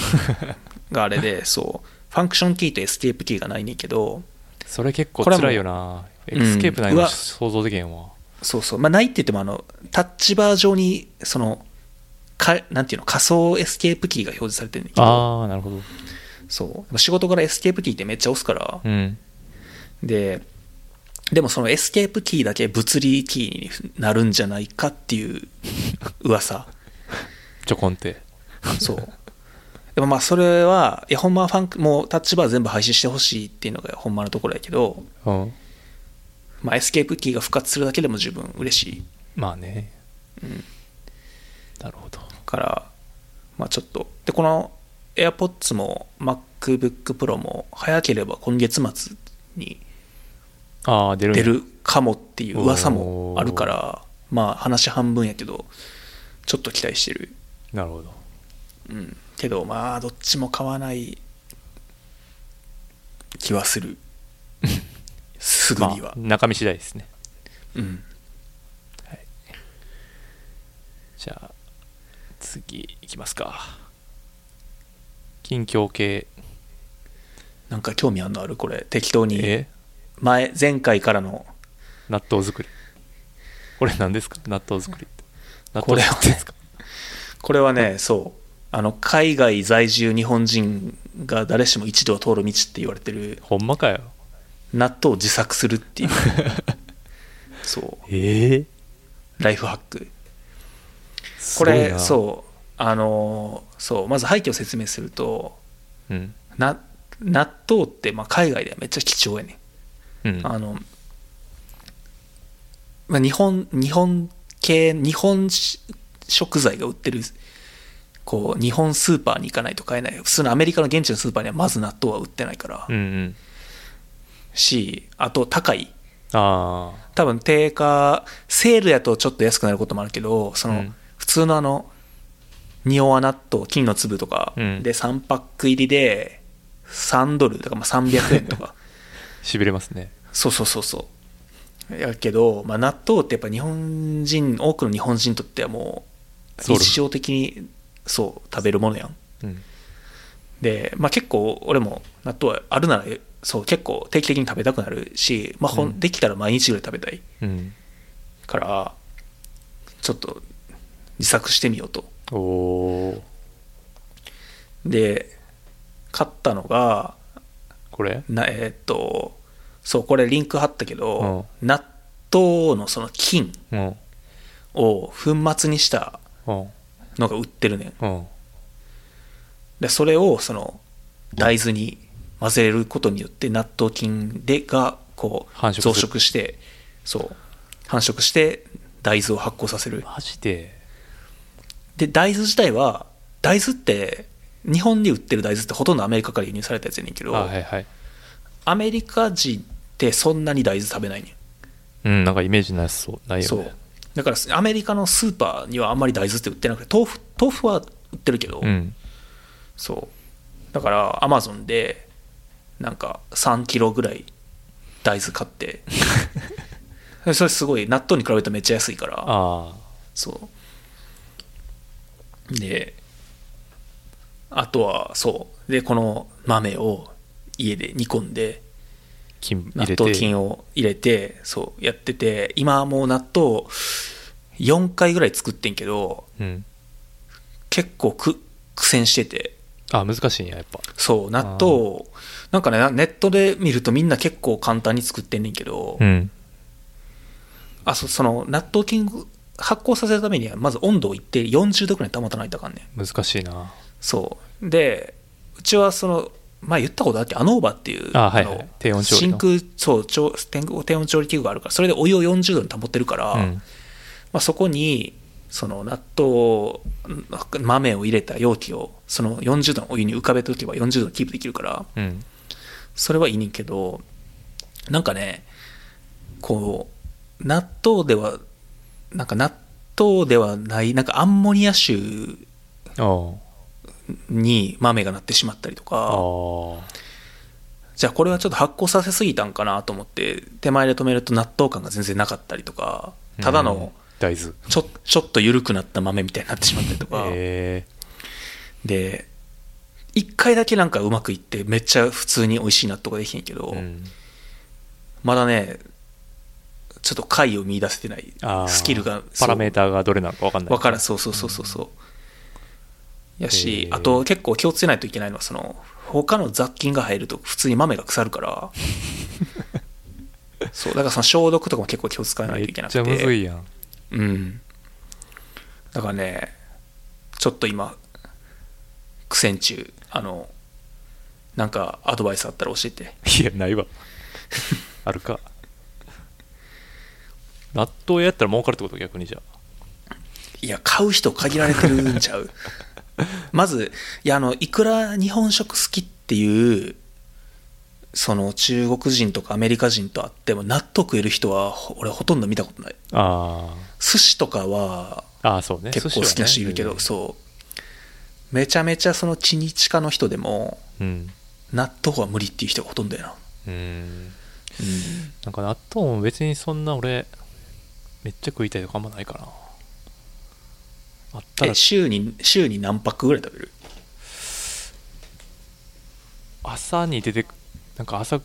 [SPEAKER 3] があれ [laughs] でそうファンクションキーとエスケープキーがないねんけど
[SPEAKER 2] それ結構
[SPEAKER 3] これはもう
[SPEAKER 2] 辛いよな。エ
[SPEAKER 3] うん
[SPEAKER 2] クスケープないの
[SPEAKER 3] うわ
[SPEAKER 2] 想像できへんわ。
[SPEAKER 3] そうそうまあないって言ってもあのタッチバー上にそのかなんていうの仮想エスケープキーが表示されてるんだけど
[SPEAKER 2] ああ、なるほど。
[SPEAKER 3] そう仕事からエスケープキーってめっちゃ押すから、
[SPEAKER 2] うん。
[SPEAKER 3] ででもそのエスケープキーだけ物理キーになるんじゃないかっていう噂
[SPEAKER 2] ちょこんって。
[SPEAKER 3] そうでもまあそれはいやほんまはファンクもうタッチバー全部廃止してほしいっていうのがほんまのところやけど、
[SPEAKER 2] うん。
[SPEAKER 3] まあ、エスケープキーが復活するだけでも十分嬉しい
[SPEAKER 2] まあね。なるほど。
[SPEAKER 3] からまあちょっとでこの AirPods も MacBookPro も早ければ今月末に
[SPEAKER 2] ああ、出るんや
[SPEAKER 3] 出。るかもっていう噂もあるからまあ話半分やけどちょっと期待してる
[SPEAKER 2] なるほど。
[SPEAKER 3] うん、けどまあどっちも買わない気はするすぐ
[SPEAKER 2] ま
[SPEAKER 3] には、
[SPEAKER 2] あ、中身次第ですね。
[SPEAKER 3] うん
[SPEAKER 2] じゃあ、次いきますか。近況系。
[SPEAKER 3] なんか興味あるのあるこれ適当に
[SPEAKER 2] え
[SPEAKER 3] 前前回からの
[SPEAKER 2] 納豆作り。これ何ですか納豆作りって。納
[SPEAKER 3] こ
[SPEAKER 2] 豆
[SPEAKER 3] れ
[SPEAKER 2] 作
[SPEAKER 3] は
[SPEAKER 2] ってですか
[SPEAKER 3] これはねそうあの海外在住日本人が誰しも一度は通る道って言われてる
[SPEAKER 2] ほんまかよ。
[SPEAKER 3] 納豆を自作するっていうそう
[SPEAKER 2] ええ
[SPEAKER 3] ライフハックこれそうあのーそうまず背景を説明すると
[SPEAKER 2] う。うん。
[SPEAKER 3] な納豆ってまあ海外ではめっちゃ貴重やね
[SPEAKER 2] うん。
[SPEAKER 3] あの、まあ、日本日本系日本し食材が売ってるこう日本スーパーに行かないと買えない普通のアメリカの現地のスーパーにはまず納豆は売ってないから、
[SPEAKER 2] うんうん。
[SPEAKER 3] しあと高い
[SPEAKER 2] ああ。
[SPEAKER 3] 多分定価セールやとちょっと安くなることもあるけどその、
[SPEAKER 2] うん
[SPEAKER 3] 普通のあの仁王納豆金の粒とかで
[SPEAKER 2] うん
[SPEAKER 3] 3パック入りで3ドルとかまあ300円とか
[SPEAKER 2] しびれますね。
[SPEAKER 3] そうそうそうそうやけど、まあ、納豆ってやっぱ日本人多くの日本人にとってはもう
[SPEAKER 2] ソウル
[SPEAKER 3] 日常的にそう食べるものやん
[SPEAKER 2] うん。
[SPEAKER 3] で、まあ、結構俺も納豆はあるならそう結構定期的に食べたくなるし、まあほん
[SPEAKER 2] うん
[SPEAKER 3] できたら毎日ぐらい食べたい
[SPEAKER 2] うん。
[SPEAKER 3] からちょっと自作してみようと
[SPEAKER 2] おお。
[SPEAKER 3] で買ったのが
[SPEAKER 2] これ
[SPEAKER 3] なえーっとそうこれリンク貼ったけど、納豆のその菌
[SPEAKER 2] うん。
[SPEAKER 3] を粉末にした
[SPEAKER 2] うん。
[SPEAKER 3] のが売ってるねん
[SPEAKER 2] うん。
[SPEAKER 3] でそれをその大豆に混ぜることによって納豆菌でがこう
[SPEAKER 2] 繁殖す
[SPEAKER 3] 増
[SPEAKER 2] る
[SPEAKER 3] 殖してそう繁殖して大豆を発酵させる
[SPEAKER 2] マジで。
[SPEAKER 3] で大豆自体は大豆って日本で売ってる大豆ってほとんどアメリカから輸入されたやつやねんけ
[SPEAKER 2] あ
[SPEAKER 3] ど、
[SPEAKER 2] はいはい。
[SPEAKER 3] アメリカ人ってそんなに大豆食べないねん
[SPEAKER 2] うん、なんかイメージなさそう。ないよ
[SPEAKER 3] そう
[SPEAKER 2] ね。
[SPEAKER 3] だからアメリカのスーパーにはあんまり大豆って売ってなくて豆腐豆腐は売ってるけど、
[SPEAKER 2] うん。
[SPEAKER 3] そうだからアマゾンでなんか3キロぐらい大豆買って
[SPEAKER 2] [laughs]
[SPEAKER 3] それすごい納豆に比べるとめっちゃ安いから
[SPEAKER 2] あ
[SPEAKER 3] そうであとはそうでこの豆を家で煮込んで
[SPEAKER 2] あ。金
[SPEAKER 3] 納
[SPEAKER 2] 入れて。
[SPEAKER 3] 豆菌を入れてそうやってて今はもう納豆4回ぐらい作ってんけど
[SPEAKER 2] うん。
[SPEAKER 3] 結構く苦戦してて
[SPEAKER 2] あ、難しいんや、やっぱ。
[SPEAKER 3] そう納豆をなんかねなネットで見るとみんな結構簡単に作ってんねんけど、
[SPEAKER 2] うん。
[SPEAKER 3] あそその納豆菌発酵させるためにはまず温度を一定40度くらいに保たないとあかんねん
[SPEAKER 2] 難しいな。
[SPEAKER 3] そうでうちはその前言ったことあってアノーバっていう
[SPEAKER 2] あはいは
[SPEAKER 3] の
[SPEAKER 2] い低温調理の
[SPEAKER 3] 真空そう調低低温調理器具があるからそれでお湯を40度に保ってるから、
[SPEAKER 2] うん。
[SPEAKER 3] まあ、そこにその納豆ん豆を入れた容器をその40度のお湯に浮かべておけば40度キープできるから
[SPEAKER 2] うん。
[SPEAKER 3] それはいいねんけどなんかねこう納豆ではなんか納豆ではないなんかアンモニア臭
[SPEAKER 2] おう
[SPEAKER 3] に豆がなってしまったりと
[SPEAKER 2] あ
[SPEAKER 3] か
[SPEAKER 2] あ。
[SPEAKER 3] じゃあこれはちょっと発酵させすぎたんかなと思って手前で止めると納豆感が全然なかったりとかただ
[SPEAKER 2] うん
[SPEAKER 3] の
[SPEAKER 2] 大豆。
[SPEAKER 3] ちょちょっと緩くなった豆みたいになってしまったりとか。
[SPEAKER 2] え
[SPEAKER 3] で1回だけなんかうまくいってめっちゃ普通に美味しい納豆ができへんけど、
[SPEAKER 2] えうん。
[SPEAKER 3] まだねちょっと解を見出せてない
[SPEAKER 2] あー
[SPEAKER 3] スキルが
[SPEAKER 2] パラメー
[SPEAKER 3] ー
[SPEAKER 2] ターがどれなのか分かんない。
[SPEAKER 3] 分からんそうそうそうそうそうや
[SPEAKER 2] へ
[SPEAKER 3] し
[SPEAKER 2] ー
[SPEAKER 3] あと結構気をつけないといけないのはその他の雑菌が入ると普通に豆が腐るから
[SPEAKER 2] [laughs]
[SPEAKER 3] そうだからその消毒とかも結構気を使わな
[SPEAKER 2] め
[SPEAKER 3] い
[SPEAKER 2] っ
[SPEAKER 3] といけなく
[SPEAKER 2] ち
[SPEAKER 3] て
[SPEAKER 2] ゃむずいやん。
[SPEAKER 3] うん。だからね、ちょっと今、苦戦中、あの、なんかアドバイスあったら教えて。
[SPEAKER 2] いや、ないわ。あるか。納豆やったら儲かるってこと逆にじゃあ。
[SPEAKER 3] いや、買う人限られてるんちゃ
[SPEAKER 2] [laughs]
[SPEAKER 3] う。まず、いや、あの、いくら日本食好きっていう、その中国人とかアメリカ人とあっても納豆食える人はほ俺ほとんど見たことない
[SPEAKER 2] あ
[SPEAKER 3] 寿司とかは
[SPEAKER 2] あ。ああ、そうね。
[SPEAKER 3] 結構好きな人いるけど、
[SPEAKER 2] 寿司
[SPEAKER 3] そうめちゃめちゃその地日家の人でも
[SPEAKER 2] はねうん。
[SPEAKER 3] 納豆は無理っていう人がほとんどやな、
[SPEAKER 2] うん。なんか納豆も別にそんな俺、めっちゃ食いたいとかあんまないかな。まあただ
[SPEAKER 3] え週に週に何パックぐらい食べる
[SPEAKER 2] 朝に出てくなんか朝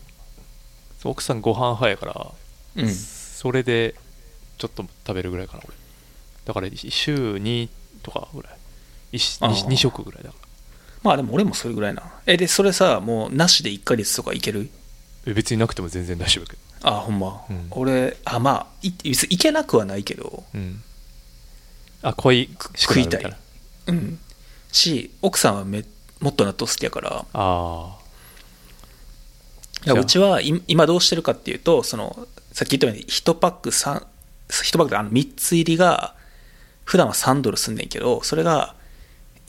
[SPEAKER 2] そう奥さんご飯派やから
[SPEAKER 3] うん
[SPEAKER 2] それでちょっと食べるぐらいかな俺だからい週2とかぐらい 2,
[SPEAKER 3] ああ
[SPEAKER 2] 2食ぐらいだから
[SPEAKER 3] まあでも俺もそれぐらいなえでそれさもうなしで1ヶ月とかいける
[SPEAKER 2] え別になくても全然大丈夫だけど
[SPEAKER 3] あほんま、
[SPEAKER 2] うん
[SPEAKER 3] 俺あまあい別にいけなくはないけど
[SPEAKER 2] うんあ濃い
[SPEAKER 3] 食いた
[SPEAKER 2] 宿
[SPEAKER 3] い
[SPEAKER 2] 題あるみ
[SPEAKER 3] うんし奥さんはめもっと納豆好きやから
[SPEAKER 2] なあ
[SPEAKER 3] いや
[SPEAKER 2] じゃあ
[SPEAKER 3] うちはい今どうしてるかっていうとそのさっき言ったように1パック3一パックあの3つ入りが普段は3ドルすんねんけどそれが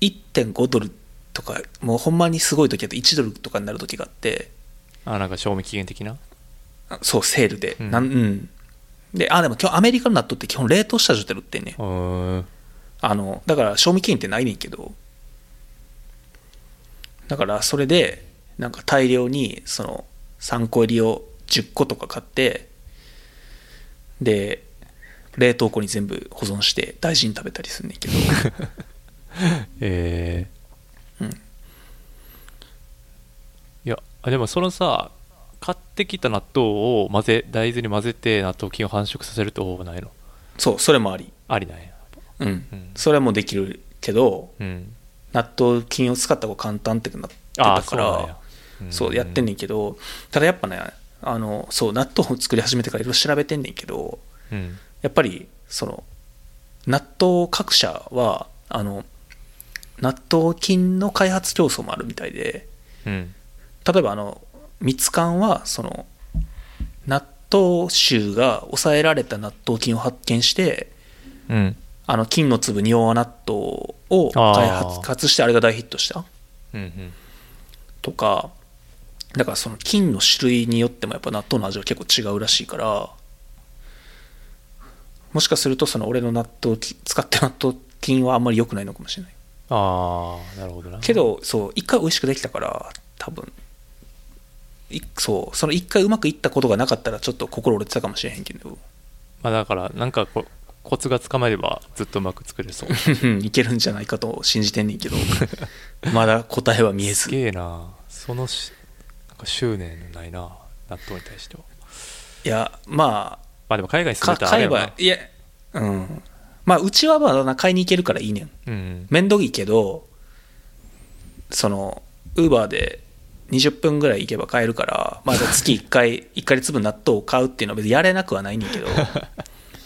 [SPEAKER 3] 1.5ドルとかもうほんまにすごい時だと1ドルとかになる時があって
[SPEAKER 2] ーあなんか賞味期限的な
[SPEAKER 3] あそうセールで、
[SPEAKER 2] うん
[SPEAKER 3] なんうんであでも今日アメリカの納豆って基本冷凍した状態で売ってんねん
[SPEAKER 2] うーん
[SPEAKER 3] あのだから賞味期限ってないねんけどだからそれでなんか大量にその3個入りを10個とか買ってで冷凍庫に全部保存して大事に食べたりすんね
[SPEAKER 2] [laughs]
[SPEAKER 3] んけど
[SPEAKER 2] えー
[SPEAKER 3] うん
[SPEAKER 2] いやあでもそのさ買ってきた納豆を混ぜ大豆に混ぜて納豆菌を繁殖させるって方法ないの
[SPEAKER 3] そうそれもあり
[SPEAKER 2] ありなんや
[SPEAKER 3] うん、
[SPEAKER 2] ん
[SPEAKER 3] それもできるけど
[SPEAKER 2] うん
[SPEAKER 3] 納豆菌を使った方が簡単ってなって
[SPEAKER 2] あ
[SPEAKER 3] た
[SPEAKER 2] あ
[SPEAKER 3] か
[SPEAKER 2] そうなん
[SPEAKER 3] ら
[SPEAKER 2] やうん
[SPEAKER 3] そうやってんねんけどただやっぱねあのそう納豆を作り始めてからいろいろ調べてんねんけど
[SPEAKER 2] うん
[SPEAKER 3] やっぱりその納豆各社はあの納豆菌の開発競争もあるみたいで
[SPEAKER 2] うん
[SPEAKER 3] 例えばあの蜜缶はその納豆臭が抑えられた納豆菌を発見して
[SPEAKER 2] うん
[SPEAKER 3] あの菌の粒仁王納豆を
[SPEAKER 2] あー
[SPEAKER 3] 開発開発してあれが大ヒットした
[SPEAKER 2] うんうん
[SPEAKER 3] とかだからその菌の種類によってもやっぱ納豆の味は結構違うらしいからもしかするとその俺の納豆き使ってる納豆菌はあんまり良くないのかもしれない
[SPEAKER 2] ああなるほどな
[SPEAKER 3] けどそう一回美味しくできたから多分いそうその一回うまくいったことがなかったらちょっと心折れてたかもしれへんけど [laughs]
[SPEAKER 2] まあだからなんかこコツがつかまえればずっとうまく作れそう
[SPEAKER 3] いけるんじゃないかと信じてんねんけど [laughs] まだ答えは見え
[SPEAKER 2] す
[SPEAKER 3] ずい
[SPEAKER 2] げえなそのしなんか執念ないな納豆に対しては
[SPEAKER 3] やまあ
[SPEAKER 2] まあでも海外に住
[SPEAKER 3] か
[SPEAKER 2] んでたらあ
[SPEAKER 3] 買
[SPEAKER 2] れ
[SPEAKER 3] え
[SPEAKER 2] や
[SPEAKER 3] ば
[SPEAKER 2] ない
[SPEAKER 3] やうんまあうちはまだな買いに行けるからいいねん
[SPEAKER 2] うん [laughs]
[SPEAKER 3] めんどいけどそのウーバーで20分ぐらい行けば買えるから、まあ、月1回
[SPEAKER 2] [laughs]
[SPEAKER 3] 1ヶ月分納豆を買うっていうのは別にやれなくはないねんけど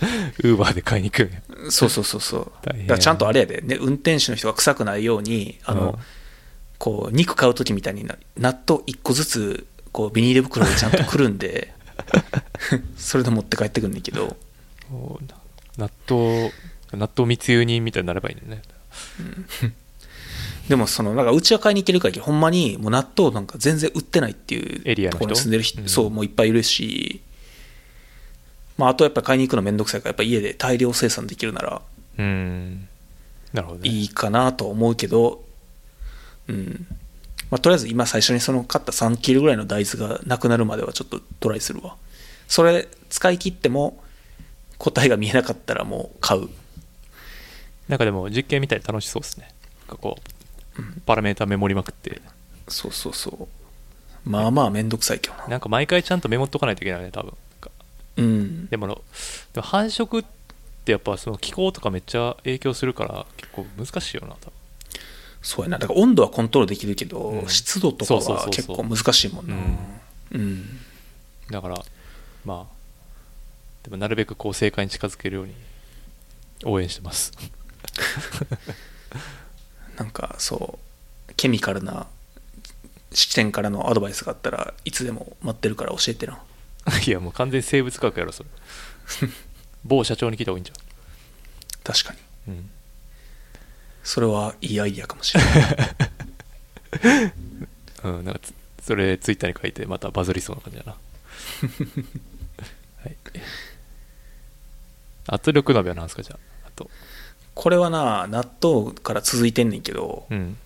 [SPEAKER 2] ウーバーで買いに行くんや
[SPEAKER 3] そうそうそうそう
[SPEAKER 2] [laughs]
[SPEAKER 3] だ
[SPEAKER 2] 大変や
[SPEAKER 3] か
[SPEAKER 2] な
[SPEAKER 3] らちゃんとあれやで、ね、運転手の人が臭くないようにあの、
[SPEAKER 2] うん
[SPEAKER 3] こう肉買う時みたいにな納豆1個ずつこうビニール袋でちゃんとくる
[SPEAKER 2] [laughs]
[SPEAKER 3] んでそれで持って帰ってくんねんけど
[SPEAKER 2] おな納豆納豆密輸人みたいになればいいね
[SPEAKER 3] でもそのなんかうちは買いに行けるからほんまにもう納豆なんか全然売ってないっていう
[SPEAKER 2] エリアの人
[SPEAKER 3] ところに住んでる人、
[SPEAKER 2] うん
[SPEAKER 3] そうもういっぱいいるし、まあ、あとやっぱ買いに行くのめんどくさいからやっぱ家で大量生産できるなら
[SPEAKER 2] うんなるほど、ね、
[SPEAKER 3] いいかなとは思うけど、うんまあ、とりあえず今最初にその買った3キロぐらいの大豆がなくなるまではちょっとトライするわそれ使い切っても答えが見えなかったらもう買う
[SPEAKER 2] なんかでも実験みたいで楽しそうですねなんかこうパラメータメモりまくって
[SPEAKER 3] そうそうそうまあまあめんどくさいけどな
[SPEAKER 2] なんか毎回ちゃんとメモっとかないといけないね多分なんか
[SPEAKER 3] うん
[SPEAKER 2] でもでも繁殖ってやっぱその気候とかめっちゃ影響するから結構難しいよな多分
[SPEAKER 3] そうやなだから温度はコントロールできるけど、
[SPEAKER 2] うん
[SPEAKER 3] 湿度とか
[SPEAKER 2] そうそう
[SPEAKER 3] は
[SPEAKER 2] そう
[SPEAKER 3] 結
[SPEAKER 2] そう
[SPEAKER 3] 構難しいもんな
[SPEAKER 2] うん
[SPEAKER 3] うん
[SPEAKER 2] だからまあでもなるべくこう正解に近づけるように応援してます [laughs]
[SPEAKER 3] なんかそうケミカルな式典からのアドバイスがあったらいつでも待ってるから教えてない
[SPEAKER 2] やもう完全に生物科学やろ
[SPEAKER 3] [laughs]
[SPEAKER 2] それ某社長に聞いた方がいいんじ
[SPEAKER 3] 確かに
[SPEAKER 2] ゃん、うん、
[SPEAKER 3] それはいいアイディアかもしれない
[SPEAKER 2] [laughs] うん、なんかつそれツイッターに書いてまたバズりそうな感じ
[SPEAKER 3] [laughs]
[SPEAKER 2] だなはい圧力鍋は何すかじゃああと
[SPEAKER 3] これはな納豆から続いてんねんけど、
[SPEAKER 2] うん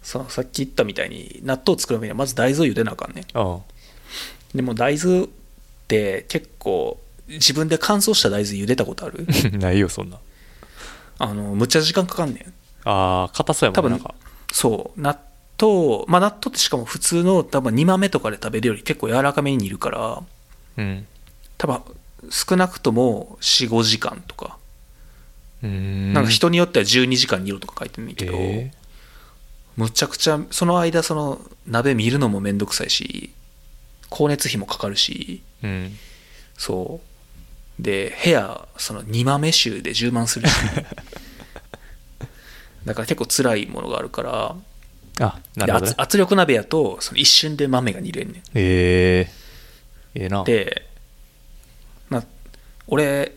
[SPEAKER 3] そのさっき言ったみたいに納豆を作るためにはまず大豆を茹でなあかんねん
[SPEAKER 2] あ [laughs]
[SPEAKER 3] でも大豆
[SPEAKER 2] [laughs]
[SPEAKER 3] って結構自分で乾燥した大豆茹でたことある
[SPEAKER 2] あないよそんな
[SPEAKER 3] あのむっちゃ時間かかんねん
[SPEAKER 2] ああ、硬そうやもんねな
[SPEAKER 3] 多分
[SPEAKER 2] んか。
[SPEAKER 3] そう納豆まあ納豆ってしかも普通の多分煮豆とかで食べるより結構柔らかめに煮るから
[SPEAKER 2] うん。
[SPEAKER 3] 多分少なくとも45時間とか、
[SPEAKER 2] うーん。
[SPEAKER 3] なんか人によっては12時間煮ろとか書いてるんだけど、
[SPEAKER 2] え
[SPEAKER 3] むちゃくちゃその間その鍋見るのもめんどくさいし光熱費もかかるし
[SPEAKER 2] ーうん。
[SPEAKER 3] そうで部屋その煮豆臭で充満す
[SPEAKER 2] [laughs]
[SPEAKER 3] るしだから結構辛いものがあるから
[SPEAKER 2] あ、なる
[SPEAKER 3] で
[SPEAKER 2] ほどね
[SPEAKER 3] 圧。圧力鍋やとその一瞬で豆が煮れんねん
[SPEAKER 2] ええええな。
[SPEAKER 3] で、まあ、俺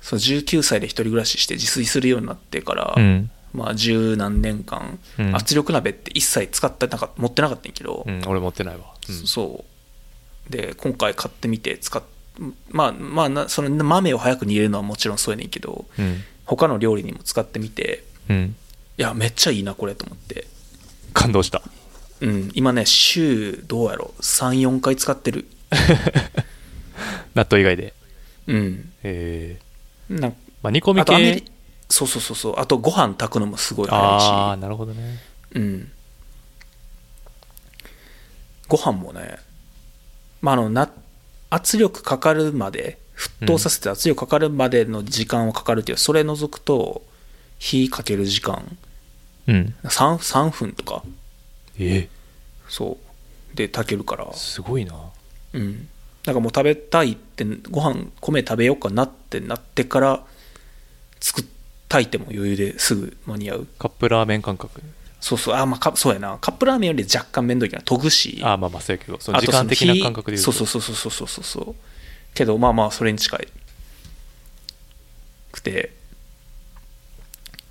[SPEAKER 3] その19歳で一人暮らしして自炊するようになってから、
[SPEAKER 2] うん。
[SPEAKER 3] まあ十何年間、
[SPEAKER 2] うん
[SPEAKER 3] 圧力鍋って一切使ってなかっ持ってなかったんやけど、
[SPEAKER 2] うん、俺持ってないわ。うん
[SPEAKER 3] そうで今回買ってみて使っまあまあなその豆を早く煮れるのはもちろんそうやねんけど
[SPEAKER 2] うん。
[SPEAKER 3] 他の料理にも使ってみて
[SPEAKER 2] うん。
[SPEAKER 3] いやめっちゃいいなこれと思って
[SPEAKER 2] 感動した。 [laughs]
[SPEAKER 3] うん今ね週どうやろう34回使ってる
[SPEAKER 2] 納豆以外で。
[SPEAKER 3] うん
[SPEAKER 2] ええ
[SPEAKER 3] なん
[SPEAKER 2] まあ、煮込み
[SPEAKER 3] あとアメ
[SPEAKER 2] 系
[SPEAKER 3] リ。そうそうそうそうあとご飯炊くのもすごい
[SPEAKER 2] ああ
[SPEAKER 3] 早
[SPEAKER 2] ー、なるほどね。
[SPEAKER 3] いしうんご飯もねまああのな圧力かかるまで沸騰させて圧力かかるまでの時間はかかるけど、それ除くと火かける時間
[SPEAKER 2] うん。
[SPEAKER 3] 3, 3分とか
[SPEAKER 2] ええ
[SPEAKER 3] そうで炊けるから
[SPEAKER 2] すごいな。
[SPEAKER 3] うんなんかもう食べたいってご飯米食べようかなってなってから作っ炊いても余裕ですぐ間に合う
[SPEAKER 2] カップラーメン感覚。
[SPEAKER 3] そうそう、あ、まあか、そうやな。カップラーメンより若干面倒いけど、研ぐし。
[SPEAKER 2] ああ、まあまあ、そうやけど、その
[SPEAKER 3] あ
[SPEAKER 2] 時
[SPEAKER 3] とそ
[SPEAKER 2] 間
[SPEAKER 3] の
[SPEAKER 2] 的な感覚で言う
[SPEAKER 3] 火
[SPEAKER 2] と。
[SPEAKER 3] そうそうそうそうそうそうそう。けど、まあまあ、それに近い。くて。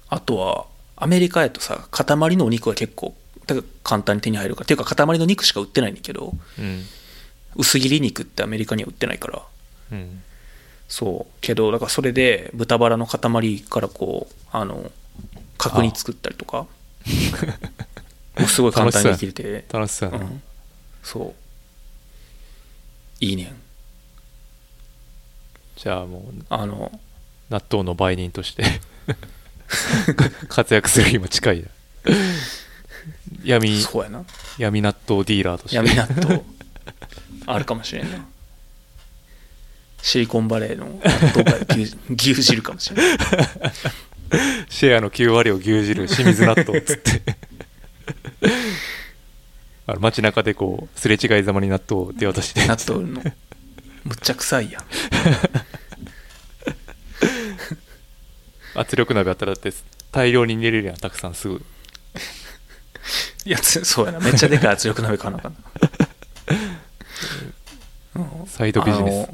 [SPEAKER 3] あとは、アメリカやとさ、塊のお肉は結構、だから簡単に手に入るから。っていうか、塊の肉しか売ってないんだけど、
[SPEAKER 2] うん。
[SPEAKER 3] 薄切り肉ってアメリカには売ってないから。
[SPEAKER 2] うん。
[SPEAKER 3] そう。けど、だからそれで、豚バラの塊からこう、あの、角煮作ったりとか。もうすごい簡単にできれて。
[SPEAKER 2] 楽しそうや
[SPEAKER 3] う
[SPEAKER 2] な。
[SPEAKER 3] ん、そういいねん
[SPEAKER 2] じゃあもう、
[SPEAKER 3] あの
[SPEAKER 2] 納豆の売人として [laughs] 活躍する日も近い
[SPEAKER 3] [laughs]
[SPEAKER 2] な闇
[SPEAKER 3] そうやな
[SPEAKER 2] 闇納豆ディーラーとして
[SPEAKER 3] 闇納豆あるかもしれんなシリコンバレーの納豆が牛牛汁かもしれない
[SPEAKER 2] シェアの9割を牛耳る清水納豆っつって [laughs] あの街中でこうすれ違いざまに納豆を手渡して
[SPEAKER 3] 納豆のむっちゃ臭いやん
[SPEAKER 2] 圧力鍋あったらだって大量に入れれるやんたくさんすぐ
[SPEAKER 3] いやつそうやなめっちゃでかい圧力鍋買わなあかんな、うん
[SPEAKER 2] サイドビジネ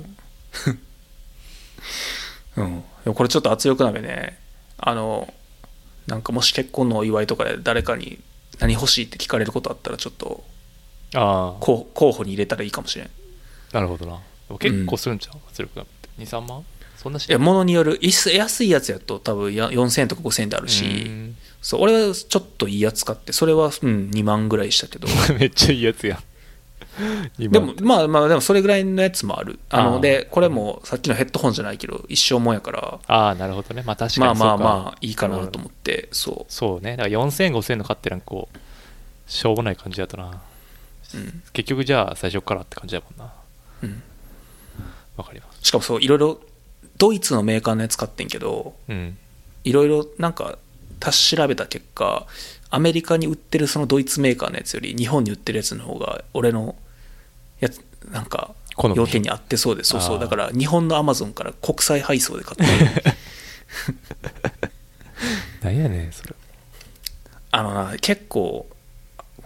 [SPEAKER 2] ス
[SPEAKER 3] あの [laughs] うん、でもこれちょっと圧力鍋ねあのなんかもし結婚のお祝いとかで誰かに何欲しいって聞かれることあったらちょっと
[SPEAKER 2] ああ
[SPEAKER 3] 候候補に入れたらいいかもしれんい
[SPEAKER 2] なるほどなでも結構するんちゃう、圧力鍋って23万そんなしな
[SPEAKER 3] や
[SPEAKER 2] い
[SPEAKER 3] 物によるいす安いやつやと多分や4000円とか5000円である
[SPEAKER 2] う
[SPEAKER 3] し
[SPEAKER 2] ん [laughs]
[SPEAKER 3] そう俺はちょっといいやつ買ってそれは、うん、2万ぐらいしたけ
[SPEAKER 2] [laughs]
[SPEAKER 3] ど
[SPEAKER 2] めっちゃいいやつやん今
[SPEAKER 3] でもまあまあでもそれぐらいのやつもあるあの
[SPEAKER 2] あー
[SPEAKER 3] でこれもさっきのヘッドホンじゃないけど一生もんやから
[SPEAKER 2] ああなるほどねまあ確かに
[SPEAKER 3] まあ
[SPEAKER 2] そうか
[SPEAKER 3] まあまあいいかなと思ってそ
[SPEAKER 2] そうねだから4000 5000の買ってなんかこうしょうもない感じやったな
[SPEAKER 3] う、うん
[SPEAKER 2] 結局じゃあ最初からって感じやもんな
[SPEAKER 3] うん、
[SPEAKER 2] わかります
[SPEAKER 3] しかもそういろいろドイツのメーカーのやつ買ってんけど
[SPEAKER 2] うん
[SPEAKER 3] いろいろなんか足調べた結果アメリカに売ってるそのドイツメーカーのやつより日本に売ってるやつの方が俺のやつなんか
[SPEAKER 2] 好み
[SPEAKER 3] 要件に合ってそうでそうそ
[SPEAKER 2] あ
[SPEAKER 3] う
[SPEAKER 2] ー
[SPEAKER 3] だから日本のアマゾンから国際配送で
[SPEAKER 2] [laughs]
[SPEAKER 3] 買って
[SPEAKER 2] なんやねんそれ
[SPEAKER 3] あのな結構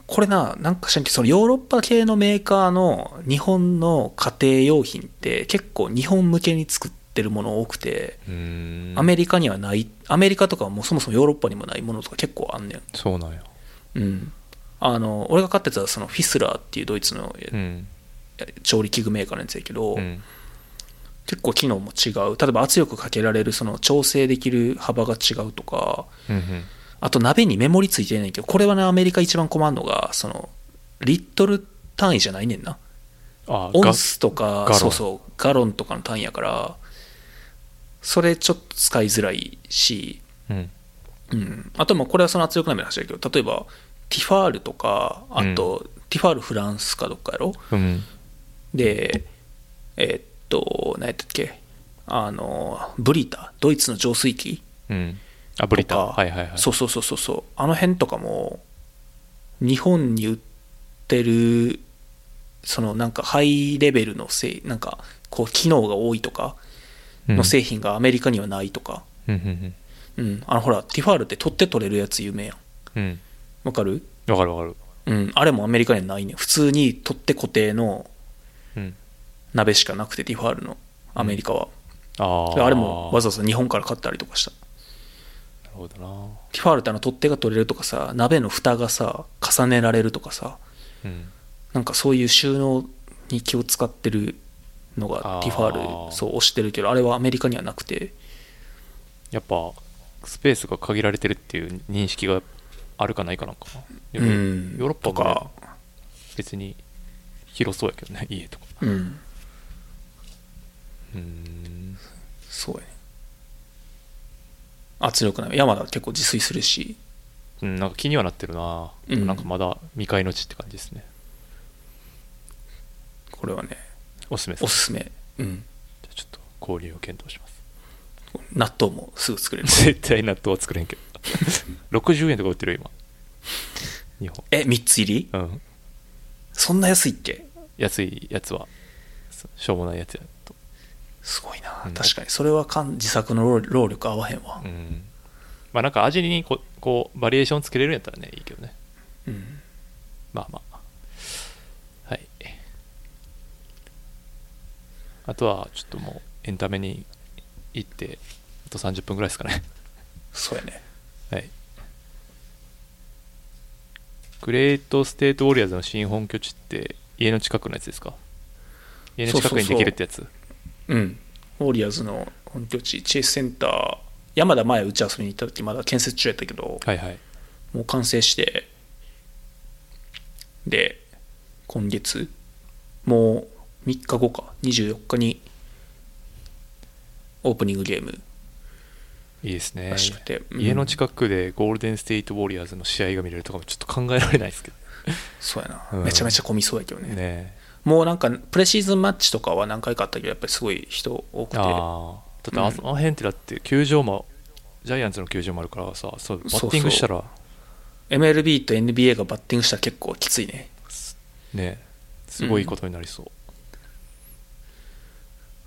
[SPEAKER 3] これななんかしらんけどそのヨーロッパ系のメーカーの日本の家庭用品って結構日本向けに作ってるもの多くて
[SPEAKER 2] うーん
[SPEAKER 3] アメリカにはないアメリカとかはもうそもそもヨーロッパにもないものとか結構あんねん
[SPEAKER 2] そうなんや
[SPEAKER 3] うん、あの俺が買ってたそのフィスラーっていうドイツの
[SPEAKER 2] うん
[SPEAKER 3] 調理器具メーカーのやつやけど、
[SPEAKER 2] うん
[SPEAKER 3] 結構機能も違う例えば圧力かけられるその調整できる幅が違うとか
[SPEAKER 2] うんうん
[SPEAKER 3] あと鍋にメモリついてないけどこれはねアメリカ一番困るのがそのリットル単位じゃないねんな
[SPEAKER 2] ああ
[SPEAKER 3] オ
[SPEAKER 2] ガ
[SPEAKER 3] ンスと
[SPEAKER 2] ガロ
[SPEAKER 3] か
[SPEAKER 2] ン
[SPEAKER 3] そうそうガロンとかの単位やからそれちょっと使いづらいし、
[SPEAKER 2] うん。
[SPEAKER 3] うん、あとまあこれはその圧力鍋の話だけど例えばティファールとかあと、ティファールフランスかどっかやろ
[SPEAKER 2] うん。
[SPEAKER 3] でえーっと何やったっけあのブリタドイツの浄水器
[SPEAKER 2] うん。あ、ブリ
[SPEAKER 3] と
[SPEAKER 2] タ。
[SPEAKER 3] か
[SPEAKER 2] はいはいはい。
[SPEAKER 3] そうそうそうそうそうあの辺とかも日本に売ってるそのなんかハイレベルのせいなんかこう機能が多いとか
[SPEAKER 2] うん
[SPEAKER 3] の製品がアメリカにはないとか、
[SPEAKER 2] うんうん
[SPEAKER 3] うんあのほらティファールって取って取れるやつ有名やん
[SPEAKER 2] うん。
[SPEAKER 3] わかる
[SPEAKER 2] うん。わかるわかる。
[SPEAKER 3] うんあれもアメリカにはないね普通に取って固定の
[SPEAKER 2] うん。
[SPEAKER 3] 鍋しかなくてティファールのアメリカは、
[SPEAKER 2] あ
[SPEAKER 3] で
[SPEAKER 2] あ。
[SPEAKER 3] あれもわ
[SPEAKER 2] ざ。
[SPEAKER 3] ざわざ日本から買ったりとかした
[SPEAKER 2] なるほどな。
[SPEAKER 3] ティファールってあの取っ手が取れるとかさ鍋の蓋がさ重ねられるとかさ
[SPEAKER 2] うん。
[SPEAKER 3] なんかそういう収納に気を使ってるの
[SPEAKER 2] あ
[SPEAKER 3] が
[SPEAKER 2] ー
[SPEAKER 3] ティファールそう押してるけどあれはアメリカにはなくて
[SPEAKER 2] やっぱ、スペースが限られてるっていう認識があるかないかなんかな。ヨ
[SPEAKER 3] う
[SPEAKER 2] ー
[SPEAKER 3] ん
[SPEAKER 2] ロッパ
[SPEAKER 3] と
[SPEAKER 2] と
[SPEAKER 3] か
[SPEAKER 2] か、別に広そうやけどね、家とか。
[SPEAKER 3] うん
[SPEAKER 2] うん。
[SPEAKER 3] そうやね圧力鍋山田は結構自炊するし
[SPEAKER 2] うん、なんか気にはなってるな。
[SPEAKER 3] うん
[SPEAKER 2] なんかまだ未開の地って感じですね。
[SPEAKER 3] これはね
[SPEAKER 2] おすすめです。
[SPEAKER 3] おすすめうん
[SPEAKER 2] じゃあちょっと交流を検討します。 [laughs]
[SPEAKER 3] 納豆もすぐ作れる
[SPEAKER 2] 絶対納豆は作れんけど [laughs] 60円とか売ってるよ今日
[SPEAKER 3] え3つ入り
[SPEAKER 2] 本うん
[SPEAKER 3] そんな安いっけ
[SPEAKER 2] 安いやつはそしょうもないやつやと
[SPEAKER 3] すごいな
[SPEAKER 2] うん
[SPEAKER 3] 確かにそれはかん自作の労労力合わへんわ
[SPEAKER 2] うんまあなんか味にここうバリエーションつけれるんやったらねいいけどね
[SPEAKER 3] うん
[SPEAKER 2] まあまあはいあとはちょっともうエンタメに行ってあと30分ぐらいですかね
[SPEAKER 3] そうやね
[SPEAKER 2] はい。グレートステートウォリアーズの新本拠地って家の近くのやつですか家の近くにできるってやつ
[SPEAKER 3] うん、ウォリアーズの本拠地、チェイスセンター、山田前、うち遊びに行った時まだ建設中やったけど、
[SPEAKER 2] はいはい。
[SPEAKER 3] もう完成して、で、今月、もう3日後か、24日に、オープニングゲーム
[SPEAKER 2] いいですね
[SPEAKER 3] ら。しくて、うん
[SPEAKER 2] 家の近くでゴールデンステートウォリアーズの試合が見れるとかもちょっと考えられないですけ
[SPEAKER 3] そうやな、
[SPEAKER 2] うん
[SPEAKER 3] めちゃめちゃ混みそうやけど
[SPEAKER 2] ど
[SPEAKER 3] [laughs] ね、
[SPEAKER 2] ね。
[SPEAKER 3] もうなんか、プレシーズンマッチとかは何回かあったけど、やっぱりすごい人多くて、
[SPEAKER 2] ああ。だってあその辺ってだって球場も、ジャイアンツの球場もあるからさ、そうバッティングしたら、
[SPEAKER 3] MLB と NBA がバッティングしたら結構きついね。
[SPEAKER 2] ね、すごいことになりそう。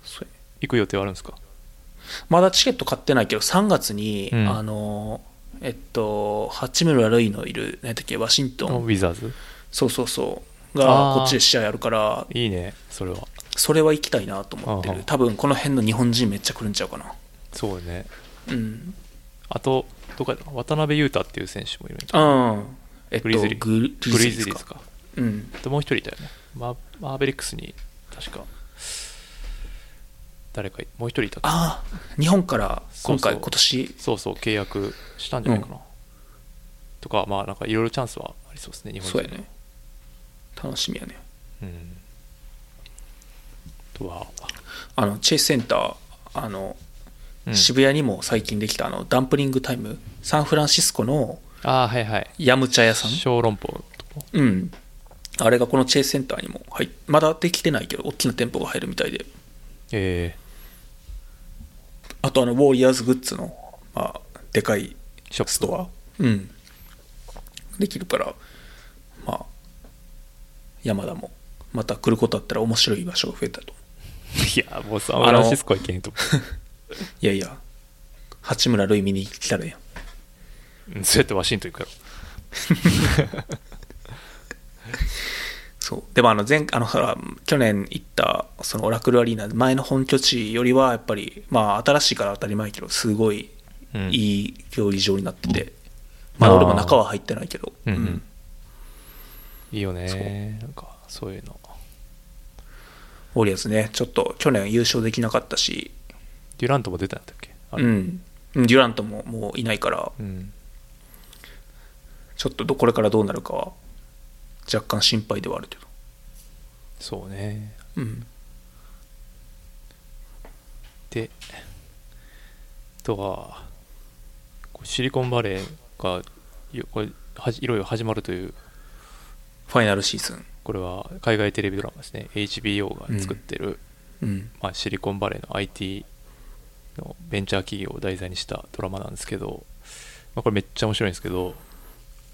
[SPEAKER 3] そうや
[SPEAKER 2] 行く予定はあるんですか
[SPEAKER 3] まだチケット買ってないけど、3月に、
[SPEAKER 2] うん
[SPEAKER 3] あの、えっと、八村塁のいる、何だっけ、ワシント
[SPEAKER 2] ウ
[SPEAKER 3] ン、
[SPEAKER 2] ィザーズ
[SPEAKER 3] そうそうそう、
[SPEAKER 2] あー
[SPEAKER 3] がこっちで試合やるから、
[SPEAKER 2] いいね、それは。
[SPEAKER 3] それは行きたいなと思って
[SPEAKER 2] あは
[SPEAKER 3] る。多分この辺の日本人めっちゃ来るんちゃうかな。
[SPEAKER 2] そうね。
[SPEAKER 3] うん。
[SPEAKER 2] あと、どこやった渡辺裕太っていう選手もいるんじゃ
[SPEAKER 3] うん。えっと、
[SPEAKER 2] グリ
[SPEAKER 3] グリ
[SPEAKER 2] ズ
[SPEAKER 3] ズ
[SPEAKER 2] リ
[SPEAKER 3] リ
[SPEAKER 2] ー
[SPEAKER 3] ー
[SPEAKER 2] グリズリ
[SPEAKER 3] ズ
[SPEAKER 2] ーズ
[SPEAKER 3] か。
[SPEAKER 2] か。
[SPEAKER 3] うん。
[SPEAKER 2] あともう一人いたよね。ママーベリックスに、確か、誰かい、もう一人いたか
[SPEAKER 3] ああ、日本から
[SPEAKER 2] そう
[SPEAKER 3] 今
[SPEAKER 2] そう
[SPEAKER 3] 回、今年、
[SPEAKER 2] そうそう、契約したんじゃないかな。とか、まあ、なんかいろいろチャンスはありそうですね、日本
[SPEAKER 3] そう
[SPEAKER 2] 人
[SPEAKER 3] やね。楽しみやね。
[SPEAKER 2] うん。あとは、
[SPEAKER 3] あの、チェイスセンター、あの、
[SPEAKER 2] うん
[SPEAKER 3] 渋谷にも最近できたあのダンプリングタイムサンフランシスコの
[SPEAKER 2] ああ、はいはい。
[SPEAKER 3] ヤムチャ屋さん
[SPEAKER 2] 小籠包のとこ。
[SPEAKER 3] うん。あれがこのチェイスセンターにも入っまだできてないけど、大きな店舗が入るみたいで。
[SPEAKER 2] え
[SPEAKER 3] あと、あの、ウォリアーズグッズの、まあ、でかい
[SPEAKER 2] ー、ショップ。
[SPEAKER 3] ストア。うん。できるから、まあ、山田も、また来ることあったら面白い場所が増えたと。
[SPEAKER 2] いや、もうサンフランシスコは行けへんと思
[SPEAKER 3] いやいや、八村塁見に来たらええやん。
[SPEAKER 2] ううん。そうやってワシントン行くやろ。
[SPEAKER 3] そう。でも、あの、前、あの、ほら去年行った、そのオラクルアリーナ、前の本拠地よりは、やっぱり、まあ、新しいから当たり前やけど、すごい
[SPEAKER 2] うん
[SPEAKER 3] いい競技場になってて、まだ俺も中は入ってないけど、
[SPEAKER 2] うんうん
[SPEAKER 3] うん
[SPEAKER 2] いいよねなんかそういうの
[SPEAKER 3] ウォリアーズね、ちょっと去年優勝できなかったし、
[SPEAKER 2] デュラントも出たんだっけあれ
[SPEAKER 3] うん、デュラントももういないから、
[SPEAKER 2] うん
[SPEAKER 3] ちょっとどこれからどうなるかは、若干心配ではあるけど、
[SPEAKER 2] そうね
[SPEAKER 3] うん、
[SPEAKER 2] で人はこうシリコンバレーがよこれはじいろいろ始まるという
[SPEAKER 3] ファイナルシーズン。
[SPEAKER 2] これは海外テレビドラマですね HBO が作ってる、
[SPEAKER 3] うん。
[SPEAKER 2] まあ、シリコンバレーの IT のベンチャー企業を題材にしたドラマなんですけど、まあ、これめっちゃ面白いんですけど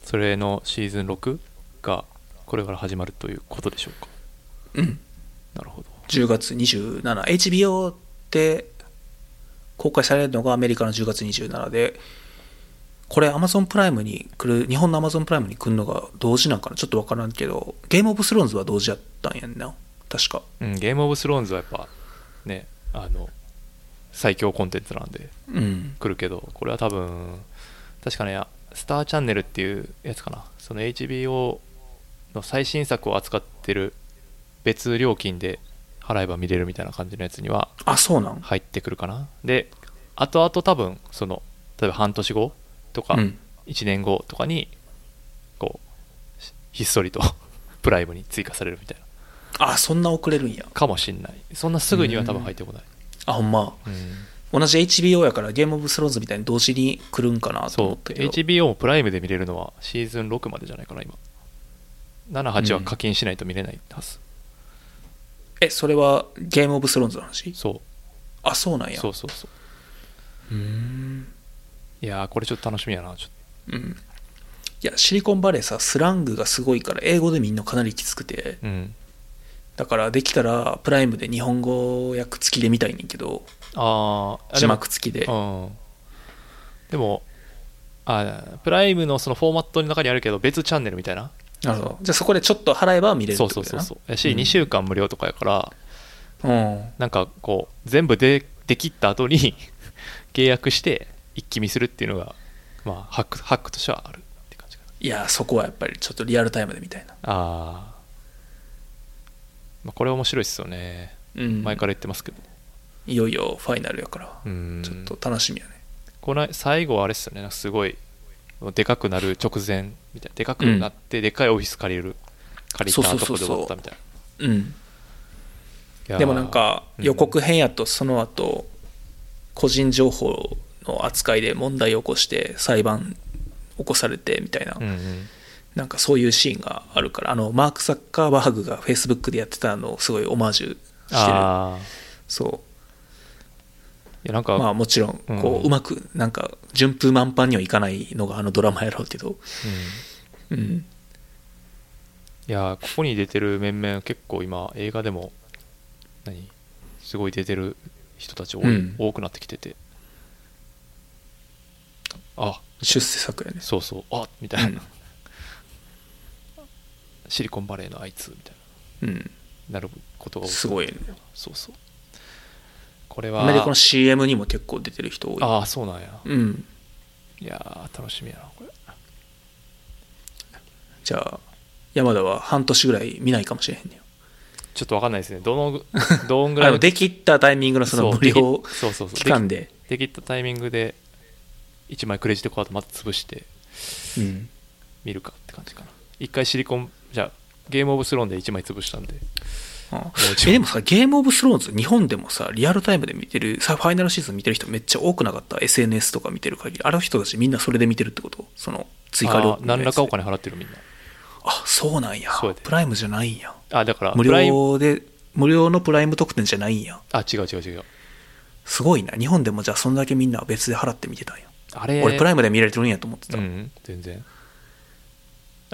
[SPEAKER 2] それのシーズン6がこれから始まるということでしょうか
[SPEAKER 3] うん。
[SPEAKER 2] なるほど
[SPEAKER 3] 10月27。HBO で公開されるのがアメリカの10月27で、これ Amazon プライムに来る、日本の Amazon プライムに来るのが同時なんかなちょっとわからんけど、ゲームオブスローンズは同時やったんやんな。確か。
[SPEAKER 2] うん、ゲームオブスローンズはやっぱねあの最強コンテンツなんで
[SPEAKER 3] うん。
[SPEAKER 2] 来るけどこれは多分確かねスターチャンネルっていうやつかなその HBO の最新作を扱ってる別料金で払えば見れるみたいな感じのやつには
[SPEAKER 3] あ、そうなん。
[SPEAKER 2] 入ってくるかなで後々多分その例えば半年後とか
[SPEAKER 3] うん。
[SPEAKER 2] 1年後とかにこうひひっそりと [laughs] プライムに追加されるみたいな
[SPEAKER 3] あ、そんな遅れるんや。
[SPEAKER 2] かもしんないそんなすぐには多分入ってこない
[SPEAKER 3] あ、ほんま。同じ HBO やからゲームオブスローンズみたいに同時に来るんかなと思
[SPEAKER 2] そ
[SPEAKER 3] っ
[SPEAKER 2] う
[SPEAKER 3] たけど。
[SPEAKER 2] HBO もプライムで見れるのはシーズン6までじゃないかな今78は課金しないと見れないはず、
[SPEAKER 3] え、それはゲームオブスローンズの話
[SPEAKER 2] そ
[SPEAKER 3] あ、そうなん
[SPEAKER 2] う
[SPEAKER 3] や。
[SPEAKER 2] そうそうそう
[SPEAKER 3] うーん。
[SPEAKER 2] いやーこれちょっと楽しみやなちょっ
[SPEAKER 3] うん。いや、シリコンバレーさ、スラングがすごいから、英語でみんなかなりきつくて、
[SPEAKER 2] とうん
[SPEAKER 3] だからできたら、プライムで日本語訳付きで見たいねんけど、
[SPEAKER 2] あーあ
[SPEAKER 3] 字幕付きで
[SPEAKER 2] で。も,、うん、でもあープライムのそのフォーマットの中にあるけど別チャンネルみたいな
[SPEAKER 3] なるほど。じゃあそこでちょっと払えば見れるって
[SPEAKER 2] そう
[SPEAKER 3] こ
[SPEAKER 2] そ
[SPEAKER 3] と
[SPEAKER 2] う
[SPEAKER 3] や
[SPEAKER 2] そうそう
[SPEAKER 3] な。
[SPEAKER 2] やし、
[SPEAKER 3] うん
[SPEAKER 2] 2週間無料とかやから
[SPEAKER 3] うん。
[SPEAKER 2] なんかこう全部でできった後に [laughs] 契約して一気見するっていうのがまあハックハックとしてはあるって感じかない
[SPEAKER 3] や、そこはやっぱりちょっとリアルタイムでみたいな。
[SPEAKER 2] あー、まあこれ面白いですよね
[SPEAKER 3] うん。
[SPEAKER 2] 前から言ってますけど、
[SPEAKER 3] いよいよファイナルやから、
[SPEAKER 2] うん
[SPEAKER 3] ちょっと楽しみやね。
[SPEAKER 2] この最後はあれですよねなんかすごいでかくなる直前みたいなでかくなってでかいオフィス借りる、借りた
[SPEAKER 3] そう
[SPEAKER 2] とこ
[SPEAKER 3] そう
[SPEAKER 2] で
[SPEAKER 3] そう
[SPEAKER 2] 終わ
[SPEAKER 3] そう
[SPEAKER 2] ったみたいない
[SPEAKER 3] うん。
[SPEAKER 2] やー
[SPEAKER 3] でもなんか
[SPEAKER 2] うん
[SPEAKER 3] 予告編やとその後個人情報の扱いで問題を起こして裁判起こされてみたいな、
[SPEAKER 2] うんうん
[SPEAKER 3] なんかそういうシーンがあるからあのマーク・ザッカーバーグがフェイスブックでやってたのをすごいオマージュしてる
[SPEAKER 2] ああ
[SPEAKER 3] そ
[SPEAKER 2] いやなん
[SPEAKER 3] う
[SPEAKER 2] か、
[SPEAKER 3] まあもちろん
[SPEAKER 2] う
[SPEAKER 3] こうんうまくなんか順風満帆にはいかないのがあのドラマやろうけど
[SPEAKER 2] うん
[SPEAKER 3] うん
[SPEAKER 2] いやーここに出てる面々結構今映画でも何すごい出てる人たち多い、
[SPEAKER 3] うん
[SPEAKER 2] 多くなってきててあ
[SPEAKER 3] 出世作やね
[SPEAKER 2] そうそうあみたいな、
[SPEAKER 3] うん
[SPEAKER 2] シリコンバレーのあいつみたい
[SPEAKER 3] うん
[SPEAKER 2] ななることが多
[SPEAKER 3] すごいね
[SPEAKER 2] そうそうこれは
[SPEAKER 3] アメリカの CM にも結構出てる人多い
[SPEAKER 2] ああそうなんや
[SPEAKER 3] うん
[SPEAKER 2] いやー楽しみやなこれ
[SPEAKER 3] じゃあ山田は半年ぐらい見ないかもしれへんねよ
[SPEAKER 2] ちょっとわかんないですねど
[SPEAKER 3] [laughs]
[SPEAKER 2] のぐどんぐ
[SPEAKER 3] あ
[SPEAKER 2] らい
[SPEAKER 3] の
[SPEAKER 2] の
[SPEAKER 3] できったタイミングのその
[SPEAKER 2] そう
[SPEAKER 3] 無料
[SPEAKER 2] できそうそうそう
[SPEAKER 3] 期間で、
[SPEAKER 2] できったタイミングで1枚クレジットカードまた潰して
[SPEAKER 3] うん
[SPEAKER 2] 見るかって感じかな一回シリコンじゃあゲームオブスローンで1枚潰したんで
[SPEAKER 3] あ
[SPEAKER 2] 一枚
[SPEAKER 3] えでもさ、ゲームオブスローンズ、日本でもさ、リアルタイムで見てる、さファイナルシーズン見てる人めっちゃ多くなかった、SNS とか見てる限り、あの人たちみんなそれで見てるってこと、その追加
[SPEAKER 2] あー
[SPEAKER 3] 料金の
[SPEAKER 2] 何
[SPEAKER 3] や
[SPEAKER 2] ら
[SPEAKER 3] つ
[SPEAKER 2] かお金払ってるみんな
[SPEAKER 3] あそうなんや
[SPEAKER 2] そうやで、
[SPEAKER 3] プライムじゃないんや、
[SPEAKER 2] あだから
[SPEAKER 3] 無
[SPEAKER 2] プライム
[SPEAKER 3] 料で、無料のプライム特典じゃないんや、
[SPEAKER 2] あ違う違う違う
[SPEAKER 3] すごいな、日本でもじゃあ、そんだけみんな別で払って見てたんや、
[SPEAKER 2] あれ
[SPEAKER 3] 俺、プラ
[SPEAKER 2] イ
[SPEAKER 3] イムで見られてるんやと思ってた、
[SPEAKER 2] うんうん全然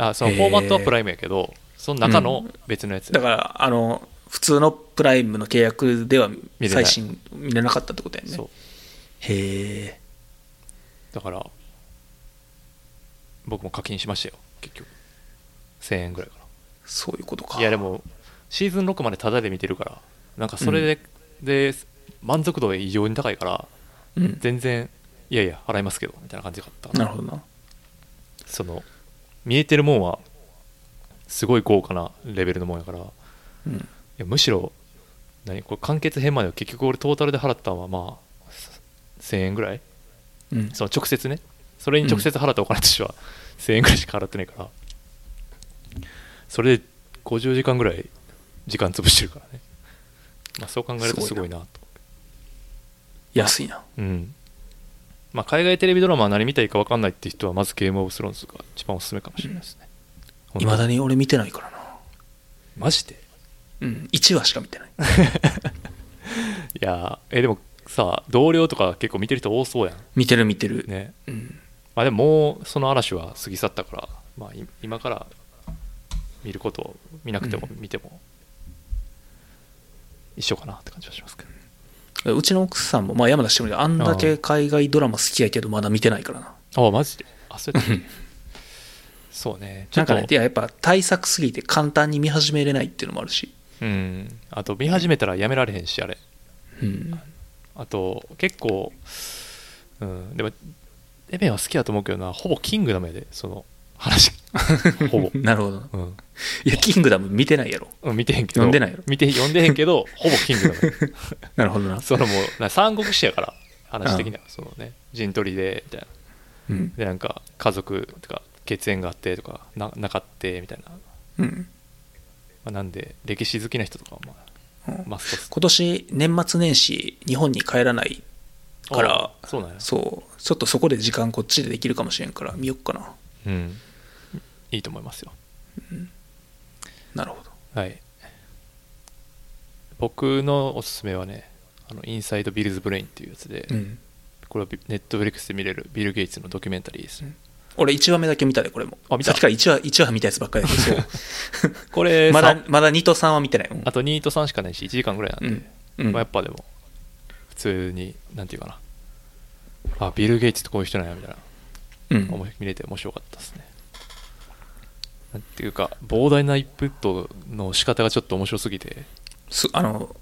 [SPEAKER 2] あそのフォーマットはプライムやけど、その中の別のやつ、
[SPEAKER 3] だから、あの、普通のプライムの契約では
[SPEAKER 2] れない
[SPEAKER 3] 最新見れなかったってことやんね。
[SPEAKER 2] そう
[SPEAKER 3] へえ。
[SPEAKER 2] だから僕も課金しましたよ結局1000円ぐらいかな
[SPEAKER 3] そういうことか。
[SPEAKER 2] いやでもシーズン6までタダで見てるからなんかそれで,、で満足度が異常に高いから
[SPEAKER 3] うん、
[SPEAKER 2] 全然いやいや払いますけどみたいな感じだった
[SPEAKER 3] なるほどな。
[SPEAKER 2] その見えてるもんはすごい豪華なレベルのもんやからい
[SPEAKER 3] うん、
[SPEAKER 2] やむしろ何これ完結編までは結局俺トータルで払ったのはまあ1000円ぐらい
[SPEAKER 3] うん、
[SPEAKER 2] その直接ねそれに直接払ったお金としては1000円ぐらいしか払ってないからそれで50時間ぐらい時間潰してるからね、まあ、そう考えるとす
[SPEAKER 3] す
[SPEAKER 2] ご
[SPEAKER 3] ご
[SPEAKER 2] い
[SPEAKER 3] い
[SPEAKER 2] なと
[SPEAKER 3] 安いな。
[SPEAKER 2] うんまあ、海外テレビドラマは何見たらいいか分かんないって人はまずゲームオブスローンズが一番おすすめかもしれないですね、
[SPEAKER 3] いまだに俺見てないからな
[SPEAKER 2] マジで
[SPEAKER 3] うん1話しか見てない
[SPEAKER 2] いやーえでもさ同僚とか結構見てる人多そうや
[SPEAKER 3] 見てる見てる、
[SPEAKER 2] んね
[SPEAKER 3] うん、
[SPEAKER 2] まあでももうその嵐は過ぎ去ったから、まあ、い今から見ることを見なくても見ても一緒かなって感じはしますけど、
[SPEAKER 3] うちの奥さんも、まあ、山田してもあんだけ海外ドラマ好きやけどまだ見てないからな
[SPEAKER 2] ああマジであそうやった
[SPEAKER 3] [laughs]
[SPEAKER 2] そうねちょ
[SPEAKER 3] な
[SPEAKER 2] っ
[SPEAKER 3] ん
[SPEAKER 2] と
[SPEAKER 3] かねいややっぱ対策すぎて簡単に見始めれないっていうのもあるし、
[SPEAKER 2] うんあと見始めたらやめられへんしあれ
[SPEAKER 3] うん、
[SPEAKER 2] あと結構うんでもエメンは好きだと思うけどなほぼキングダムやでその
[SPEAKER 3] [laughs]
[SPEAKER 2] 話ほぼ
[SPEAKER 3] なるほどな
[SPEAKER 2] うん
[SPEAKER 3] いやキングダム見てないやろ
[SPEAKER 2] うん見てへんけど
[SPEAKER 3] 読んでないの
[SPEAKER 2] 見て読んでへんけどほぼキングダム
[SPEAKER 3] なるほ [laughs] どな、
[SPEAKER 2] そのもうな三国志やから話的にはそのね陣取りでみたいな
[SPEAKER 3] うん
[SPEAKER 2] でなんか家族とか血縁があってとかななかってみたいな、ま
[SPEAKER 3] うん、
[SPEAKER 2] あ、なんで歴史好きな人とかはまあ、
[SPEAKER 3] うん
[SPEAKER 2] マストス
[SPEAKER 3] 今年年末年始日本に帰らないから
[SPEAKER 2] あそうなんや
[SPEAKER 3] そうちょっとそこで時間こっちでできるかもしれんから見よっかな
[SPEAKER 2] うんいいと思いますよ
[SPEAKER 3] なるほど
[SPEAKER 2] はい僕のおすすめはねあのインサイドビルズブレインっていうやつで、
[SPEAKER 3] うん
[SPEAKER 2] これはネットフリックスで見れるビル・ゲイツのドキュメンタリーです、ね
[SPEAKER 3] 俺1話目だけ見たでこれも
[SPEAKER 2] あ見た
[SPEAKER 3] さっきから1話一話見たやつばっかりだけどそう
[SPEAKER 2] これ
[SPEAKER 3] まだ
[SPEAKER 2] さ
[SPEAKER 3] まだ2と3は見てないうん
[SPEAKER 2] あと2と3しかないし1時間ぐらいなんで、
[SPEAKER 3] うんうん
[SPEAKER 2] まあ、やっぱでも普通になんていうかなあビル・ゲイツってこういう人なんやみたいな
[SPEAKER 3] うん
[SPEAKER 2] 面白見れて面白かったですねなんていうか膨大なインプットの仕方がちょっと面白すぎて
[SPEAKER 3] すあの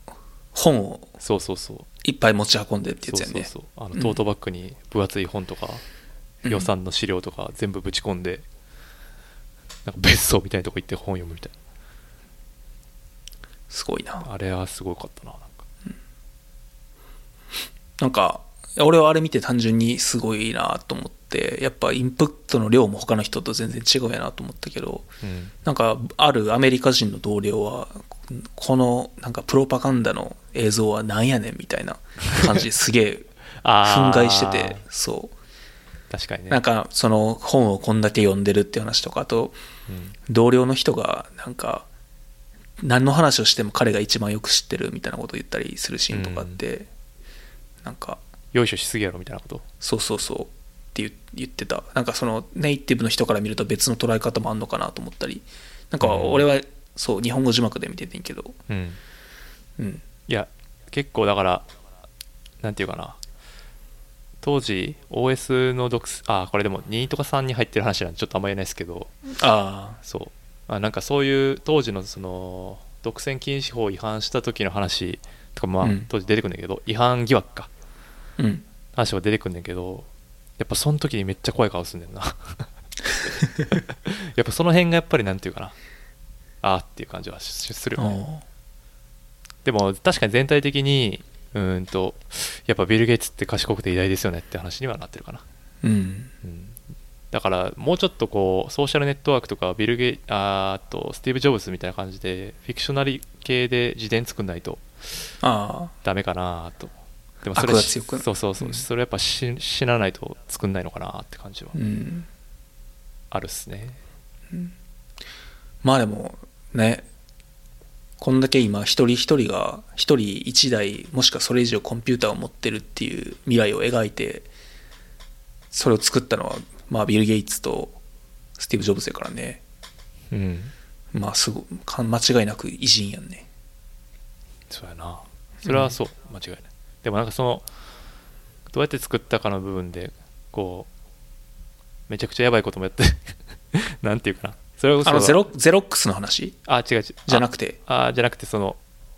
[SPEAKER 3] 本を
[SPEAKER 2] そうそうそう
[SPEAKER 3] いっぱい持ち運んでってや
[SPEAKER 2] そう
[SPEAKER 3] つや
[SPEAKER 2] そう
[SPEAKER 3] ね
[SPEAKER 2] そうあの
[SPEAKER 3] うん
[SPEAKER 2] トートバッグに分厚い本とか、
[SPEAKER 3] うん
[SPEAKER 2] 予算の資料とか全部ぶち込んでなんか別荘みたいなとこ行って本読むみたい
[SPEAKER 3] すごいな
[SPEAKER 2] なあれはすごかったななんか
[SPEAKER 3] なんか、俺はあれ見て単純にすごいなと思って、やっぱインプットの量も他の人と全然違うやなと思ったけど、
[SPEAKER 2] うん
[SPEAKER 3] なんか、あるアメリカ人の同僚は、このなんかプロパガンダの映像はなんやねんみたいな感じですげえ憤
[SPEAKER 2] [laughs] あー
[SPEAKER 3] 慨してて、そう。
[SPEAKER 2] 確かにね
[SPEAKER 3] なんか、その本をこんだけ読んでるって話とか、あと、
[SPEAKER 2] うん
[SPEAKER 3] 同僚の人がなんか何の話をしても彼が一番よく知ってるみたいなことを言ったりするシーンとかあって、なんか
[SPEAKER 2] よいしょしすぎやろみたいなこと
[SPEAKER 3] そうそうそうって言言ってたなんかそのネイティブの人から見ると別の捉え方もあんのかなと思ったりなんか俺はそう日本語字幕で見ててんけど
[SPEAKER 2] うん
[SPEAKER 3] うん
[SPEAKER 2] いや結構だからなんていうかな当時 OS の独占あこれでも2とか3に入ってる話なんでちょっとあんま言えないですけど
[SPEAKER 3] ああ
[SPEAKER 2] そうあなんかそういう当時のその独占禁止法違反した時の話とかまあ、
[SPEAKER 3] うん
[SPEAKER 2] 当時出てくるんだけど違反疑惑か
[SPEAKER 3] うん
[SPEAKER 2] 話が出てくるんだけどやっぱその時にめっちゃ怖い顔すん
[SPEAKER 3] [laughs]
[SPEAKER 2] ねんなやっぱその辺がやっぱりなんていうかなあーっていう感じはしするよね
[SPEAKER 3] あ
[SPEAKER 2] でも確かに全体的にうーんとやっぱビル・ゲイツって賢くて偉大ですよねって話にはなってるかな、
[SPEAKER 3] ーうん
[SPEAKER 2] うん、だからもうちょっとこうソーシャルネットワークとかビルゲイあーあとスティーブ・ジョブズみたいな感じでフィクショナリ系で自伝作んないと
[SPEAKER 3] あ
[SPEAKER 2] ダメかなとでも
[SPEAKER 3] 悪が強く
[SPEAKER 2] そうそうそう、
[SPEAKER 3] うん
[SPEAKER 2] それやっぱし死なないと作んないのかなって感じは
[SPEAKER 3] あうん
[SPEAKER 2] あるっすね、
[SPEAKER 3] まあでもねこんだけ今一人一人が一人一台もしくはそれ以上コンピューターを持ってるっていう未来を描いてそれを作ったのはまあビル・ゲイツとスティーブ・ジョブズやからね
[SPEAKER 2] うん
[SPEAKER 3] まあすごか間違いなく偉人やんね
[SPEAKER 2] そうやなそれはそう、間違いないでもなんかそのどうやって作ったかの部分でこうめちゃくちゃやばいこともやって [laughs] なんていうかなそれこそ
[SPEAKER 3] あのゼロゼロックスの話
[SPEAKER 2] あ違う違う
[SPEAKER 3] じゃな
[SPEAKER 2] く
[SPEAKER 3] くて
[SPEAKER 2] ああじゃなくてその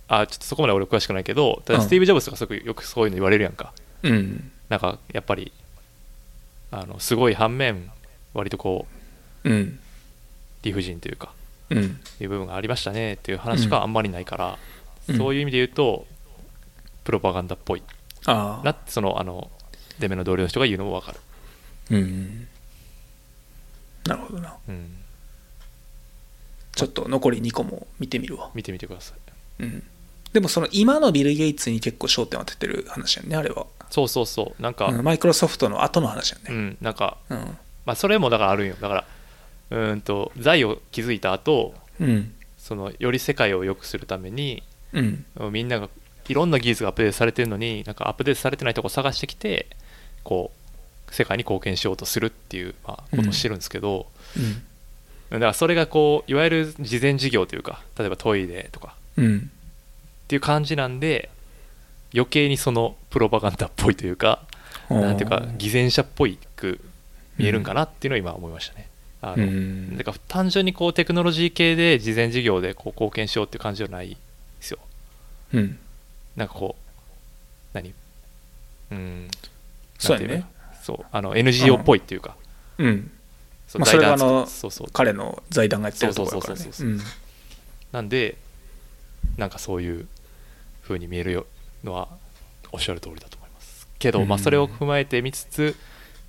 [SPEAKER 2] あちょっとそこまで俺詳しくないけどただ
[SPEAKER 3] うん
[SPEAKER 2] スティーブ・ジョブズとかすごくよくそういうの言われるやんか、
[SPEAKER 3] うん
[SPEAKER 2] なんかやっぱりあのすごい反面割とこう
[SPEAKER 3] うん
[SPEAKER 2] 理不尽というか
[SPEAKER 3] うん
[SPEAKER 2] いう部分がありましたねっていう話があんまりないから、
[SPEAKER 3] うん
[SPEAKER 2] そういう意味で言うとプロパガンダっぽい
[SPEAKER 3] あ
[SPEAKER 2] な
[SPEAKER 3] あ
[SPEAKER 2] ってそのあのデメの同僚の人が言うのも分かる、
[SPEAKER 3] うんなるほどな
[SPEAKER 2] うん、
[SPEAKER 3] ちょっと残り2個も見てみるわ
[SPEAKER 2] 見てみてください
[SPEAKER 3] うんでもその今のビル・ゲイツに結構焦点を当ててる話やんねあれは、
[SPEAKER 2] そうそうそうなんか、
[SPEAKER 3] うんマイクロソフトの後の話やん
[SPEAKER 2] う
[SPEAKER 3] ね
[SPEAKER 2] ん、なんか、
[SPEAKER 3] うん
[SPEAKER 2] まあ、それもだからあるんよだからうーんと財を築いた後
[SPEAKER 3] うん
[SPEAKER 2] そのより世界を良くするために
[SPEAKER 3] うん
[SPEAKER 2] みんながいろんな技術がアップデートされてるのになんかアップデートされてないとこ探してきてこう世界に貢献しようとするっていう、まあ、ことをしてるんですけど、
[SPEAKER 3] うん
[SPEAKER 2] だからそれがこういわゆる慈善事業というか例えばトイレとか
[SPEAKER 3] うん
[SPEAKER 2] っていう感じなんで余計にそのプロパガンダっぽいというかなんていうか偽善者っぽいく見えるんかなっていうのを今思いましたね。あ
[SPEAKER 3] う
[SPEAKER 2] の
[SPEAKER 3] ん
[SPEAKER 2] だから単純にこうテクノロジー系で慈善事業でこう貢献しようっていう感じじゃないですよ。
[SPEAKER 3] うん
[SPEAKER 2] なんかこう何うん
[SPEAKER 3] そうやね
[SPEAKER 2] なんていのかなそうあの NGO っぽいっていうか、
[SPEAKER 3] うん
[SPEAKER 2] そう
[SPEAKER 3] まあそれがあの
[SPEAKER 2] そうそう
[SPEAKER 3] 彼の財団がやってるところだからね
[SPEAKER 2] そうそうそうなんでなんかそういう風に見えるよのはおっしゃる通りだと思いますけど、まあ、
[SPEAKER 3] うん
[SPEAKER 2] それを踏まえて見つつ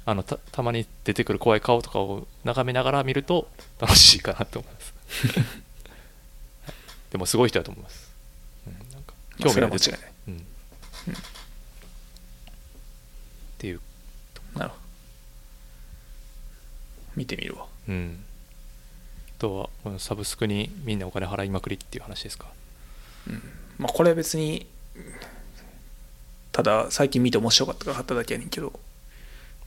[SPEAKER 2] あのたたまに出てくる怖い顔とかを眺めながら見ると楽しいかなと思い
[SPEAKER 3] [laughs]
[SPEAKER 2] ますはいでもすごい人だと思います、うん、なんか
[SPEAKER 3] うんまあそれ
[SPEAKER 2] が
[SPEAKER 3] は間
[SPEAKER 2] 出
[SPEAKER 3] 違い
[SPEAKER 2] て
[SPEAKER 3] ない
[SPEAKER 2] うんっていう、
[SPEAKER 3] なるほど見てみるわ
[SPEAKER 2] うん、あとはこのサブスクにみんなお金払いまくりっていう話ですか
[SPEAKER 3] まあこれは別にただ最近見て面白かったから貼っただけやねんけど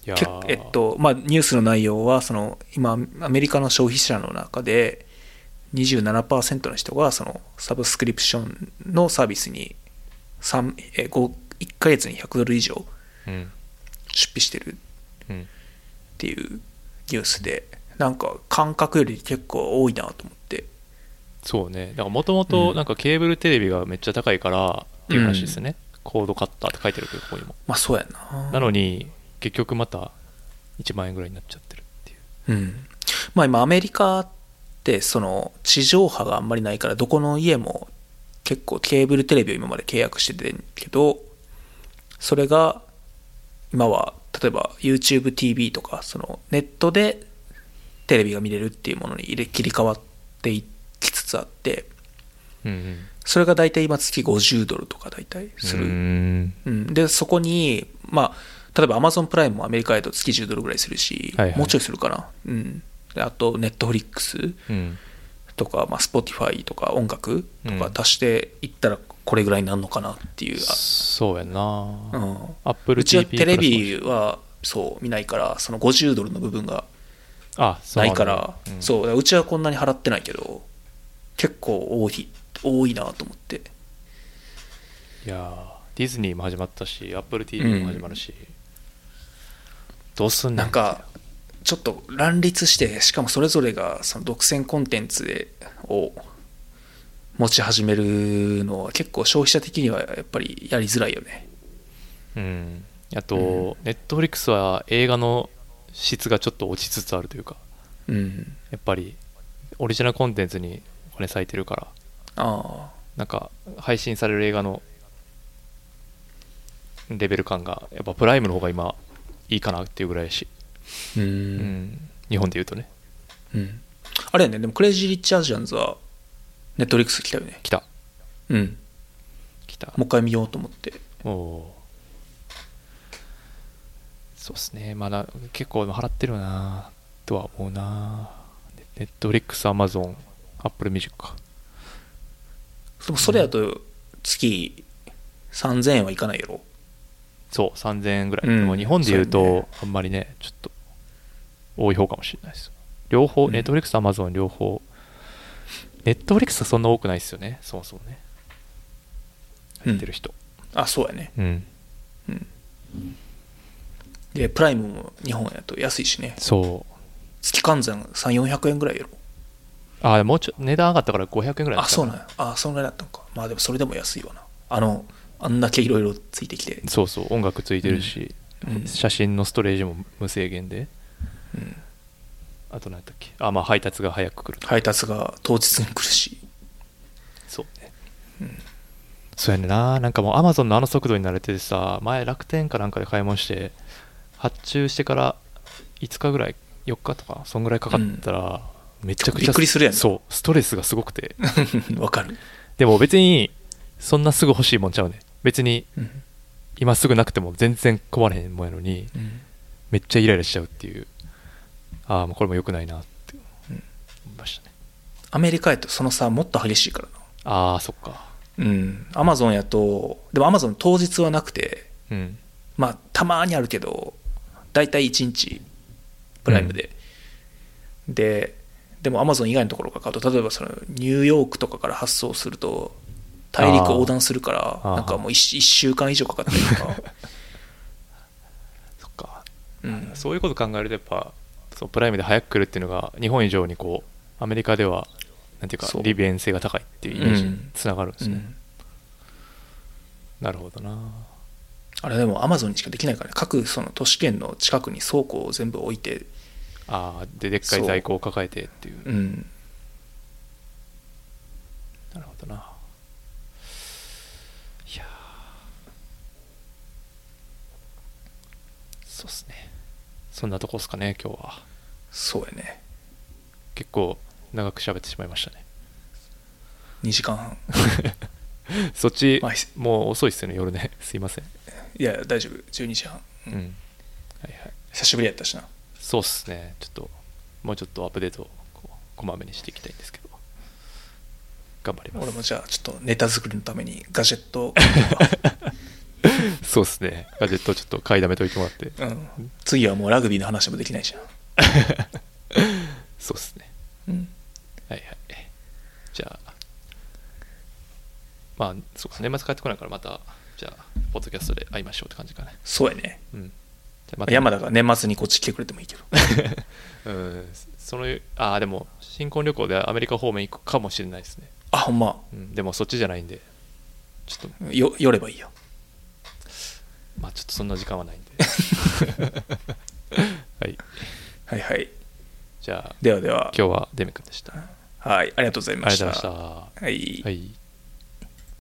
[SPEAKER 2] いや
[SPEAKER 3] け
[SPEAKER 2] ー
[SPEAKER 3] えっとまあ、ニュースの内容はその今アメリカの消費者の中で27%の人がそのサブスクリプションのサービスに3え1ヶ月に100ドル以上
[SPEAKER 2] うん
[SPEAKER 3] 出費してるっ
[SPEAKER 2] うん
[SPEAKER 3] ていうニュースでなんか感覚より結構多いなと思って
[SPEAKER 2] そうねだからもともとなんかケーブルテレビがめっちゃ高いからっていう話ですね、コードカッターって書いてるけどここにも
[SPEAKER 3] まあそうやな
[SPEAKER 2] なのに結局また1万円ぐらいになっちゃってるっていう
[SPEAKER 3] うんまあ今アメリカってその地上波があんまりないからどこの家も結構ケーブルテレビを今まで契約しててんけどそれが今は例えば YouTubeTV とかそのネットでテレビが見れるっていうものに入れ切り替わっていきつつあって
[SPEAKER 2] うん
[SPEAKER 3] それが大体今月50ドルとか大体する
[SPEAKER 2] うん
[SPEAKER 3] うん、でそこに、まあ、例えばアマゾンプライムもアメリカやと月10ドルぐらいするし、
[SPEAKER 2] はいはい
[SPEAKER 3] もうちょいするかな、うん、であとネットフリックス
[SPEAKER 2] うん
[SPEAKER 3] とか、まあ、Spotify とか音楽とか
[SPEAKER 2] うん
[SPEAKER 3] 足していったらこれぐらいになるのかなっていう、
[SPEAKER 2] そうやな、
[SPEAKER 3] あうん
[SPEAKER 2] アップル
[SPEAKER 3] うちは
[SPEAKER 2] TV
[SPEAKER 3] テレビはそう見ないからその50ドルの部分が
[SPEAKER 2] あそう
[SPEAKER 3] なんい
[SPEAKER 2] だ
[SPEAKER 3] から
[SPEAKER 2] うん
[SPEAKER 3] そうだからうちはこんなに払ってないけど結構多い多いなと思って
[SPEAKER 2] いやーディズニーも始まったしアップル TV も始まるし、どうすんね
[SPEAKER 3] なんかちょっと乱立してしかもそれぞれがその独占コンテンツでを持ち始めるのは結構消費者的にはやっぱりやりづらいよね
[SPEAKER 2] うん、あと、ネットフリックスは映画の質がちょっと落ちつつあるというか
[SPEAKER 3] うん
[SPEAKER 2] やっぱりオリジナルコンテンツにお金割いてるから
[SPEAKER 3] ああ
[SPEAKER 2] なんか配信される映画のレベル感がやっぱプライムの方が今いいかなっていうぐらいやし、
[SPEAKER 3] う
[SPEAKER 2] うん
[SPEAKER 3] ん、
[SPEAKER 2] 日本で言うとね
[SPEAKER 3] うん、あれやねでもクレイジー・リッチ・アジアンズはネットリックス来たよね
[SPEAKER 2] 来た
[SPEAKER 3] うん
[SPEAKER 2] 来た
[SPEAKER 3] もう一回見ようと思って
[SPEAKER 2] おおそうっすねまだ結構払ってるよなとは思うなネットフリックスアマゾンアップルミュージックか
[SPEAKER 3] でもそれやと月3000円はいかないやろ
[SPEAKER 2] そう3000円ぐらい、
[SPEAKER 3] うん
[SPEAKER 2] でも日本で言うと
[SPEAKER 3] そうね
[SPEAKER 2] あんまりねちょっと多い方かもしれないです両方
[SPEAKER 3] うん
[SPEAKER 2] ネットフリックスとアマゾン両方ネットフリックスはそんな多くないですよねそもそもね入ってる人
[SPEAKER 3] あそうやね
[SPEAKER 2] うん、
[SPEAKER 3] でプライムも日本やと安いしね
[SPEAKER 2] そう
[SPEAKER 3] 月換算3400円ぐらいやろ
[SPEAKER 2] あもうちょ値段上がったから500円ぐらい
[SPEAKER 3] あそうなん
[SPEAKER 2] の
[SPEAKER 3] やあそんぐらいだったのかまあでもそれでも安いわなあのあんだけいろいろついてきて
[SPEAKER 2] そうそう音楽ついてるし、
[SPEAKER 3] うんうん
[SPEAKER 2] 写真のストレージも無制限で、あと何やったっけあまあ配達が早く来ると
[SPEAKER 3] 配達が当日に来る [laughs] し
[SPEAKER 2] そうね、そうやねんななんかもうアマゾンのあの速度に慣れててさ前楽天かなんかで買い物して発注してから5日ぐらい4日とかそんぐらいかかったら、めちゃくちゃ
[SPEAKER 3] びっくりするやん
[SPEAKER 2] そうストレスがすごくて
[SPEAKER 3] わかる
[SPEAKER 2] でも別にそんなすぐ欲しいもんちゃうね別に
[SPEAKER 3] うん
[SPEAKER 2] 今すぐなくても全然困れへんもんやのに
[SPEAKER 3] うん
[SPEAKER 2] めっちゃイライラしちゃうっていうああもうこれも良くないなって思いましたね
[SPEAKER 3] アメリカやとその差もっと激しいから
[SPEAKER 2] ああそっか
[SPEAKER 3] なうんアマゾンやとでもアマゾン当日はなくて
[SPEAKER 2] うん
[SPEAKER 3] まあたまにあるけど大体1日プライムで、ででもアマゾン以外のところから買うと例えばそのニューヨークとかから発送すると大陸横断するか
[SPEAKER 2] あ
[SPEAKER 3] ら
[SPEAKER 2] ー
[SPEAKER 3] なんかもう 1, 週間以上かかったりとか、
[SPEAKER 2] [laughs] そっか
[SPEAKER 3] うん、
[SPEAKER 2] そういうこと考えるとやっぱそうプライムで早く来るっていうのが日本以上にこうアメリカではなんていうか
[SPEAKER 3] そう
[SPEAKER 2] 利便性が高いっていうイメージにつながるんですね、
[SPEAKER 3] うん
[SPEAKER 2] なるほどな
[SPEAKER 3] あれでもアマゾンにしかできないから、ね、各その都市圏の近くに倉庫を全部置いて、
[SPEAKER 2] ああででっかい在庫を抱えてっていう
[SPEAKER 3] うん、
[SPEAKER 2] なるほどな。いやーそうっすね。そんなとこっすかね、今日は。
[SPEAKER 3] そうやね
[SPEAKER 2] 結構長く喋ってしまいましたね。
[SPEAKER 3] 2時間半
[SPEAKER 2] そっち
[SPEAKER 3] まあいいっす、
[SPEAKER 2] もう遅いっすよね、夜ね。 [laughs] すいません。
[SPEAKER 3] いや大丈夫12時半、う
[SPEAKER 2] うんん。はいはい。
[SPEAKER 3] 久しぶりやったしな
[SPEAKER 2] そうっすね。ちょっと、もうちょっとアップデートをこうこまめにしていきたいんですけど。頑張ります
[SPEAKER 3] 俺。もじゃあちょっとネタ作りのためにガジェットを
[SPEAKER 2] そうっすね。ガジェットをちょっと買いだめといてもらって。
[SPEAKER 3] うん、次はもうラグビーの話もできないじ
[SPEAKER 2] そうっすね。
[SPEAKER 3] ゃん、うん、
[SPEAKER 2] はいはい。じゃあ、まあ、そうか、年末帰ってこないから、また、じゃあ、ポッドキャストで会いましょうって感じかね。
[SPEAKER 3] そうやね
[SPEAKER 2] うん。じゃあま
[SPEAKER 3] 山田が年末にこっち来てくれてもいいけど
[SPEAKER 2] [laughs] うん、その、ああ、でも、新婚旅行でアメリカ方面行くかもしれないですね。
[SPEAKER 3] あほんま
[SPEAKER 2] うん、でも、そっちじゃないんで、ちょっと、
[SPEAKER 3] よ寄ればいいよ
[SPEAKER 2] まあ、ちょっとそんな時間は [laughs] ないんで。はい。
[SPEAKER 3] はいはい
[SPEAKER 2] じゃあ、
[SPEAKER 3] ではでは
[SPEAKER 2] 今日はデメ君でした。あり
[SPEAKER 3] はいありがとうござい
[SPEAKER 2] がとう
[SPEAKER 3] ま
[SPEAKER 2] ご
[SPEAKER 3] し
[SPEAKER 2] ざ
[SPEAKER 3] た
[SPEAKER 2] いました。
[SPEAKER 3] はい
[SPEAKER 2] はい